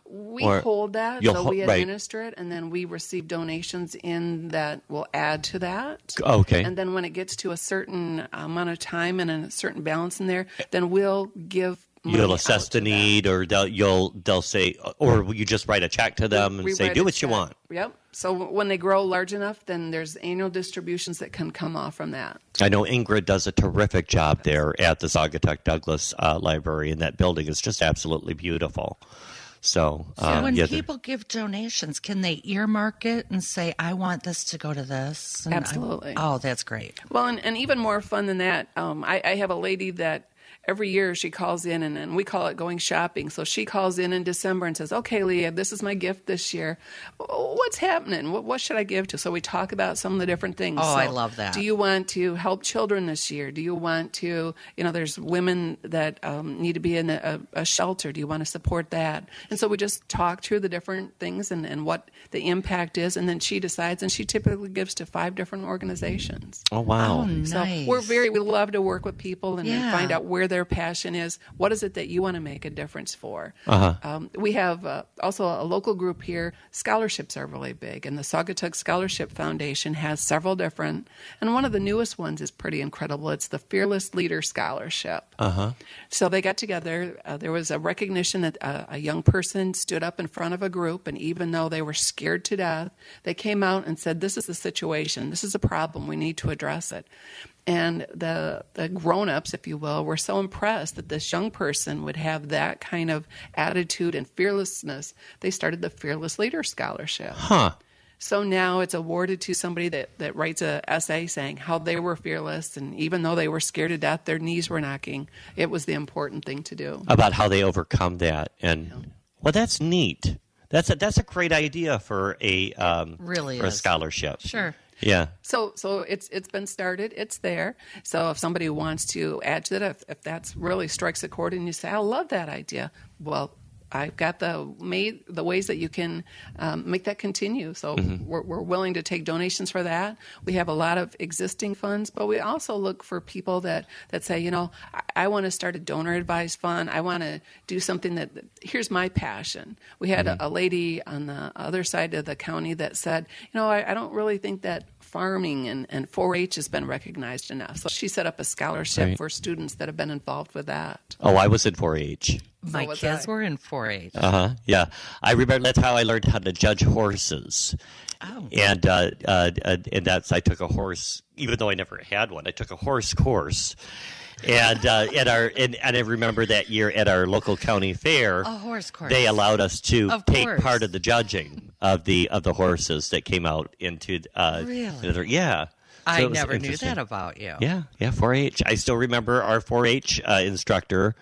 Speaker 6: We
Speaker 3: Or
Speaker 6: hold that,
Speaker 3: you'll
Speaker 6: so
Speaker 3: ho-
Speaker 6: we
Speaker 3: right.
Speaker 6: administer it, and then we receive donations in that will add to that.
Speaker 3: oh, Okay.
Speaker 6: And then when it gets to a certain amount of time and a certain balance in there, then we'll give. money
Speaker 3: You'll
Speaker 6: out
Speaker 3: assess the
Speaker 6: to that.
Speaker 3: need, or they'll, you'll they'll say, or will you just write a check to them and
Speaker 6: We
Speaker 3: say,
Speaker 6: write
Speaker 3: "Do
Speaker 6: a
Speaker 3: what you
Speaker 6: check.
Speaker 3: want."
Speaker 6: Yep. So w- when they grow large enough, then there's annual distributions that can come off from that.
Speaker 3: I know Ingrid does a terrific job there at the Saugatuck Douglas uh, Library, and that building is just absolutely beautiful. So,
Speaker 4: So
Speaker 3: um,
Speaker 4: when
Speaker 3: yeah, the-
Speaker 4: people give donations, can they earmark it and say, "I want this to go to this"? and I-
Speaker 6: Absolutely.
Speaker 4: oh, that's great.
Speaker 6: Well, and, and even more fun than that, um, I, I have a lady that every year she calls in, and, and we call it going shopping. So she calls in in December and says, "Okay, Leah, this is my gift this year. Wh- What's happening? What, what should I give to?" So we talk about some of the different things.
Speaker 4: Oh, I
Speaker 6: So
Speaker 4: love that.
Speaker 6: Do you want to help children this year? Do you want to, you know, there's women that um, need to be in a, a shelter. Do you want to support that? And so we just talk through the different things and, and what the impact is, and then she decides, and she typically gives to five different organizations.
Speaker 3: oh wow,
Speaker 4: Oh,
Speaker 6: So
Speaker 4: nice.
Speaker 6: we're very we love to work with people and, and
Speaker 4: Yeah.
Speaker 6: find out where their passion is. What is it that you want to make a difference for? Um, we have uh, also a local group here. Scholarships are really big, and the Saugatuck Scholarship Foundation has several different. And one of the newest ones is pretty incredible. It's the Fearless Leader Scholarship. So they got together. Uh, there was a recognition that uh, a young person stood up in front of a group, and even though they were scared to death, they came out and said, "This is the situation. This is a problem. We need to address it." And the the grown ups, if you will, were so impressed that this young person would have that kind of attitude and fearlessness. They started the Fearless Leader Scholarship.
Speaker 3: huh?
Speaker 6: So now it's awarded to somebody that, that writes a essay saying how they were fearless and even though they were scared to death, their knees were knocking. It was the important thing to do.
Speaker 3: about how they overcome that and well that's neat that's a that's a great idea for a um
Speaker 4: Really
Speaker 3: for a
Speaker 4: is.
Speaker 3: scholarship
Speaker 4: Sure.
Speaker 3: yeah
Speaker 6: So so it's it's been started. It's there. So if somebody wants to add to that, if, if that's really strikes a chord and you say, I love that idea, well, I've got the made the ways that you can um, make that continue. So we're, we're willing to take donations for that. We have a lot of existing funds, but we also look for people that that say, you know, I, I want to start a donor advised fund. I want to do something that that- here's my passion. We had a, a lady on the other side of the county that said, you know, I, I don't really think that farming and, and 4-H has been recognized enough. So she set up a scholarship
Speaker 3: Right.
Speaker 6: for students that have been involved with that.
Speaker 3: Oh, I was in 4-H.
Speaker 4: My
Speaker 6: was
Speaker 4: kids
Speaker 6: I.
Speaker 4: were in 4-H.
Speaker 3: Uh huh. Yeah, I remember. That's how I learned how to judge horses.
Speaker 4: Oh.
Speaker 3: And uh, uh, uh, and that's I took a horse, even though I never had one. I took a horse course, and uh, at our and, and I remember that year at our local county fair,
Speaker 4: A horse course.
Speaker 3: they allowed us to
Speaker 4: Of
Speaker 3: take
Speaker 4: course.
Speaker 3: part of the judging of the of the horses that came out into uh,
Speaker 4: Really?
Speaker 3: another- yeah. So
Speaker 4: I
Speaker 3: it was
Speaker 4: never knew
Speaker 3: interesting.
Speaker 4: that about you.
Speaker 3: Yeah, yeah, 4-H. I still remember our 4-H uh, instructor,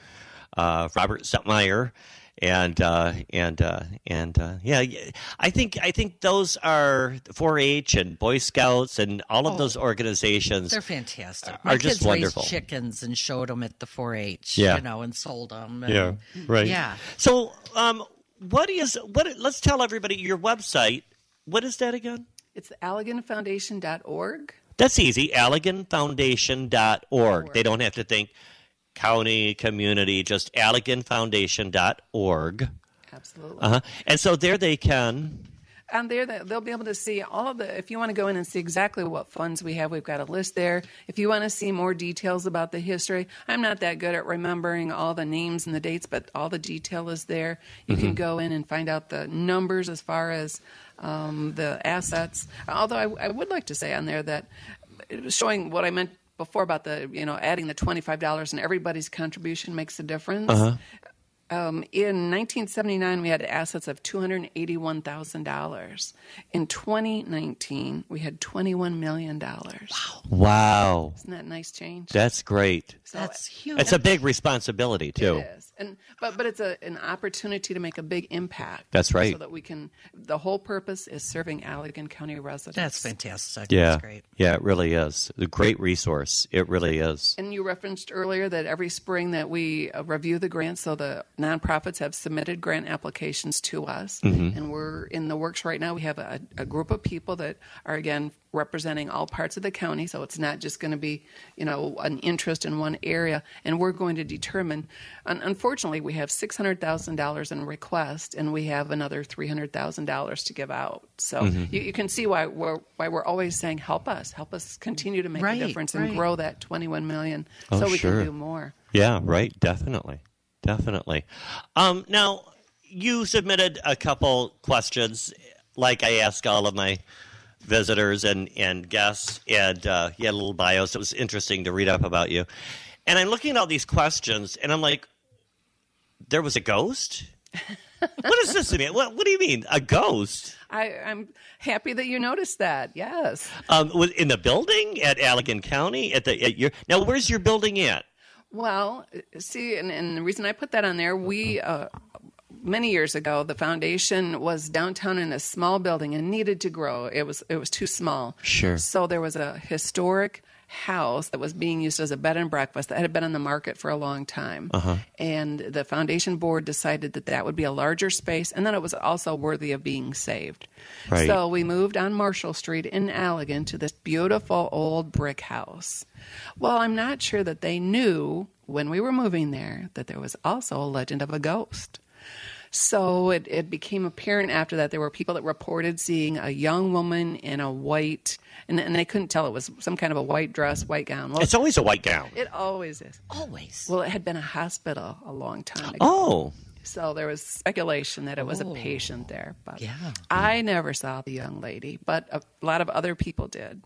Speaker 3: uh, Robert Stutmeyer, and uh, and uh, and uh, yeah, y- I think I think those are 4-H and Boy Scouts and all of those organizations.
Speaker 4: Oh. They're fantastic.
Speaker 3: Are just
Speaker 4: kids raised
Speaker 3: wonderful.
Speaker 4: chickens and showed them at the 4-H,
Speaker 3: Yeah.
Speaker 4: you know, and sold them.
Speaker 3: right.
Speaker 4: Yeah.
Speaker 3: So, um, what is what? Let's tell everybody your website. What is that again?
Speaker 6: It's alleganfoundation.org.
Speaker 3: That's easy. AlleganFoundation.org. They don't have to think county, community, just AlleganFoundation.org.
Speaker 6: Absolutely.
Speaker 3: Uh-huh. And so there they can.
Speaker 6: on there that they'll be able to see all of the if you want to go in and see exactly what funds we have we've got a list there if you want to see more details about the history i'm not that good at remembering all the names and the dates but all the detail is there you can go in and find out the numbers as far as um, the assets although I, I would like to say on there that it was showing what i meant before about the you know adding the $25 and everybody's contribution makes a difference in 1979, we had assets of $281,000. In 2019, we had $21 million. Isn't
Speaker 3: Wow.
Speaker 6: that a nice change?
Speaker 3: That's great.
Speaker 6: So
Speaker 4: That's huge.
Speaker 3: That's a big responsibility, too.
Speaker 6: It is. And, but, but it's a, an opportunity to make a big impact.
Speaker 3: That's right.
Speaker 6: So that we can, the whole purpose is serving Allegan County residents.
Speaker 4: That's fantastic.
Speaker 3: Yeah.
Speaker 4: That's great.
Speaker 3: Yeah, it really is. A great resource. It really is.
Speaker 6: And you referenced earlier that every spring that we uh, review the grants, so the nonprofits have submitted grant applications to us,
Speaker 4: Mm-hmm.
Speaker 6: and we're in the works right now. We have a, a group of people that are again representing all parts of the county, so it's not just going to be you know an interest in one area, and we're going to determine. Un- unfortunately, we have six hundred thousand dollars in request, and we have another three hundred thousand dollars to give out. So
Speaker 4: Mm-hmm.
Speaker 6: you, you can see why we're why we're always saying help us, help us continue to make
Speaker 4: Right,
Speaker 6: a difference
Speaker 4: right.
Speaker 6: and grow that 21 million
Speaker 3: Oh,
Speaker 6: so we
Speaker 3: sure.
Speaker 6: can do more.
Speaker 3: Yeah, right. Definitely. Definitely. Um, now, you submitted a couple questions, like I ask all of my visitors and, and guests, and uh, you had a little bio, so it was interesting to read up about you. And I'm looking at all these questions, and I'm like, there was a ghost? what does this mean? What, what do you mean, a ghost?
Speaker 6: I, I'm happy that you noticed that. Yes.
Speaker 3: Um, was in the building at Allegan County at the at your now. Where's your building at?
Speaker 6: Well, see, and, and the reason I put that on there, we,
Speaker 3: Mm-hmm.
Speaker 6: uh, many years ago, the foundation was downtown in a small building and needed to grow. It was, it was too small.
Speaker 3: Sure.
Speaker 6: So there was a historic house that was being used as a bed and breakfast that had been on the market for a long time. And the foundation board decided that that would be a larger space and then it was also worthy of being saved.
Speaker 3: Right.
Speaker 6: So we moved on Marshall Street in Allegan to this beautiful old brick house. Well, I'm not sure that they knew when we were moving there that there was also a legend of a ghost. So it, it became apparent after that there were people that reported seeing a young woman in a white, and, and they couldn't tell it was some kind of a white dress, white gown. Well,
Speaker 3: It's always a white gown.
Speaker 6: it always is.
Speaker 4: Always.
Speaker 6: Well, it had been a hospital a long time ago.
Speaker 3: Oh,
Speaker 6: So there was speculation that it was a patient there, but
Speaker 4: Yeah.
Speaker 6: I never saw the young lady, but a lot of other people did.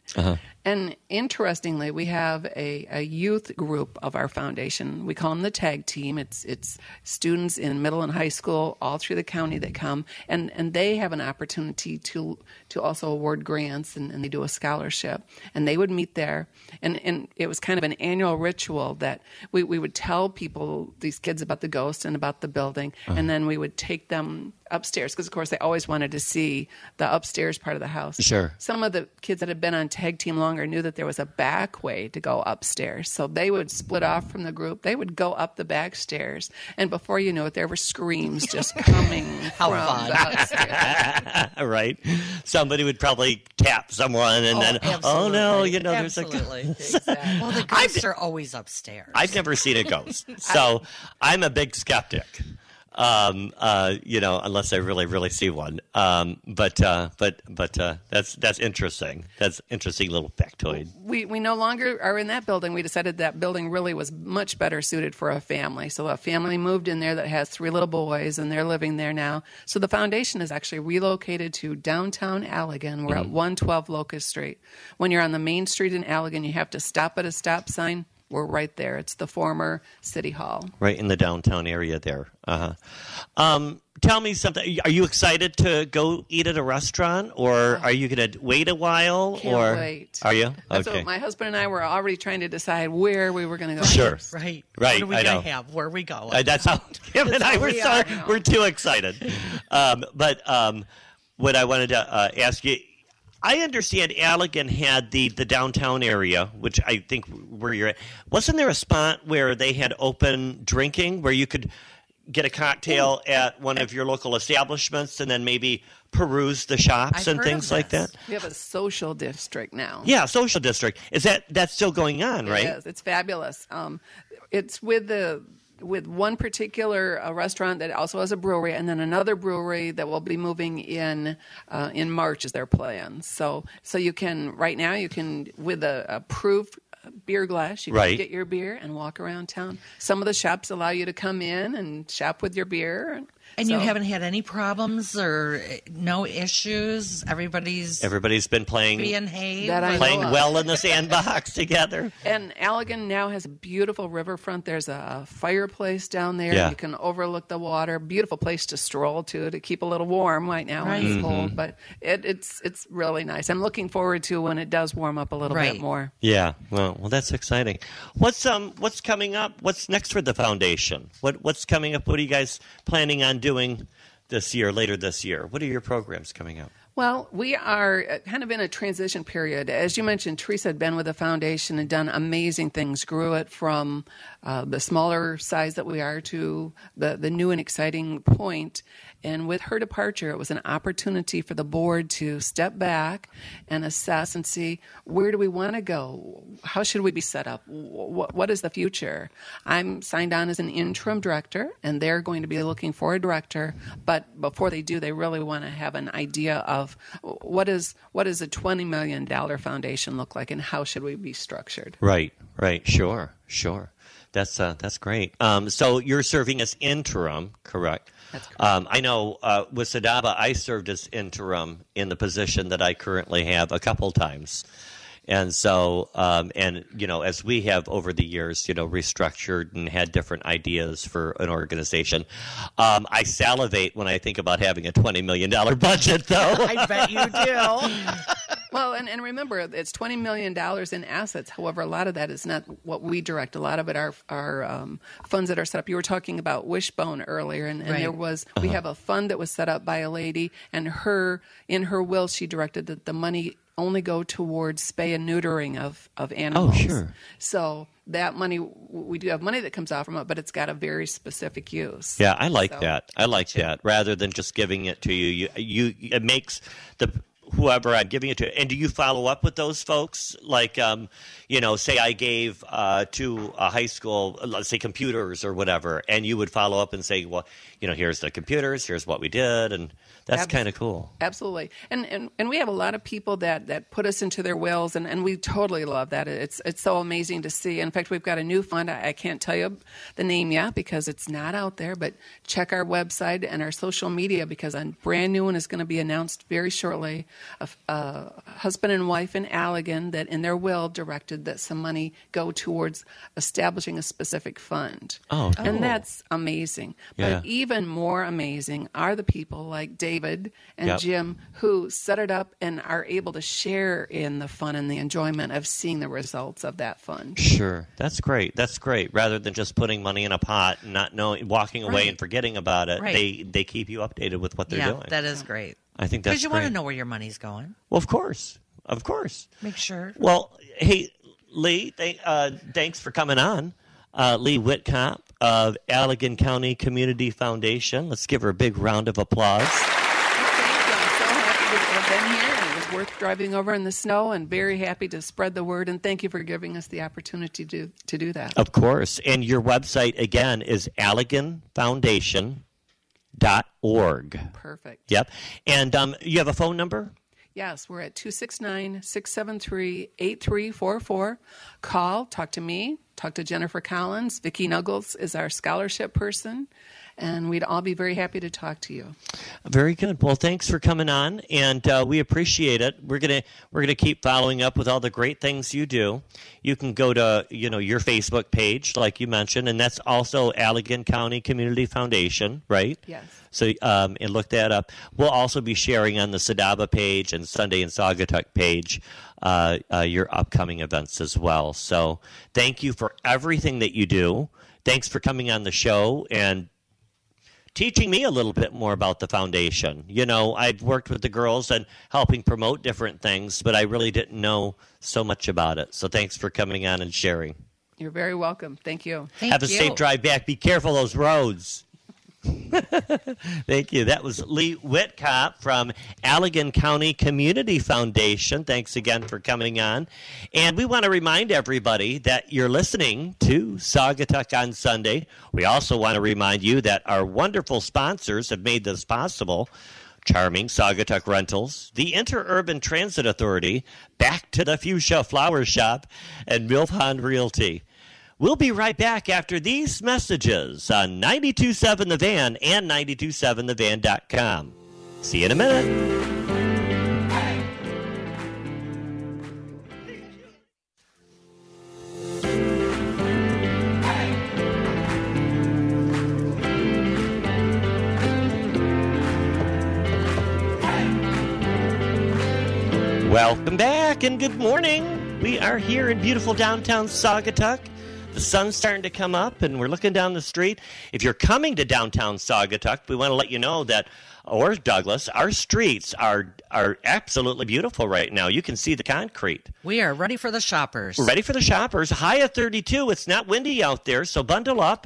Speaker 6: And interestingly, we have a, a youth group of our foundation. We call them the tag team. It's it's students in middle and high school all through the county that come, and, and they have an opportunity to to also award grants, and, and they do a scholarship, and they would meet there, and and it was kind of an annual ritual that we we would tell people these kids about the ghost and about the building, and then we would take them upstairs because of course they always wanted to see the upstairs part of the house
Speaker 3: Sure.
Speaker 6: some of the kids that had been on tag team longer knew that there was a back way to go upstairs. So they would split off from the group. They would go up the back stairs. And before you knew it, there were screams just coming
Speaker 4: How
Speaker 6: from
Speaker 4: fun.
Speaker 6: the upstairs.
Speaker 3: right. Somebody would probably tap someone, and then oh no,
Speaker 4: absolutely.
Speaker 3: you know, there's a.
Speaker 4: absolutely.
Speaker 6: Exactly.
Speaker 4: well, the ghosts are always upstairs.
Speaker 3: I've never seen a ghost, so I'm a big skeptic um, uh, you know, unless I really, really see one. Um, but uh, but but uh, that's that's interesting. That's interesting little factoid.
Speaker 6: we we no longer are in that building. We decided that building really was much better suited for a family. So a family moved in there that has three little boys, and they're living there now. So the foundation is actually relocated to downtown Allegan. We're
Speaker 3: Mm-hmm.
Speaker 6: at one twelve Locust Street. When you're on the main street in Allegan, you have to stop at a stop sign. We're right there. It's the former city hall.
Speaker 3: Right in the downtown area there. Uh-huh. Um, tell me something. Are you excited to go eat at a restaurant, or are you going to wait a while?
Speaker 6: Can't
Speaker 3: or
Speaker 6: wait.
Speaker 3: are you?
Speaker 6: That's what my husband and I were already trying to decide where we were going to go.
Speaker 3: sure.
Speaker 4: Right.
Speaker 3: Right,
Speaker 4: What are we
Speaker 3: I
Speaker 4: gonna
Speaker 3: know.
Speaker 4: have? Where are we going?
Speaker 3: Uh, that's how Kim and I
Speaker 6: how
Speaker 3: were
Speaker 6: we
Speaker 3: sorry.
Speaker 6: are now.
Speaker 3: We're too excited. um, but um, what I wanted to uh, ask you, I understand Allegan had the, the downtown area, which I think where you're at. Wasn't there a spot where they had open drinking where you could get a cocktail at one of your local establishments and then maybe peruse the shops
Speaker 4: I've
Speaker 3: and
Speaker 4: heard
Speaker 3: things
Speaker 4: of
Speaker 3: like
Speaker 4: this.
Speaker 3: that?
Speaker 6: We have a social district now.
Speaker 3: Yeah, social district. Is that that's still going on, right?
Speaker 6: It is. It's fabulous. Um, it's with the with one particular uh, restaurant that also has a brewery, and then another brewery that will be moving in uh, in March is their plan. So so you can right now you can with a approved beer glass you can
Speaker 3: Right.
Speaker 6: get your beer and walk around town. Some of the shops allow you to come in and shop with your beer.
Speaker 4: and you
Speaker 6: So-
Speaker 4: haven't had any problems or uh, no issues. Everybody's
Speaker 3: Everybody's been playing
Speaker 4: being hay.
Speaker 6: That I know
Speaker 3: playing
Speaker 6: of.
Speaker 3: well in the sandbox together.
Speaker 6: And Allegan now has a beautiful riverfront. There's a fireplace down there.
Speaker 3: Yeah.
Speaker 6: You can overlook the water. Beautiful place to stroll to to keep a little warm right now when it's cold. But it, it's it's really nice. I'm looking forward to when it does warm up a little
Speaker 4: Right.
Speaker 6: bit more.
Speaker 3: Yeah, well, well, that's exciting. What's um, what's coming up? What's next for the foundation? What what's coming up? What are you guys planning on doing this year? Later this year? What are your programs coming up?
Speaker 6: Well, we are uh, kind of in a transition period. As you mentioned, Teresa had been with the foundation and done amazing things, grew it from uh, the smaller size that we are to the, the new and exciting point. And with her departure, it was an opportunity for the board to step back and assess and see where do we want to go? How should we be set up? What, what is the future? I'm signed on as an interim director, and they're going to be looking for a director. But before they do, they really want to have an idea of what is what is a twenty million dollar foundation look like, and how should we be structured?
Speaker 3: Right, right, sure, sure. That's uh, that's great. Um, so you're serving as interim, correct? That's correct. Um, I know uh, with Sadaba, I served as interim in the position that I currently have a couple times, and so um, and you know as we have over the years, you know, restructured and had different ideas for an organization. Um, I salivate when I think about having a twenty million dollar budget, though.
Speaker 4: I bet you do.
Speaker 6: Well, and, and remember, it's twenty million dollars in assets. However, a lot of that is not what we direct. A lot of it are are um, funds that are set up. You were talking about Wishbone earlier, and, and
Speaker 4: Right.
Speaker 6: there was we have a fund that was set up by a lady, and her in her will she directed that the money only go towards spay and neutering of of animals.
Speaker 3: sure.
Speaker 6: So that money, w- we do have money that comes out from it, but it's got a very specific use.
Speaker 3: Yeah, I like
Speaker 6: So-
Speaker 3: that. I like that. Rather than just giving it to you, you, you it makes the whoever I'm giving it to. And do you follow up with those folks? Like, um, you know, say I gave uh, to a high school, let's say computers or whatever, and you would follow up and say, well, you know, here's the computers, here's what we did, and that's
Speaker 6: Abs-
Speaker 3: kind of cool.
Speaker 6: Absolutely, and, and and we have a lot of people that that put us into their wills, and, and we totally love that. It's it's so amazing to see. In fact, we've got a new fund. I, I can't tell you the name yet because it's not out there. But check our website and our social media because a brand new one is going to be announced very shortly. A, f- a husband and wife in Allegan that in their will directed that some money go towards establishing a specific fund.
Speaker 3: Oh, cool.
Speaker 6: and that's amazing.
Speaker 3: Yeah.
Speaker 6: But even more amazing are the people like David and
Speaker 3: Yep.
Speaker 6: Jim who set it up and are able to share in the fun and the enjoyment of seeing the results of that fund.
Speaker 3: Sure, that's great. That's great. Rather than just putting money in a pot, and not knowing, walking away
Speaker 4: Right.
Speaker 3: and forgetting about it,
Speaker 4: Right.
Speaker 3: they they keep you updated with what they're
Speaker 4: yeah,
Speaker 3: doing.
Speaker 4: that is great.
Speaker 3: I think that's
Speaker 4: Because you want to
Speaker 3: great.
Speaker 4: know where your money's going.
Speaker 3: Well, of course, of course.
Speaker 4: Make sure.
Speaker 3: Well, hey, Lee, th- uh, thanks for coming on. Uh, Lee Whitcomb of Allegan County Community Foundation. Let's give her a big round of applause.
Speaker 6: Thank you. I'm so happy to have been here. and It was worth driving over in the snow and very happy to spread the word. And thank you for giving us the opportunity
Speaker 3: Oh,
Speaker 6: to, to do that.
Speaker 3: Of course. And your website, again, is Allegan Foundation org.
Speaker 6: Perfect.
Speaker 3: Yep. And um, you have a phone number?
Speaker 6: Yes, we're at 269 673 8344. Call, talk to me, talk to Jennifer Collins. Vicki Nuggles is our scholarship person, and we'd all be very happy to talk to you.
Speaker 3: Very good. Well, thanks for coming on, and uh, we appreciate it. We're gonna we're gonna keep following up with all the great things you do. You can go to you know your Facebook page, like you mentioned, and that's also Allegan County Community Foundation, right?
Speaker 6: Yes.
Speaker 3: So um, and look that up. We'll also be sharing on the Sadaba page and Sunday in Saugatuck page uh, uh, your upcoming events as well. So thank you for everything that you do. Thanks for coming on the show and teaching me a little bit more about the foundation. You know, I've worked with the girls and helping promote different things, but I really didn't know so much about it. So thanks for coming on and sharing.
Speaker 6: You're very welcome. Thank you.
Speaker 4: Thank
Speaker 3: Have a
Speaker 4: you.
Speaker 3: safe drive back. Be careful those roads. Thank you. That was Lee Whitcott from Allegan County Community Foundation. Thanks again for coming on. And we want to remind everybody that you're listening to Saugatuck on Sunday. We also want to remind you that our wonderful sponsors have made this possible. Charming Saugatuck Rentals, the Interurban Transit Authority, Back to the Fuchsia Flower Shop, and Milfond Realty. We'll be right back after these messages on 927 The Van and 927thevan.com. See you in a minute. Welcome back and good morning. We are here in beautiful downtown Saugatuck. The sun's starting to come up and we're looking down the street. If you're coming to downtown Saugatuck, we want to let you know that or Douglas, our streets are are absolutely beautiful right now. You can see the concrete.
Speaker 4: We are ready for the shoppers.
Speaker 3: Ready for the shoppers. High of 32. It's not windy out there, so bundle up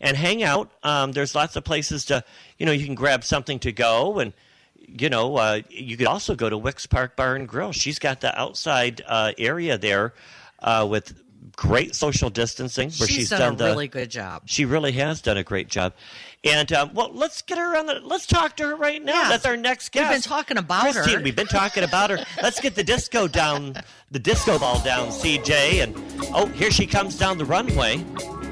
Speaker 3: and hang out. Um, there's lots of places to, you know, you can grab something to go. And, you know, uh, you could also go to Wicks Park Bar and Grill. She's got the outside uh, area there uh, with great social distancing. Where
Speaker 4: She's,
Speaker 3: she's,
Speaker 4: done, a
Speaker 3: the,
Speaker 4: really good job.
Speaker 3: She really has done a great job. And, um, well, let's get her on the, let's talk to her right now.
Speaker 4: Yeah.
Speaker 3: That's our next
Speaker 4: We've
Speaker 3: guest.
Speaker 4: been talking about her.
Speaker 3: Christine, We've been talking about her. Let's get the disco down, the disco ball down, CJ. And oh, here she comes down the runway.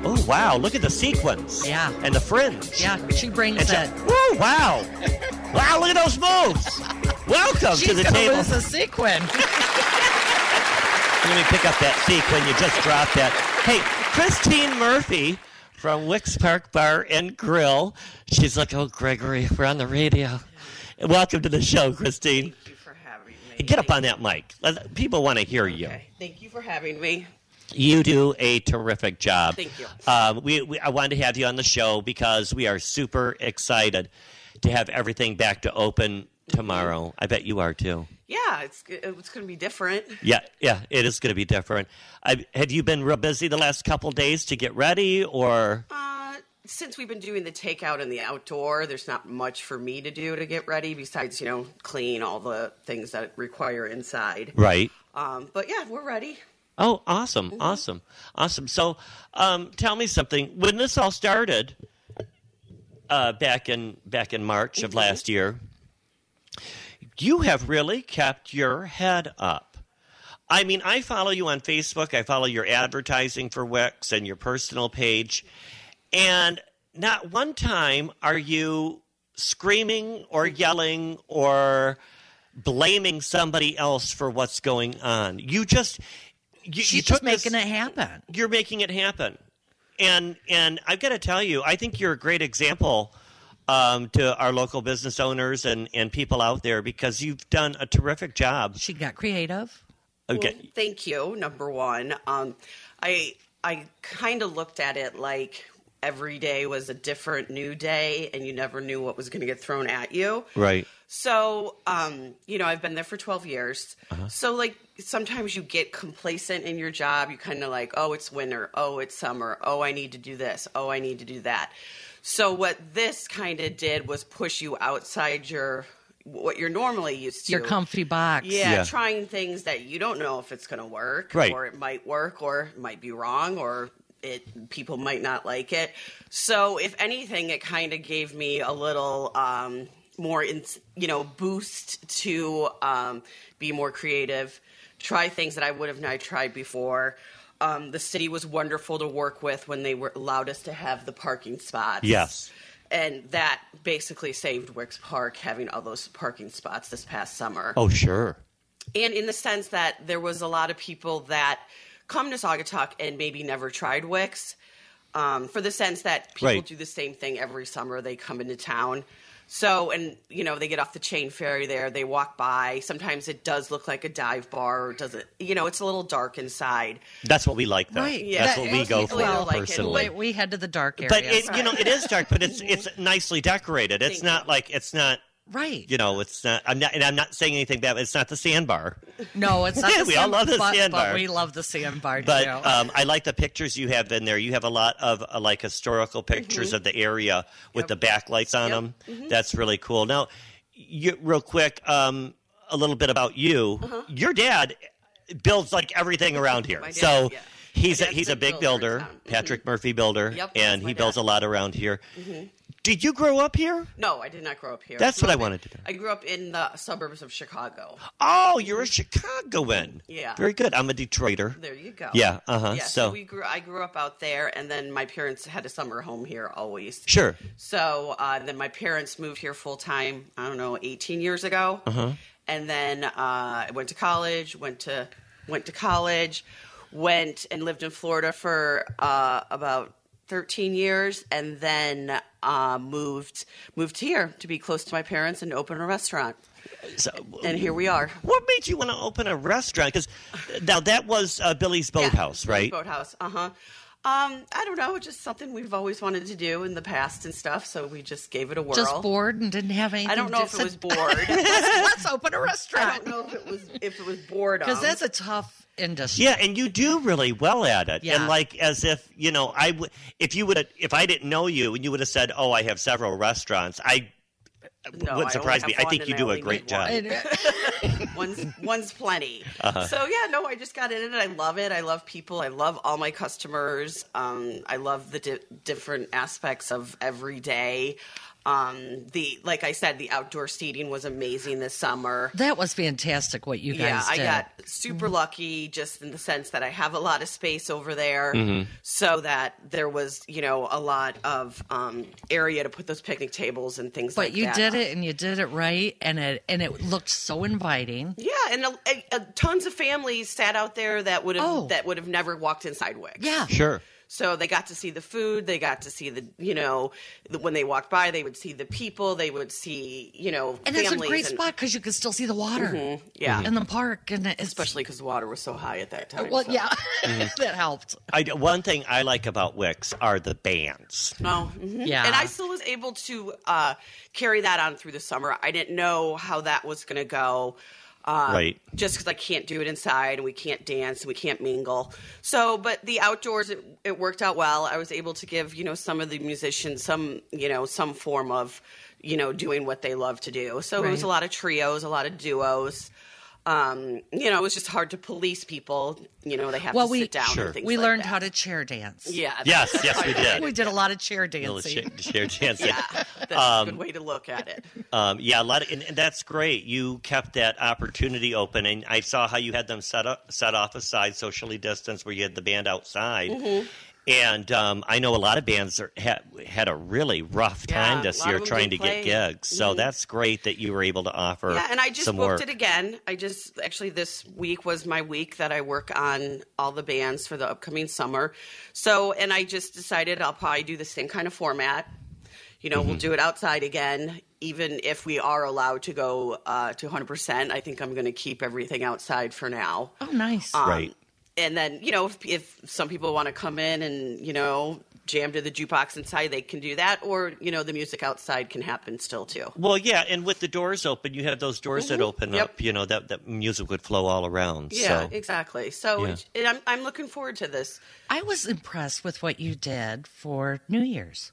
Speaker 3: Oh wow, look at the sequins.
Speaker 4: Yeah.
Speaker 3: And the fringe.
Speaker 4: Yeah, she brings
Speaker 3: And she-
Speaker 4: it.
Speaker 3: woo, wow. Wow, look at those moves. Welcome to
Speaker 4: She's
Speaker 3: the
Speaker 4: gonna
Speaker 3: table.
Speaker 4: lose a sequin.
Speaker 3: Let me pick up that sequin. You just dropped that. Hey, Christine Murphy from Wicks Park Bar and Grill. She's like, oh, Gregory, we're on the radio. Welcome to the show, Christine.
Speaker 7: Thank you for having me.
Speaker 3: Get up on that mic. Let- People want to hear you.
Speaker 7: Okay. Thank you for having me.
Speaker 3: You do a terrific job.
Speaker 7: Thank you.
Speaker 3: Um, we, we, I wanted to have you on the show because we are super excited to have everything back to open tomorrow. I bet you are too.
Speaker 7: Yeah, it's it's going to be different.
Speaker 3: Yeah, yeah, it is going to be different. I, have you been real busy the last couple days to get ready, or
Speaker 7: Uh, since we've been doing the takeout and the outdoor, there's not much for me to do to get ready besides you know clean all the things that require inside.
Speaker 3: right?
Speaker 7: Um, but yeah, we're ready.
Speaker 3: Oh, awesome, awesome, awesome. So, um, tell me something. When this all started, uh, back in back in March
Speaker 4: Mm-hmm.
Speaker 3: of last year, you have really kept your head up. I mean, I follow you on Facebook. I follow your advertising for Wix and your personal page, and not one time are you screaming or
Speaker 4: Mm-hmm.
Speaker 3: yelling or blaming somebody else for what's going on. You just you, you
Speaker 4: She's
Speaker 3: took
Speaker 4: just making
Speaker 3: this-
Speaker 4: it happen.
Speaker 3: you're making it happen. And and I've got to tell you, I think you're a great example um, to our local business owners and, and people out there because you've done a terrific job.
Speaker 4: She got creative.
Speaker 7: Well,
Speaker 3: Okay.
Speaker 7: thank you. Number one, um, I I kind of looked at it like every day was a different new day, and you never knew what was going to get thrown at you.
Speaker 3: Right.
Speaker 7: So, um, you know, I've been there for 12 years. So, like, sometimes you get complacent in your job. You kind of like, oh, it's winter. Oh, it's summer. Oh, I need to do this. Oh, I need to do that. So, what this kind of did was push you outside your what you're normally used to.
Speaker 4: Your comfy box.
Speaker 7: Yeah,
Speaker 3: Yeah.
Speaker 7: trying things that you don't know if it's going to work,
Speaker 3: Right.
Speaker 7: or it might work, or it might be wrong, or it people might not like it. So if anything, it kind of gave me a little um, more, in, you know, boost to um, be more creative, try things that I would have not tried before. Um, the city was wonderful to work with when they were allowed us to have the parking spots.
Speaker 3: Yes.
Speaker 7: And that basically saved Wicks Park having all those parking spots this past summer
Speaker 3: Oh, sure.
Speaker 7: and in the sense that there was a lot of people that come to Saugatuck and maybe never tried Wix, um, for the sense that people
Speaker 3: Right.
Speaker 7: do the same thing every summer. They come into town, so and you know they get off the chain ferry there. They walk by. Sometimes it does look like a dive bar, or does it? You know, it's a little dark inside.
Speaker 3: That's what we like, though.
Speaker 4: Right.
Speaker 7: Yeah,
Speaker 3: That's what we
Speaker 7: most
Speaker 3: go for
Speaker 7: people don't like it,
Speaker 3: personally.
Speaker 4: We, we head to the dark area.
Speaker 3: but it, you know, it is dark, but it's it's nicely decorated. It's
Speaker 7: Thank
Speaker 3: not
Speaker 7: you.
Speaker 3: like it's not.
Speaker 4: right.
Speaker 3: You know, it's not. I'm not, and I'm not saying anything bad. but It's not the sandbar,
Speaker 4: no, it's not
Speaker 3: Yeah,
Speaker 4: the
Speaker 3: we all
Speaker 4: sand-
Speaker 3: love the
Speaker 4: but,
Speaker 3: sandbar.
Speaker 4: But we love the sandbar,
Speaker 3: but
Speaker 4: too.
Speaker 3: um, I like the pictures you have in there. You have a lot of uh, like historical pictures of the area with the backlights on
Speaker 7: Mm-hmm. Yep. Mm-hmm.
Speaker 3: them. That's really cool. Now, you, real quick, um, a little bit about you. Your dad builds like everything around here,
Speaker 7: Uh-huh. dad,
Speaker 3: so.
Speaker 7: yeah.
Speaker 3: He's a,
Speaker 7: dad's
Speaker 3: he's
Speaker 7: a
Speaker 3: a big
Speaker 7: builder in
Speaker 3: builder,
Speaker 7: town. Mhm.
Speaker 3: Patrick Murphy builder,
Speaker 7: Yep, that's
Speaker 3: and
Speaker 7: my
Speaker 3: he builds
Speaker 7: dad. Mm-hmm.
Speaker 3: a lot around here. Did you grow up here?
Speaker 7: No, I did not grow up here.
Speaker 3: That's what
Speaker 7: Grew
Speaker 3: I
Speaker 7: up in-
Speaker 3: wanted to do.
Speaker 7: I grew up in the suburbs of Chicago.
Speaker 3: Oh, you're a Chicagoan.
Speaker 7: Yeah.
Speaker 3: Very good. I'm a Detroiter.
Speaker 7: There you go.
Speaker 3: Yeah, uh-huh,
Speaker 7: Yeah,
Speaker 3: so-
Speaker 7: we grew. I grew up out there, and then my parents had a summer home here always.
Speaker 3: Sure.
Speaker 7: So uh, then my parents moved here full time, I don't know, 18 years ago.
Speaker 3: Uh-huh.
Speaker 7: And then uh, I went to college, went to went to college, went and lived in Florida for uh, about 13 years and then uh, moved moved here to be close to my parents and open a restaurant.
Speaker 3: So,
Speaker 7: And here we are.
Speaker 3: what made you want to open a restaurant? Because now that was uh, Billy's Boathouse,
Speaker 7: Yeah,
Speaker 3: right?
Speaker 7: Boathouse. Uh huh. Um, I don't know, just something we've always wanted to do in the past and stuff, so we just gave it a whirl.
Speaker 4: just bored and didn't have anything
Speaker 7: I don't
Speaker 4: to
Speaker 7: know
Speaker 4: do.
Speaker 7: if it
Speaker 4: Said,
Speaker 7: was bored.
Speaker 4: Let's open a
Speaker 7: I don't
Speaker 4: restaurant.
Speaker 7: know if it was if it was boredom.
Speaker 4: Because that's a tough industry.
Speaker 3: Yeah, and you do really well at it.
Speaker 4: Yeah.
Speaker 3: And like as if, you know, I would if you would if I didn't know you and you would have said, "Oh, I have several restaurants." I
Speaker 7: No,
Speaker 3: wouldn't
Speaker 7: I
Speaker 3: surprise
Speaker 7: only
Speaker 3: me.
Speaker 7: have
Speaker 3: I
Speaker 7: one
Speaker 3: think
Speaker 7: and
Speaker 3: you
Speaker 7: I
Speaker 3: do a
Speaker 7: only
Speaker 3: great
Speaker 7: need
Speaker 3: job. Uh-huh.
Speaker 7: one.
Speaker 4: And, uh,
Speaker 7: one's one's plenty. So yeah, no, I just got in it. I love it. I love people. I love all my customers. Um, I love the di- different aspects of every day. Um, the like I said, the outdoor seating was amazing this summer.
Speaker 4: that was fantastic what you guys
Speaker 7: Yeah, I
Speaker 4: did. Mm-hmm.
Speaker 7: got super lucky just in the sense that I have a lot of space over there
Speaker 4: Mm-hmm.
Speaker 7: so that there was, you know, a lot of um, area to put those picnic tables and things
Speaker 4: but
Speaker 7: like
Speaker 4: you
Speaker 7: that.
Speaker 4: did it and you did it right and it and it looked so inviting.
Speaker 7: Yeah, and a, a, a- tons of families sat out there that would have
Speaker 4: Oh.
Speaker 7: that would have never walked inside Wix.
Speaker 4: Yeah.
Speaker 3: Sure.
Speaker 7: So they got to see the food, they got to see the, you know, the, when they walked by, they would see the people, they would see, you know,
Speaker 4: And
Speaker 7: families
Speaker 4: it's a great
Speaker 7: and-
Speaker 4: spot because you can still see the water.
Speaker 7: Yeah.
Speaker 4: In the park and it's,
Speaker 7: Especially because the water was so high at that time.
Speaker 4: well,
Speaker 7: so-
Speaker 4: yeah, that helped.
Speaker 3: I, one thing I like about Wix are the bands.
Speaker 7: Oh, mhm.
Speaker 4: Yeah.
Speaker 7: And I still was able to uh, carry that on through the summer. I didn't know how that was going to go. Uh,
Speaker 3: Right.
Speaker 7: Just because I can't do it inside and we can't dance and we can't mingle. So, but the outdoors, it, it worked out well. I was able to give, you know, some of the musicians some, you know, some form of, you know, doing what they love to do. So it was a lot of trios, a lot of duos. Um, you know, it was just hard to police people. You know, they have
Speaker 4: Well,
Speaker 7: to
Speaker 4: we-
Speaker 7: sit down
Speaker 3: Sure.
Speaker 7: and things
Speaker 4: We
Speaker 7: like
Speaker 4: learned
Speaker 7: that.
Speaker 4: how to chair dance.
Speaker 7: Yeah.
Speaker 3: Yes, yes, we did.
Speaker 4: We did a lot of chair
Speaker 3: Little
Speaker 4: dancing.
Speaker 3: share- share dancing.
Speaker 7: Yeah, that's a good way to look at it.
Speaker 3: Um, yeah, a lot of, and, and that's great. You kept that opportunity open, and I saw how you had them set up, set off aside, socially distanced, where you had the band outside.
Speaker 7: Mm-hmm.
Speaker 3: And um, I know a lot of bands are, had, had a really rough
Speaker 7: Yeah,
Speaker 3: time
Speaker 7: a
Speaker 3: this
Speaker 7: lot
Speaker 3: year
Speaker 7: of them
Speaker 3: trying to
Speaker 7: didn't
Speaker 3: get
Speaker 7: play. Mm-hmm.
Speaker 3: gigs. So that's great that you were able to offer.
Speaker 7: Yeah, and I just
Speaker 3: some
Speaker 7: booked
Speaker 3: work.
Speaker 7: it again. I just actually this week was my week that I work on all the bands for the upcoming summer. So, and I just decided I'll probably do the same kind of format. You know,
Speaker 3: Mm-hmm.
Speaker 7: we'll do it outside again, even if we are allowed to go uh, to 100%. I think I'm going to keep everything outside for now. Um,
Speaker 4: Oh, nice.
Speaker 7: Uh,
Speaker 3: Right.
Speaker 7: and then you know if, if some people want to come in and you know jam to the jukebox inside they can do that or you know the music outside can happen still too
Speaker 3: Well, yeah, and with the doors open, you have those doors that open
Speaker 7: Mm-hmm. Yep.
Speaker 3: up. You know that that music would flow all around.
Speaker 7: yeah
Speaker 3: so.
Speaker 7: exactly so
Speaker 3: Yeah.
Speaker 7: it- and I'm, I'm looking forward to this
Speaker 4: I was impressed with what you did for New Year's,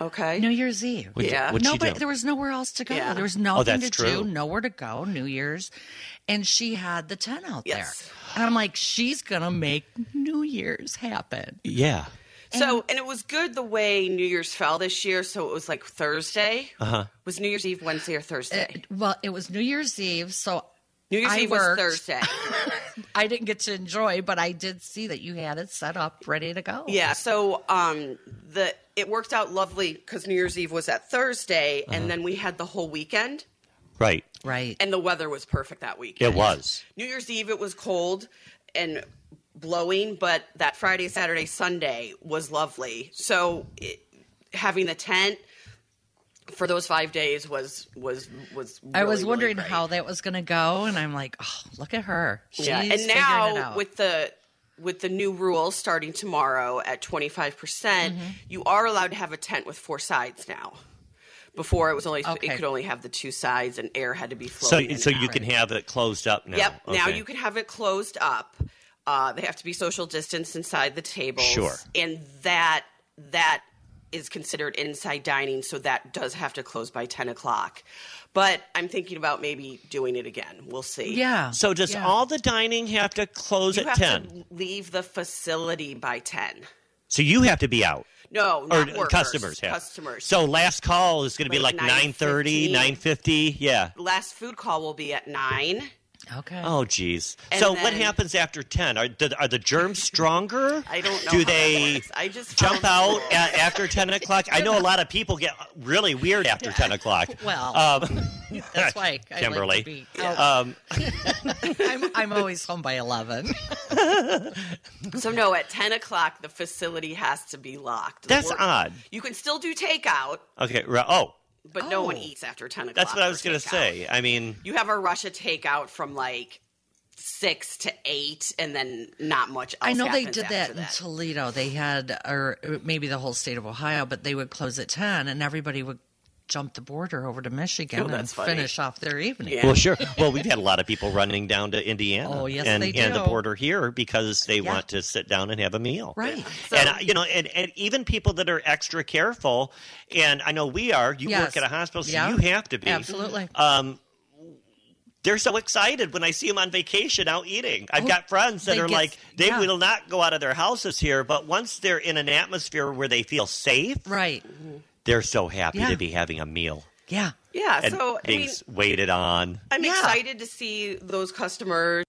Speaker 7: okay
Speaker 4: New Year's Eve.
Speaker 3: What'd you-
Speaker 7: Yeah.
Speaker 3: what'd she
Speaker 4: Nobody,
Speaker 3: do? Oh,
Speaker 4: there was nowhere else to go.
Speaker 7: Yeah.
Speaker 4: There was nothing to
Speaker 3: that's true.
Speaker 4: do, nowhere to go. New Year's, and she had the ten out
Speaker 7: Yes.
Speaker 4: there, and I'm like, she's gonna make New Year's happen.
Speaker 3: yeah.
Speaker 7: So, and it was good the way New Year's fell this year. So it was like Thursday.
Speaker 3: Uh-huh.
Speaker 7: Was New Year's Eve Wednesday or Thursday?
Speaker 4: Well, it was New Year's Eve, so
Speaker 7: New Year's
Speaker 4: Uh, I
Speaker 7: Eve
Speaker 4: worked.
Speaker 7: was Thursday.
Speaker 4: I didn't get to enjoy, but I did see that you had it set up, ready to go.
Speaker 7: Yeah. So um, the it worked out lovely because New Year's Eve was that Thursday,
Speaker 3: Uh-huh.
Speaker 7: and then we had the whole weekend,
Speaker 3: Right.
Speaker 4: Right.
Speaker 7: and the weather was perfect that
Speaker 3: It
Speaker 7: weekend.
Speaker 3: was.
Speaker 7: New Year's Eve it was cold and blowing, but that Friday, Saturday, Sunday was lovely. So it, having the tent for those five days was was was. Really,
Speaker 4: I was
Speaker 7: really
Speaker 4: wondering
Speaker 7: great.
Speaker 4: how that was going to go, and I'm like, oh, look at her. She's
Speaker 7: Yeah, and
Speaker 4: figuring it
Speaker 7: now
Speaker 4: out.
Speaker 7: with the with the new rules starting tomorrow at 25%, percent
Speaker 4: Mm-hmm.
Speaker 7: you are allowed to have a tent with four sides now. Before it was only
Speaker 4: Okay.
Speaker 7: it could only have the two sides and air had to be
Speaker 3: So
Speaker 7: floating. in
Speaker 3: so
Speaker 7: and
Speaker 3: you
Speaker 7: out.
Speaker 3: can have it closed up now.
Speaker 7: Yep. Now
Speaker 3: Okay.
Speaker 7: you can have it closed up. Uh, they have to be social distance inside the tables.
Speaker 3: Sure.
Speaker 7: And that that is considered inside dining, so that does have to close by ten o'clock. But I'm thinking about maybe doing it again. We'll see.
Speaker 4: yeah.
Speaker 3: So does
Speaker 4: yeah.
Speaker 3: all the dining have to close
Speaker 7: You
Speaker 3: at
Speaker 7: have
Speaker 3: ten?
Speaker 7: to leave the facility by ten.
Speaker 3: So you have to be out.
Speaker 7: No,
Speaker 3: Or uh,
Speaker 7: not workers,
Speaker 3: customers have.
Speaker 7: Customers.
Speaker 3: So last call is going to be like
Speaker 7: Like
Speaker 3: 9.30, 9.50. Yeah.
Speaker 7: last food call will be at nine.
Speaker 4: Okay.
Speaker 3: Oh, geez.
Speaker 7: And
Speaker 3: So what
Speaker 7: then-
Speaker 3: happens after 10? Are the, are the germs stronger?
Speaker 7: I don't know.
Speaker 3: Do
Speaker 7: how that
Speaker 3: they
Speaker 7: works. I just
Speaker 3: jump
Speaker 7: follow
Speaker 3: out
Speaker 7: the rules.
Speaker 3: at, after 10 o'clock? I know a lot of people get really weird after 10 o'clock.
Speaker 4: Well,
Speaker 3: Um,
Speaker 4: that's why I
Speaker 3: Kimberly.
Speaker 4: like to be out.
Speaker 3: um,
Speaker 4: I'm, I'm always home by 11.
Speaker 7: So no, at ten o'clock the facility has to be locked. The
Speaker 3: That's
Speaker 7: work-
Speaker 3: odd.
Speaker 7: You can still do takeout,
Speaker 3: okay. ri- Oh,
Speaker 7: but no
Speaker 4: Oh.
Speaker 7: one eats after ten o'clock.
Speaker 3: that's what I
Speaker 7: for
Speaker 3: was going to
Speaker 7: takeout.
Speaker 3: say. I mean,
Speaker 7: You have a Russia takeout from like six to eight, and then not much. Else
Speaker 4: I know they
Speaker 7: happens
Speaker 4: did
Speaker 7: after
Speaker 4: that in Toledo. They had, or maybe the whole state of Ohio, but they would close at 10 and everybody would jump the border over to Michigan
Speaker 7: Oh,
Speaker 4: and
Speaker 7: that's funny.
Speaker 4: finish off their evening.
Speaker 7: Yeah.
Speaker 3: well, sure. Well, we've had a lot of people running down to Indiana
Speaker 4: Oh, yes,
Speaker 3: and,
Speaker 4: they
Speaker 3: and the
Speaker 4: do.
Speaker 3: border here because they
Speaker 4: Yeah.
Speaker 3: want to sit down and have a meal.
Speaker 4: Right.
Speaker 3: and I- you know, and, and even people that are extra careful, and I know we are. You
Speaker 4: Yes.
Speaker 3: work at a hospital, so
Speaker 4: Yeah.
Speaker 3: you have to be.
Speaker 4: Absolutely.
Speaker 3: Um, they're so excited when I see them on vacation out eating. I've
Speaker 4: Oh,
Speaker 3: got friends that
Speaker 4: they
Speaker 3: are
Speaker 4: get-
Speaker 3: like, they
Speaker 4: yeah.
Speaker 3: will not go out of their houses here, but once they're in an atmosphere where they feel safe,
Speaker 4: Right.
Speaker 3: they're so happy
Speaker 4: Yeah.
Speaker 3: to be having a meal
Speaker 4: Yeah.
Speaker 7: Yeah.
Speaker 3: and
Speaker 7: so I
Speaker 3: being
Speaker 7: mean,
Speaker 3: waited on.
Speaker 7: I'm
Speaker 4: Yeah.
Speaker 7: excited to see those customers.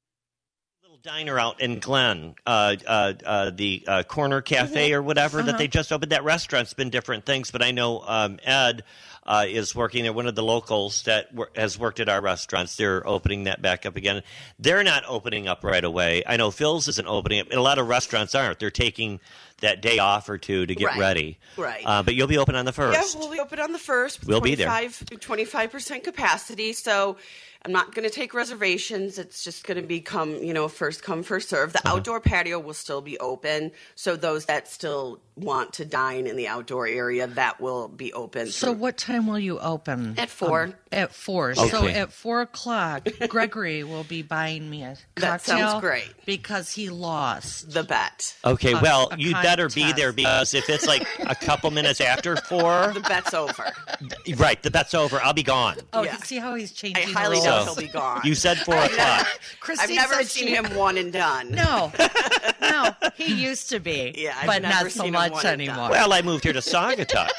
Speaker 3: little diner out in Glen, uh, uh, uh, the uh, corner cafe
Speaker 7: Mm-hmm.
Speaker 3: or whatever that
Speaker 7: Uh-huh.
Speaker 3: they just opened. That restaurant's been different things, but I know um, Ed uh, is working there. One of the locals that wor- has worked at our restaurants, they're opening that back up again. They're not opening up right away. I know Phil's isn't opening up, and a lot of restaurants aren't. They're taking that day off or two to get
Speaker 7: Right.
Speaker 3: ready.
Speaker 7: Right.
Speaker 3: Uh, but you'll be open on the first.
Speaker 7: Yeah, we'll be open on the first. with
Speaker 3: We'll be there.
Speaker 7: 25 percent capacity. So I'm not going to take reservations. It's just going to be come, you know, first come, first serve. The
Speaker 3: Uh-huh.
Speaker 7: outdoor patio will still be open. So those that still want to dine in the outdoor area, that will be open.
Speaker 4: So what time will you open?
Speaker 7: At four.
Speaker 4: Um, at four. So
Speaker 3: Okay.
Speaker 4: at four o'clock, Gregory will be buying me a cocktail.
Speaker 7: That sounds great.
Speaker 4: Because he lost.
Speaker 7: the bet.
Speaker 3: Okay, well,
Speaker 4: a
Speaker 3: you better be
Speaker 4: contest.
Speaker 3: there because if it's like a couple minutes after four,
Speaker 7: The bet's over.
Speaker 3: right, the bet's over. I'll be gone.
Speaker 4: Oh,
Speaker 7: Yeah.
Speaker 4: see how he's
Speaker 7: I
Speaker 4: changing. the
Speaker 7: highly
Speaker 4: rules.
Speaker 7: doubt he'll be gone.
Speaker 3: You said four o'clock.
Speaker 7: I've
Speaker 4: Christine
Speaker 7: never
Speaker 4: said
Speaker 7: seen
Speaker 4: she-
Speaker 7: him one and done.
Speaker 4: No, no, he used to be.
Speaker 7: Yeah, I've
Speaker 4: but
Speaker 7: never
Speaker 4: not so
Speaker 7: seen him
Speaker 4: much
Speaker 7: one and done.
Speaker 4: anymore.
Speaker 3: Well, I moved here to Saugatuck.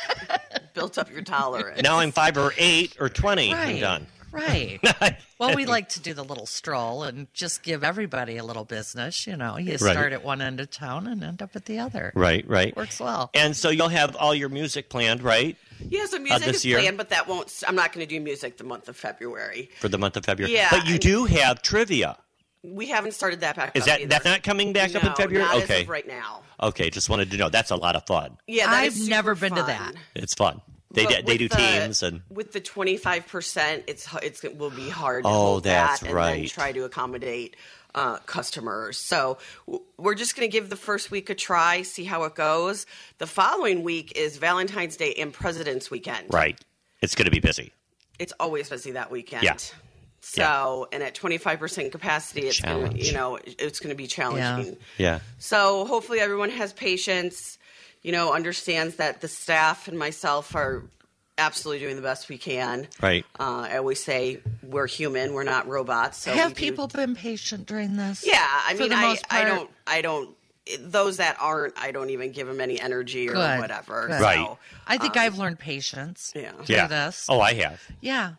Speaker 7: Built up your tolerance.
Speaker 3: now I'm five or eight or twenty. I'm
Speaker 4: right,
Speaker 3: done.
Speaker 4: right. well, we like to do the little stroll and just give everybody a little business. You know, you start at one end of town and end up at the other.
Speaker 3: Right, right.
Speaker 4: Works well.
Speaker 3: And so you'll have all your music planned, right,
Speaker 7: Yeah, so music
Speaker 3: Uh, this
Speaker 7: is
Speaker 3: year?
Speaker 7: planned, but that won't. I'm not going to do music the month of February.
Speaker 3: for the month of February.
Speaker 7: Yeah,
Speaker 3: But you
Speaker 7: and-
Speaker 3: do have trivia.
Speaker 7: We haven't started that back.
Speaker 3: Is
Speaker 7: up
Speaker 3: that
Speaker 7: either.
Speaker 3: that's not coming back up in
Speaker 7: No,
Speaker 3: February?
Speaker 7: Not
Speaker 3: okay.
Speaker 7: As of right now.
Speaker 3: Okay, just wanted to know. That's a lot of fun.
Speaker 7: Yeah, that
Speaker 4: I've
Speaker 7: is super
Speaker 4: never been to
Speaker 7: fun.
Speaker 4: that.
Speaker 3: It's fun. They
Speaker 7: But
Speaker 3: d- they
Speaker 7: with
Speaker 3: do
Speaker 7: the-
Speaker 3: teams and
Speaker 7: with the twenty five percent, it's h- it's it will be hard. To
Speaker 3: Oh,
Speaker 7: hold
Speaker 3: that's
Speaker 7: that And then
Speaker 3: right.
Speaker 7: try to accommodate uh, customers. So w- we're just going to give the first week a try, see how it goes. The following week is Valentine's Day and President's Weekend.
Speaker 3: right. It's going to be busy.
Speaker 7: It's always busy that weekend.
Speaker 3: Yeah.
Speaker 7: So and at twenty five percent capacity, it's gonna,
Speaker 3: Challenge.
Speaker 7: you know it's going to be challenging.
Speaker 3: Yeah.
Speaker 7: So hopefully everyone has patience, you know, understands that the staff and myself are absolutely doing the best we can.
Speaker 3: Right.
Speaker 7: Uh, I always say we're human, we're not robots. So we
Speaker 4: Have
Speaker 7: do-
Speaker 4: people been patient during this?
Speaker 7: Yeah, I
Speaker 4: For
Speaker 7: mean,
Speaker 4: the
Speaker 7: I,
Speaker 4: most
Speaker 7: I
Speaker 4: part?
Speaker 7: don't, I don't those that aren't, I don't even give them any energy or
Speaker 4: Good,
Speaker 7: whatever.
Speaker 4: good.
Speaker 7: So,
Speaker 3: Right.
Speaker 4: I think I've learned patience.
Speaker 7: um, Yeah.
Speaker 4: through
Speaker 3: Yeah.
Speaker 4: This.
Speaker 3: Oh, I have.
Speaker 4: Yeah.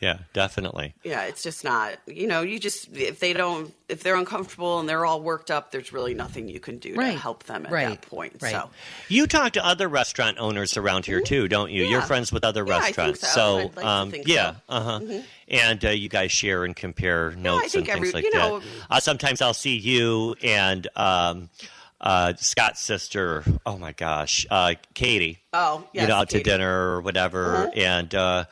Speaker 3: Yeah, definitely.
Speaker 7: Yeah, it's just not. You know, you just if they don't if they're uncomfortable and they're all worked up, there's really nothing you can do
Speaker 4: Right.
Speaker 7: to help them at
Speaker 4: Right.
Speaker 7: that point.
Speaker 4: Right.
Speaker 7: So
Speaker 3: You talk to other restaurant owners around here too, don't you? You're
Speaker 7: Mm-hmm. Yeah.
Speaker 3: friends with other
Speaker 7: Yeah, I think
Speaker 3: restaurants,
Speaker 7: so. I'd like to
Speaker 3: um,
Speaker 7: think
Speaker 3: yeah,
Speaker 7: so. Mm-hmm.
Speaker 3: uh-huh. and uh, you guys share and compare notes and
Speaker 7: think
Speaker 3: things
Speaker 7: every-
Speaker 3: like
Speaker 7: you know-
Speaker 3: that. Uh, sometimes I'll see you and um, uh, Scott's sister. Oh my gosh, uh, Katie.
Speaker 7: Oh,
Speaker 3: you
Speaker 7: yes,
Speaker 3: know, out to
Speaker 7: Katie. Uh-huh.
Speaker 3: dinner or whatever, and. Uh,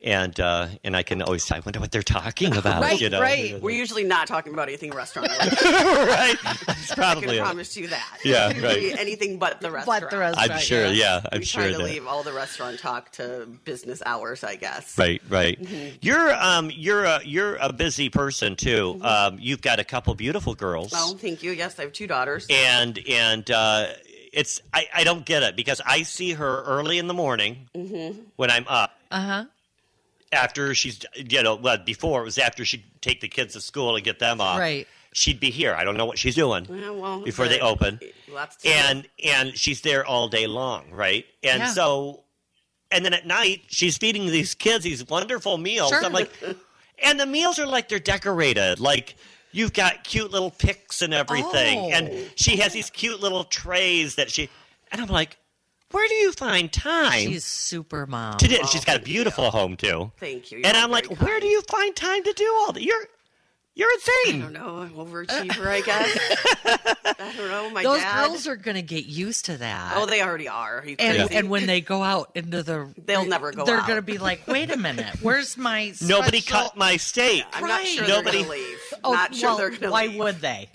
Speaker 3: and uh, and I can always I wonder what they're talking about.
Speaker 7: right,
Speaker 3: you know?
Speaker 7: right. We're usually not talking about anything restaurant. related.
Speaker 3: right. It's
Speaker 7: I can
Speaker 3: probably
Speaker 7: promise you that.
Speaker 3: Yeah,
Speaker 7: It would be
Speaker 3: right.
Speaker 7: Anything but the restaurant.
Speaker 4: But the rest.
Speaker 3: I'm sure. Yeah, I'm
Speaker 7: we
Speaker 3: sure
Speaker 7: try to
Speaker 3: that.
Speaker 7: leave all the restaurant talk to business hours, I guess.
Speaker 3: Right, right.
Speaker 7: Mm-hmm.
Speaker 3: You're um you're a you're a busy person too. Um you've got a couple beautiful girls.
Speaker 7: Mm-hmm. Well, thank you. Yes, I have two daughters.
Speaker 3: And and uh it's I, I don't get it because I see her early in the morning
Speaker 7: Mm-hmm.
Speaker 3: when I'm up. Uh-huh. After she's you know, well before it was after she'd take the kids to school and get them off.
Speaker 4: Right.
Speaker 3: She'd be here. I don't know what she's doing
Speaker 7: Yeah, well,
Speaker 3: before
Speaker 7: but
Speaker 3: they open
Speaker 7: Lots to
Speaker 3: and and she's there all day long, right? And
Speaker 4: Yeah.
Speaker 3: so, and then at night she's feeding these kids these wonderful meals.
Speaker 4: Sure.
Speaker 3: I'm like, and the meals are like they're decorated, like. You've got cute little pics and everything,
Speaker 4: Oh.
Speaker 3: and she has these cute little trays that she. And I'm like, where do you find time
Speaker 4: She's super mom.
Speaker 3: to do? She's got a beautiful home too.
Speaker 7: Thank you.
Speaker 3: and
Speaker 7: You're
Speaker 3: I'm like,
Speaker 7: very
Speaker 3: where do you find time to do all that? You're, you're insane.
Speaker 7: I don't know. I'm overachiever, I guess. I don't know. My
Speaker 4: Those
Speaker 7: dad.
Speaker 4: girls are going to get used to that.
Speaker 7: oh, they already are. Are you
Speaker 4: and,
Speaker 7: crazy?
Speaker 4: and when they go out into the,
Speaker 7: They'll never go
Speaker 4: They're
Speaker 7: out.
Speaker 4: going to be like, "Wait a minute, where's my
Speaker 3: Nobody
Speaker 4: special-"
Speaker 3: cut my steak.
Speaker 7: I'm not sure
Speaker 3: Nobody-
Speaker 7: they're going to leave.
Speaker 4: Oh,
Speaker 7: not sure
Speaker 4: well,
Speaker 7: they're going to
Speaker 4: Why
Speaker 7: leave.
Speaker 4: would they?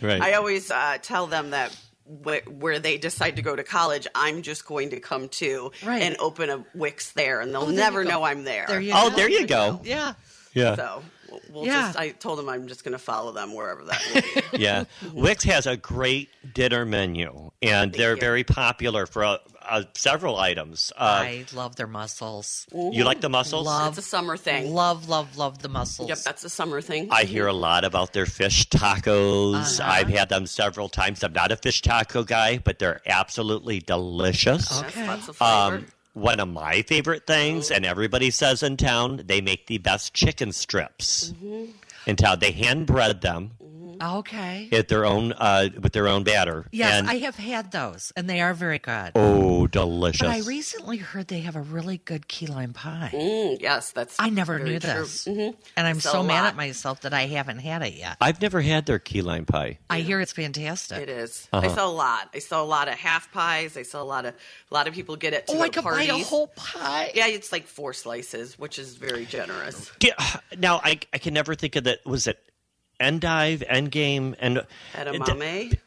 Speaker 3: Right.
Speaker 7: I always uh, tell them that wh- where they decide to go to college, I'm just going to come to
Speaker 4: Right. Oh,
Speaker 7: and open a Wix there, and they'll
Speaker 4: there you
Speaker 7: never
Speaker 4: go.
Speaker 7: know I'm there.
Speaker 4: There you
Speaker 3: oh,
Speaker 4: go.
Speaker 3: there you go.
Speaker 4: Yeah.
Speaker 3: Yeah.
Speaker 7: So we'll- we'll
Speaker 4: Yeah.
Speaker 7: just. I told them I'm just going to follow them wherever that. Will be.
Speaker 3: yeah. Wix has a great dinner menu, and they're very popular for uh, uh, several items. Uh,
Speaker 4: I love their muscles.
Speaker 3: you like the mussels?
Speaker 4: Love,
Speaker 7: It's a summer thing.
Speaker 4: love, love, love the muscles.
Speaker 7: Yep, that's a summer thing.
Speaker 3: I hear a lot about their fish tacos.
Speaker 4: Uh-huh.
Speaker 3: I've had them several times. I'm not a fish taco guy, but they're absolutely delicious.
Speaker 4: Oh,
Speaker 7: That's lots of flavor.
Speaker 3: Um, one of my favorite things, and everybody says in town, they make the best chicken strips
Speaker 4: Mm-hmm.
Speaker 3: in town. They hand bread them
Speaker 4: Okay.
Speaker 3: at their own uh, with their own batter.
Speaker 4: Yes,
Speaker 3: and,
Speaker 4: I have had those, and they are very good.
Speaker 3: oh, delicious!
Speaker 4: but I recently heard they have a really good key lime pie.
Speaker 7: Mm, yes, that's.
Speaker 4: I never
Speaker 7: very
Speaker 4: knew
Speaker 7: true. Mm, Mm-hmm.
Speaker 4: this, and I'm
Speaker 7: It's a
Speaker 4: so mad
Speaker 7: lot.
Speaker 4: at myself that I haven't had it yet.
Speaker 3: I've never had their key lime pie.
Speaker 4: I hear it's fantastic.
Speaker 7: It is.
Speaker 3: Uh-huh.
Speaker 7: I saw a lot. I saw a lot of half pies. I saw a lot of a lot of people get it. To
Speaker 4: Oh,
Speaker 7: the
Speaker 4: I could
Speaker 7: parties.
Speaker 4: buy a whole pie.
Speaker 7: Yeah, it's like four slices, which is very generous.
Speaker 3: Get- Now I I can never think of that. Was it Endive, Endgame, and
Speaker 7: Edamame.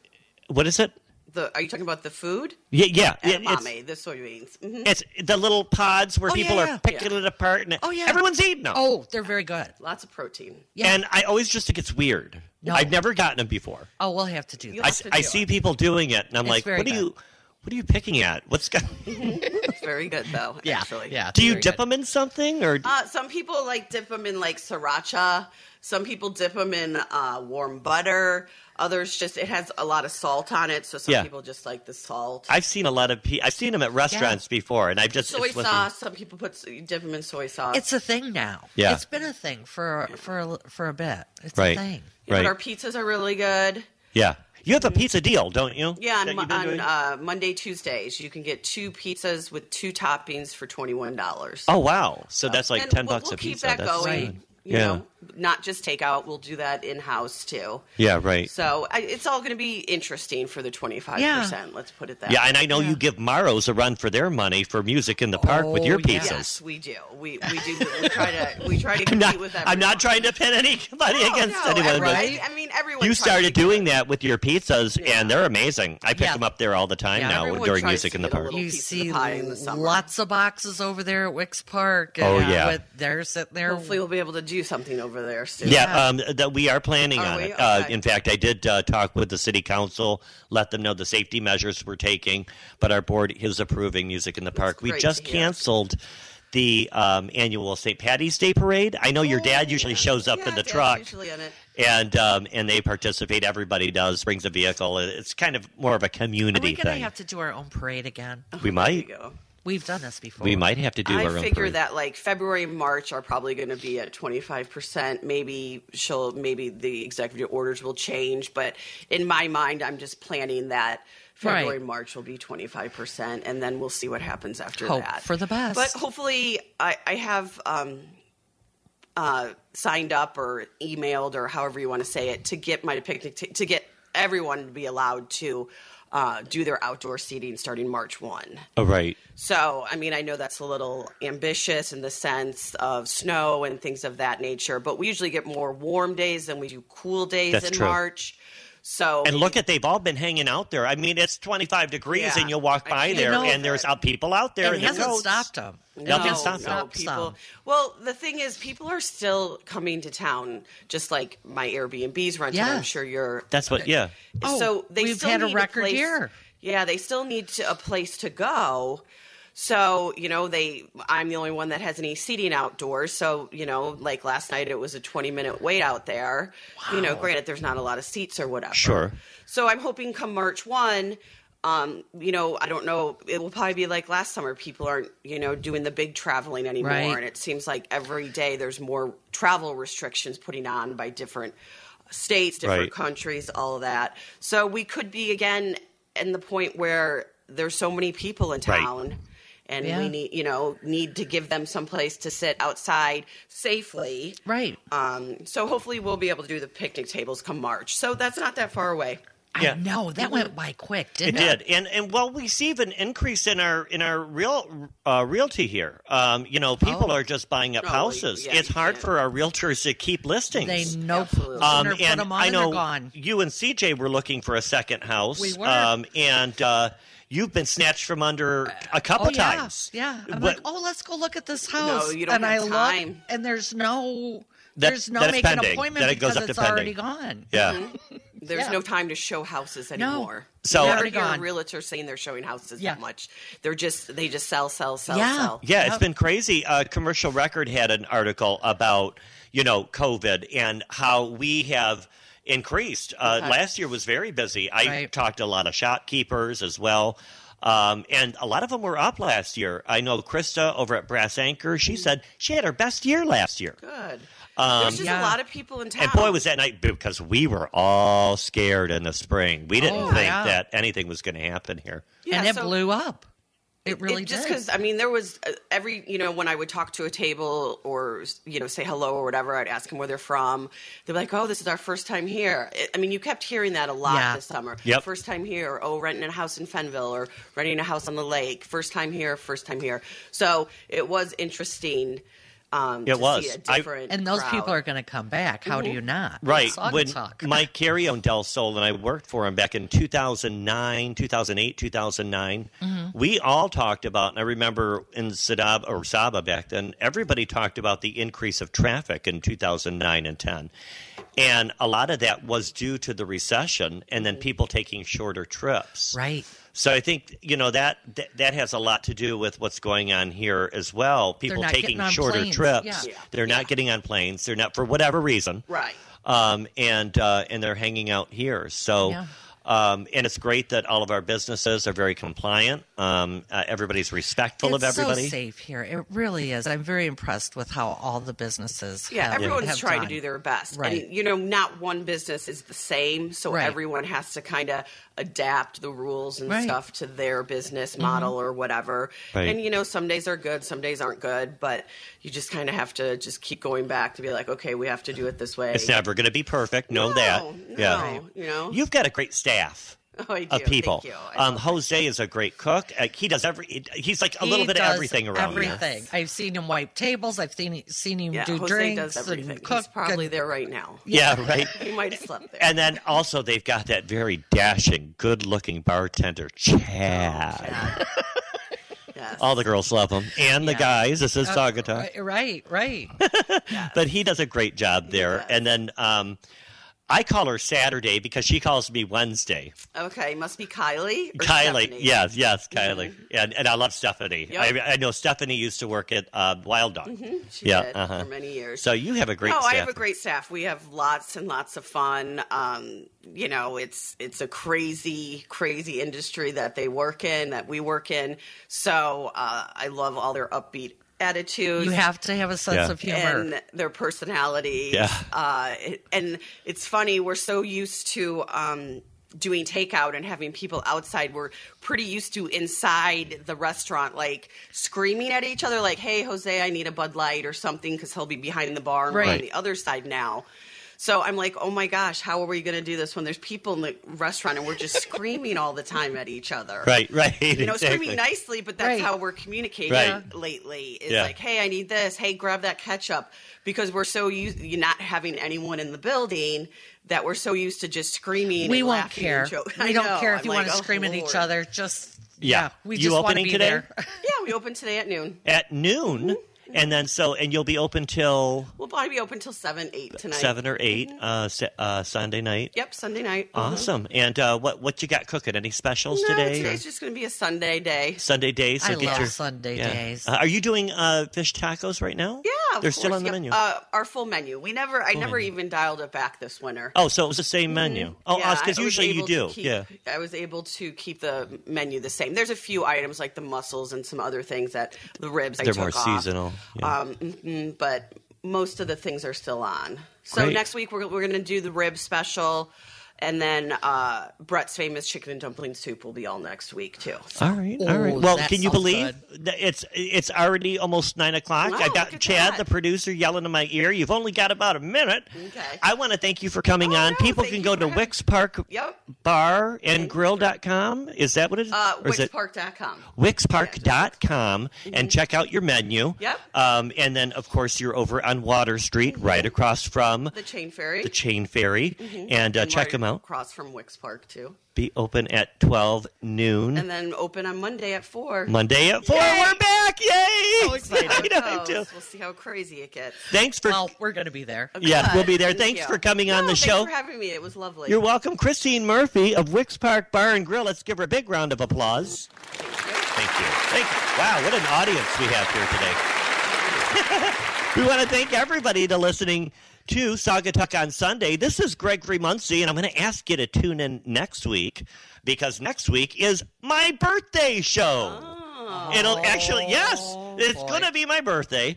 Speaker 3: What is it?
Speaker 7: The are you talking about the food?
Speaker 3: Yeah, yeah, yeah, it's,
Speaker 7: Edamame, the soybeans. Mhm.
Speaker 3: it's the little pods where
Speaker 4: Oh,
Speaker 3: people
Speaker 4: yeah,
Speaker 3: are
Speaker 4: yeah.
Speaker 3: picking it apart, and
Speaker 4: Oh, yeah.
Speaker 3: everyone's eating them.
Speaker 4: Oh, they're very good.
Speaker 7: Lots of protein.
Speaker 4: yeah.
Speaker 3: and I always just think it's weird.
Speaker 4: No.
Speaker 3: I've never gotten them before.
Speaker 4: Oh, we'll have to do that.
Speaker 3: I,
Speaker 7: have to
Speaker 3: I
Speaker 7: do
Speaker 3: see people doing it, and I'm
Speaker 4: It's
Speaker 3: like,
Speaker 4: very
Speaker 3: what are
Speaker 4: good.
Speaker 3: you? What are you picking at? What's got,
Speaker 7: It's very good though.
Speaker 4: yeah,
Speaker 7: actually.
Speaker 4: yeah.
Speaker 3: do
Speaker 4: it's
Speaker 3: you
Speaker 4: very
Speaker 3: dip
Speaker 4: good.
Speaker 3: them in something or
Speaker 7: Uh, some people like dip them in like sriracha. Some people dip them in uh, warm butter. Others just it has a lot of salt on it, so some
Speaker 3: Yeah.
Speaker 7: people just like the salt.
Speaker 3: I've seen a lot of pe- I've seen them at restaurants before, and I've just
Speaker 7: soy
Speaker 3: it's one thing-
Speaker 7: sauce. Some people put you dip them in soy sauce.
Speaker 4: It's a thing now.
Speaker 3: Yeah.
Speaker 4: it's been a thing for for a- for a bit. It's
Speaker 3: Right.
Speaker 4: a thing.
Speaker 7: Yeah,
Speaker 3: right.
Speaker 7: But our pizzas are really good.
Speaker 3: Yeah. You have a pizza deal, don't you?
Speaker 7: Yeah,
Speaker 3: That
Speaker 7: on,
Speaker 3: you've
Speaker 7: Mon-
Speaker 3: been doing?
Speaker 7: on uh, Monday, Tuesdays, you can get two pizzas with two toppings for twenty one dollars.
Speaker 3: oh wow! So that's like
Speaker 7: And
Speaker 3: 10
Speaker 7: we'll-
Speaker 3: bucks
Speaker 7: we'll
Speaker 3: a pizza.
Speaker 7: Keep that
Speaker 3: That's-
Speaker 7: going.
Speaker 4: Right.
Speaker 7: You
Speaker 3: Yeah.
Speaker 7: know, not just takeout. We'll do that in house too.
Speaker 3: Yeah, right.
Speaker 7: So I, it's all going to be interesting for the twenty five percent. Let's put it that.
Speaker 3: yeah,
Speaker 7: way.
Speaker 3: and I know you give Maros a run for their money for music in the park with
Speaker 4: Oh,
Speaker 3: your
Speaker 4: yes.
Speaker 3: pizzas.
Speaker 7: yes, we do. We we do. we try to we try to
Speaker 3: I'm
Speaker 7: compete
Speaker 3: not,
Speaker 7: with everyone.
Speaker 3: I'm not trying to pin anybody
Speaker 7: No,
Speaker 3: against
Speaker 7: no,
Speaker 3: anyone,
Speaker 7: everyone-
Speaker 3: but
Speaker 4: right?
Speaker 7: I, I mean, everyone.
Speaker 3: you
Speaker 7: tries to
Speaker 3: started
Speaker 7: get-
Speaker 3: doing that with your pizzas, and they're amazing. I pick
Speaker 4: Yeah.
Speaker 3: them up there all the time
Speaker 4: Yeah,
Speaker 3: now
Speaker 7: everyone
Speaker 3: during
Speaker 7: tries
Speaker 3: music
Speaker 7: to
Speaker 3: in the
Speaker 7: get a
Speaker 3: park.
Speaker 7: little-
Speaker 4: You
Speaker 7: piece of
Speaker 4: see
Speaker 7: pie in the summer.
Speaker 4: lots of boxes over there at Wicks Park.
Speaker 3: Oh,
Speaker 4: and, uh,
Speaker 3: yeah.
Speaker 4: with, they're sitting there.
Speaker 7: Hopefully, we'll be able to do something over there soon.
Speaker 3: Yeah, um, that we are planning
Speaker 7: Are
Speaker 3: on
Speaker 7: we?
Speaker 3: it. Uh,
Speaker 7: Okay.
Speaker 3: in fact, I did uh, talk with the city council, let them know the safety measures we're taking, but our board is approving music in the park. We
Speaker 7: great
Speaker 3: just
Speaker 7: to hear.
Speaker 3: canceled the um, annual St. Patty's Day parade. I know your dad usually shows up
Speaker 7: Oh, Yeah,
Speaker 3: in the
Speaker 7: Dad's
Speaker 3: truck,
Speaker 7: Usually in it.
Speaker 3: and um, and they participate. Everybody does brings a vehicle. It's kind of more of a
Speaker 8: Are
Speaker 3: community
Speaker 8: we going to
Speaker 3: thing.
Speaker 8: have to do our own parade again?
Speaker 3: we might
Speaker 7: Oh, There you go.
Speaker 8: We've done this before.
Speaker 3: we might have to do
Speaker 7: I
Speaker 3: our own
Speaker 7: figure
Speaker 3: parade.
Speaker 7: that like February, and March are probably going to be at twenty five percent. Maybe she'll, maybe the executive orders will change, but in my mind, I'm just planning that February,
Speaker 8: Right.
Speaker 7: March will be twenty five percent, and then we'll see what happens after
Speaker 4: Hope
Speaker 7: that.
Speaker 4: for the best.
Speaker 7: but hopefully, I, I have um, uh, signed up or emailed or however you want to say it to get my picnic t- to get everyone to be allowed to. Uh, do their outdoor seating starting March 1.
Speaker 3: Oh, right.
Speaker 7: So, I mean, I know that's a little ambitious in the sense of snow and things of that nature, but we usually get more warm days than we do cool days
Speaker 3: That's
Speaker 7: in
Speaker 3: true.
Speaker 7: March. So,
Speaker 3: And look at they've all been hanging out there. I mean, it's 25 degrees
Speaker 7: Yeah.
Speaker 3: and you'll walk
Speaker 7: I
Speaker 3: by
Speaker 7: can't
Speaker 3: there
Speaker 7: help
Speaker 3: and there's
Speaker 7: it.
Speaker 3: uh, people out there
Speaker 8: It
Speaker 3: in their
Speaker 8: hasn't
Speaker 3: coats.
Speaker 8: stopped them.
Speaker 3: Nothing stops
Speaker 7: no,
Speaker 3: them.
Speaker 7: people. Well, the thing is, people are still coming to town, just like my Airbnb's rented.
Speaker 4: Yeah.
Speaker 7: I'm sure you're.
Speaker 3: That's what yeah.
Speaker 8: Oh,
Speaker 7: so they
Speaker 8: we've
Speaker 7: still
Speaker 8: had a
Speaker 7: need
Speaker 8: record
Speaker 7: place,
Speaker 8: year.
Speaker 7: Yeah, they still need to, a place to go. So you know, they. I'm the only one that has any seating outdoors. So you know, like last night, it was a 20 minute wait out there. You know, granted, there's not a lot of seats or whatever.
Speaker 3: Sure.
Speaker 7: So I'm hoping come March 1, um, you know, I don't know, it will probably be like last summer. People aren't, you know, doing the big traveling anymore.
Speaker 8: Right.
Speaker 7: And it seems like every day there's more travel restrictions putting on by different states, different
Speaker 3: Right.
Speaker 7: countries, all of that. So we could be again in the point where there's so many people in
Speaker 3: Right.
Speaker 7: town. And
Speaker 8: Yeah.
Speaker 7: we need, you know, need to give them some place to sit outside safely.
Speaker 8: Right.
Speaker 7: Um, so hopefully we'll be able to do the picnic tables come March. So that's not that far away.
Speaker 3: Yeah.
Speaker 8: I know. That went by quick,
Speaker 3: It
Speaker 8: didn't it?
Speaker 3: did, and and well, we see even increase in our in our real uh, realty here. Um, you know, people are just buying up
Speaker 7: Oh,
Speaker 3: houses.
Speaker 7: yeah,
Speaker 3: it's
Speaker 7: you
Speaker 3: hard
Speaker 7: can't.
Speaker 3: for our realtors to keep listings.
Speaker 8: They know.
Speaker 7: Absolutely.
Speaker 8: Um,
Speaker 3: Um,
Speaker 8: put
Speaker 3: and
Speaker 8: them on
Speaker 3: I know
Speaker 8: and they're gone.
Speaker 3: you and CJ were looking for a second house.
Speaker 8: We were.
Speaker 3: Um, and uh, you've been snatched from under a couple
Speaker 8: oh, yeah,
Speaker 3: times.
Speaker 8: Yeah. I'm
Speaker 3: But-
Speaker 8: like, oh, let's go look at this house.
Speaker 7: you don't
Speaker 8: and
Speaker 7: have
Speaker 8: I look,
Speaker 7: time.
Speaker 8: and there's no,
Speaker 3: That-
Speaker 8: there's no
Speaker 3: that's
Speaker 8: making an
Speaker 3: pending.
Speaker 8: appointment
Speaker 3: Then it goes
Speaker 8: because
Speaker 3: up
Speaker 8: it's
Speaker 3: to
Speaker 8: already
Speaker 3: pending.
Speaker 8: gone.
Speaker 3: Yeah.
Speaker 7: There's
Speaker 8: Yeah.
Speaker 7: no time to show houses anymore.
Speaker 3: So-
Speaker 7: you
Speaker 3: They're
Speaker 7: never
Speaker 8: already
Speaker 7: hear a
Speaker 8: gone.
Speaker 7: realtor saying they're showing houses
Speaker 8: Yeah.
Speaker 7: that much. They're just they just sell, sell, sell,
Speaker 8: Yeah.
Speaker 7: sell.
Speaker 3: Yeah, it's been crazy. Uh, Commercial Record had an article about you know COVID and how we have increased. Uh, Last year was very busy. I
Speaker 8: Right.
Speaker 3: talked to a lot of shopkeepers as well. Um, and a lot of them were up last year. I know Krista over at Brass Anchor.
Speaker 8: Mm-hmm.
Speaker 3: She said she had her best year last year.
Speaker 7: Good. There's just
Speaker 8: Yeah.
Speaker 7: a lot of people in town.
Speaker 3: Um, And boy, was that night because we were all scared in the spring. We didn't
Speaker 8: Oh,
Speaker 3: think
Speaker 8: yeah.
Speaker 3: that anything was going to happen here.
Speaker 7: Yeah,
Speaker 8: and it
Speaker 7: so-
Speaker 8: blew up. It really
Speaker 7: It-
Speaker 8: did.
Speaker 7: just because I mean, there was uh, every you know when I would talk to a table or you know say hello or whatever, I'd ask them where they're from. They're like, "Oh, this is our first time here." I- I mean, you kept hearing that a lot
Speaker 8: Yeah.
Speaker 7: this summer.
Speaker 3: Yep.
Speaker 7: First time here. Or, oh, renting a house in Fenville or renting a house on the lake. First time here. First time here. So it was interesting. Um,
Speaker 3: It
Speaker 7: to
Speaker 3: was.
Speaker 7: See a
Speaker 3: I-
Speaker 7: different
Speaker 8: and those
Speaker 7: crowd. Mm-hmm.
Speaker 8: people are going to come back. How do you not?
Speaker 3: Right.
Speaker 8: Song
Speaker 3: When
Speaker 8: talk.
Speaker 3: Mike Carey on Del Sol and I worked for him back in 2009, 2008, 2009,
Speaker 8: Mm-hmm.
Speaker 3: we all talked about, and I remember in Sadab or Saba back then, everybody talked about the increase of traffic in 2009 and 10. And a lot of that was due to the recession
Speaker 8: Mm-hmm.
Speaker 3: and then people taking shorter trips.
Speaker 8: right.
Speaker 3: So I think you know that, that that has a lot to do with what's going on here as well. People
Speaker 8: not
Speaker 3: taking
Speaker 8: getting on
Speaker 3: shorter
Speaker 8: planes.
Speaker 3: trips.
Speaker 8: Yeah. Yeah.
Speaker 3: They're not getting on planes. They're not for whatever reason.
Speaker 7: Right.
Speaker 3: Um, and uh, and they're hanging out here. So.
Speaker 8: Yeah.
Speaker 3: Um, and it's great that all of our businesses are very compliant. Um, uh, everybody's respectful
Speaker 8: it's
Speaker 3: of everybody.
Speaker 8: so safe here. It really is. I'm very impressed with how all the businesses.
Speaker 7: Yeah,
Speaker 8: have,
Speaker 7: everyone's
Speaker 8: have
Speaker 7: trying
Speaker 8: done.
Speaker 7: to do their best.
Speaker 8: Right.
Speaker 7: And, you know, not one business is the same. So
Speaker 8: Right.
Speaker 7: everyone has to kind of adapt the rules and
Speaker 8: Right. Mm-hmm.
Speaker 7: stuff to their business model or whatever.
Speaker 3: Right.
Speaker 7: And, you know, some days are good, some days aren't good, but you just kind of have to just keep going back to be like, okay, we have to do it this way.
Speaker 3: It's never going to be perfect. Know
Speaker 7: No,
Speaker 3: that.
Speaker 7: no,
Speaker 3: yeah.
Speaker 7: you know?
Speaker 3: You've got a great staff.
Speaker 7: Oh, I do.
Speaker 3: Of people,
Speaker 7: Thank you. I
Speaker 3: um, Jose is a great cook. Uh, he does every. He's like a
Speaker 8: He
Speaker 3: little bit of
Speaker 8: does
Speaker 3: everything around here.
Speaker 8: Everything. I've seen him wipe tables. I've seen seen him
Speaker 7: yeah,
Speaker 8: do
Speaker 7: Jose
Speaker 8: drinks
Speaker 7: does everything.
Speaker 8: and cook.
Speaker 7: He's probably
Speaker 8: and-
Speaker 7: there right now.
Speaker 3: Yeah, right.
Speaker 7: He might have slept there.
Speaker 3: And then also they've got that very dashing, good-looking bartender,
Speaker 7: Oh,
Speaker 3: Chad.
Speaker 7: yes.
Speaker 3: All the girls love him, and the guys. This
Speaker 7: Uh,
Speaker 3: is Sagata,
Speaker 8: Uh, Right, right, right.
Speaker 3: but he does a great job there. And then um, I call her Saturday because she calls me Wednesday.
Speaker 7: Okay, must be Kylie.
Speaker 3: Kylie,
Speaker 7: or Stephanie. Mm-hmm.
Speaker 3: yes, yes, Kylie, and and I love Stephanie.
Speaker 7: Yep.
Speaker 3: I, I know Stephanie used to work at uh, Wild Dog.
Speaker 7: She
Speaker 3: yeah,
Speaker 7: did
Speaker 3: uh-huh.
Speaker 7: for many years.
Speaker 3: So you have a great.
Speaker 7: oh, I
Speaker 3: staff.
Speaker 7: have a great staff. We have lots and lots of fun. Um, you know, it's it's a crazy, crazy industry that they work in, that we work in. So uh, I love all their upbeat attitudes.
Speaker 4: You have to have a sense
Speaker 3: Yeah.
Speaker 4: of humor.
Speaker 7: And their personality.
Speaker 3: Yeah.
Speaker 7: Uh, it- and it's funny, we're so used to um, doing takeout and having people outside. We're pretty used to inside the restaurant, like screaming at each other, like, hey, Jose, I need a Bud Light or something, because he'll be behind the bar and we're on
Speaker 3: Right.
Speaker 7: the other side now. So I'm like, oh my gosh, how are we going to do this when there's people in the restaurant and we're just screaming all the time at each other?
Speaker 3: Right, right.
Speaker 7: you know,
Speaker 3: exactly.
Speaker 7: screaming nicely, but that's
Speaker 4: Right.
Speaker 7: how we're communicating
Speaker 3: Right.
Speaker 7: lately. Is
Speaker 3: Yeah.
Speaker 7: like, hey, I need this. Hey, grab that ketchup, because we're so used you not having anyone in the building that we're so used to just screaming.
Speaker 4: we
Speaker 7: and
Speaker 4: won't
Speaker 7: laughing
Speaker 4: care.
Speaker 7: And joke- I
Speaker 4: We don't
Speaker 7: know.
Speaker 4: care if
Speaker 7: I'm
Speaker 4: you
Speaker 7: like,
Speaker 4: want to
Speaker 7: "Oh,
Speaker 4: scream at each
Speaker 7: Lord."
Speaker 4: other. Just
Speaker 3: Yeah.
Speaker 4: yeah, we
Speaker 3: You
Speaker 4: just want to
Speaker 3: opening
Speaker 4: be
Speaker 3: today?
Speaker 4: there.
Speaker 7: Yeah, we open today at noon.
Speaker 3: at noon,
Speaker 7: Mm-hmm.
Speaker 3: and then so and you'll be open till
Speaker 7: We'll probably be open till seven, eight tonight.
Speaker 3: seven or 8 uh, Sa- uh, Sunday night.
Speaker 7: Yep, Sunday night. Mhm.
Speaker 3: Awesome. And uh, what what you got cooking? Any specials
Speaker 7: No,
Speaker 3: today?
Speaker 7: today's just going to be a Sunday day.
Speaker 3: Sunday days. So
Speaker 4: I
Speaker 3: get
Speaker 4: love
Speaker 3: your,
Speaker 4: Sunday days.
Speaker 3: Uh, are you doing uh, fish tacos right now?
Speaker 7: Yeah, of
Speaker 3: they're still
Speaker 7: course.
Speaker 3: on the
Speaker 7: Yep,
Speaker 3: menu.
Speaker 7: Uh, our full menu. We never, I never
Speaker 3: menu.
Speaker 7: even dialed it back this winter.
Speaker 3: oh, so it was the same menu. Oh,
Speaker 7: mm-hmm. Yeah,
Speaker 3: because
Speaker 7: I was
Speaker 3: usually you
Speaker 7: able to
Speaker 3: do.
Speaker 7: keep-
Speaker 3: yeah.
Speaker 7: I was able to keep the menu the same. There's a few items like the mussels and some other things that the ribs. I
Speaker 3: They're more
Speaker 7: took off.
Speaker 3: seasonal, yeah.
Speaker 7: Um, mhm, but most of the things are still on. So
Speaker 3: Great.
Speaker 7: next week we're we're gonna do the rib special, and then uh, Brett's famous chicken and dumpling soup will be all next week too.
Speaker 3: All right, all right.
Speaker 4: Ooh,
Speaker 3: Well,
Speaker 4: that
Speaker 3: can you
Speaker 4: sounds
Speaker 3: believe that it's it's already almost nine o'clock?
Speaker 7: Wow,
Speaker 3: I got
Speaker 7: look at
Speaker 3: Chad,
Speaker 7: that.
Speaker 3: the producer, yelling in my ear. You've only got about a minute.
Speaker 7: Okay.
Speaker 3: I want to thank you for coming
Speaker 7: Oh,
Speaker 3: on.
Speaker 7: no,
Speaker 3: People
Speaker 7: thank
Speaker 3: can
Speaker 7: you
Speaker 3: go
Speaker 7: for
Speaker 3: to
Speaker 7: having-
Speaker 3: Wicks Park
Speaker 7: Yep.
Speaker 3: Bar and Grill.com. Is that what it is?
Speaker 7: Uh,
Speaker 3: Or is it-
Speaker 7: WixPark.com.
Speaker 3: wickspark.com and check out your menu.
Speaker 7: Mm-hmm. Yep. Mm-hmm.
Speaker 3: Um, and then, of course, you're over on Water Street, right across from
Speaker 7: The chain ferry.
Speaker 3: the Chain Ferry. And, uh,
Speaker 7: And
Speaker 3: check
Speaker 7: right
Speaker 3: them out.
Speaker 7: Across from Wicks Park too,
Speaker 3: Be open at 12 noon.
Speaker 7: and then open on Monday at four.
Speaker 3: Monday at 4.
Speaker 7: Yay! Oh,
Speaker 3: We're back. Yay!
Speaker 7: We'll see how
Speaker 3: I
Speaker 7: it
Speaker 3: know, I do.
Speaker 7: goes. We'll see how crazy it gets.
Speaker 3: Thanks for.
Speaker 4: Well, we're going to be there.
Speaker 3: yeah, we'll be there.
Speaker 7: Thank
Speaker 3: Thanks
Speaker 7: you.
Speaker 3: for coming on
Speaker 7: No,
Speaker 3: the show.
Speaker 7: Thanks for having me. It was lovely.
Speaker 3: You're welcome, Christine Murphy of Wicks Park Bar and Grill. Let's give her a big round of applause. Thank you. Thank you. Wow, what an audience we have here today. we want to thank everybody to listening to Sagatuck on Sunday. This is Gregory Muncie, and I'm going to ask you to tune in next week because next week is my birthday show.
Speaker 4: Oh.
Speaker 3: It'll actually, yes, it's going to be my birthday.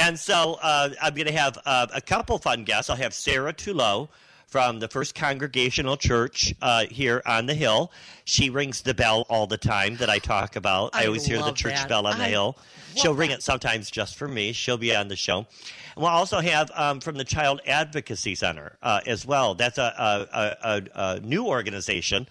Speaker 3: And so uh, I'm going to have uh, a couple fun guests. I'll have Sarah Tullow from the First Congregational Church uh, here on the Hill. She rings the bell all the time that I talk about. I,
Speaker 4: I
Speaker 3: always hear the
Speaker 4: love
Speaker 3: church
Speaker 4: that.
Speaker 3: bell on the
Speaker 4: I
Speaker 3: Hill. She'll ring it sometimes just for me. She'll be on the show. And we'll also have um, from the Child Advocacy Center uh, as well. That's a, a, a, a, a new organization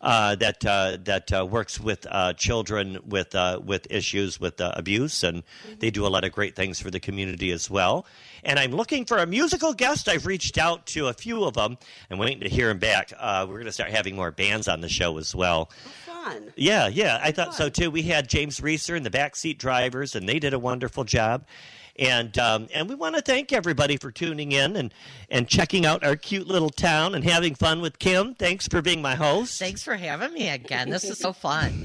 Speaker 3: uh, that uh, that uh, works with uh, children with uh, with issues with uh, abuse, and they do a lot of great things for the community as well. And I'm looking for a musical guest. I've reached out to a few of them. I'm waiting to hear them back. Uh, we're going to start having more bands on the show as well.
Speaker 7: Fun.
Speaker 3: Yeah, yeah, I thought so too. We had James Reeser and the backseat drivers, and they did a wonderful job. And um, and we want to thank everybody for tuning in and and checking out our cute little town and having fun with Kim. Thanks for being my host.
Speaker 8: Thanks for having me again. This is so fun.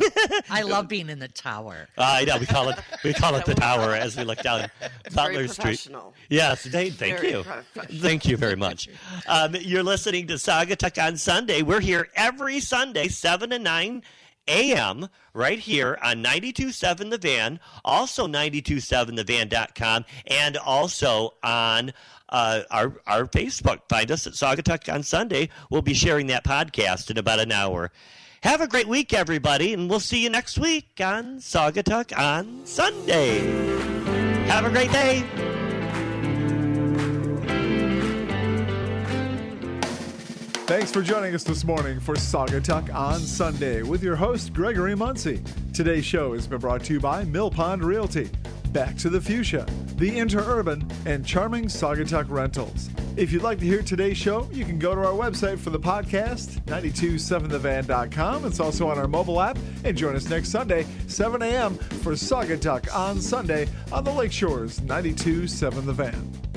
Speaker 8: I love being in the tower.
Speaker 3: I know we call it we call it the tower as we look down Butler Street.
Speaker 7: professional.
Speaker 3: Yes, they, thank
Speaker 7: Very
Speaker 3: you,
Speaker 7: professional.
Speaker 3: thank you very much. Um, you're listening to Saga Tuck on Sunday. We're here every Sunday, seven to nine a.m. right here on 92.7 The Van, also 92.7thevan.com, and also on uh, our our Facebook. Find us at Saga Tuck on Sunday. We'll be sharing that podcast in about an hour. Have a great week, everybody, and we'll see you next week on Saugatuck on Sunday. Have a great day.
Speaker 1: Thanks for joining us this morning for Saga Talk on Sunday with your host, Gregory Muncie. Today's show has been brought to you by Mill Pond Realty, Back to the Fuchsia, the Interurban, and Charming Saugatuck Rentals. If you'd like to hear today's show, you can go to our website for the podcast, 927thevan.com. It's also on our mobile app. And join us next Sunday, 7 a.m., for Saga Talk on Sunday on the Lake Shores, 927 The Van.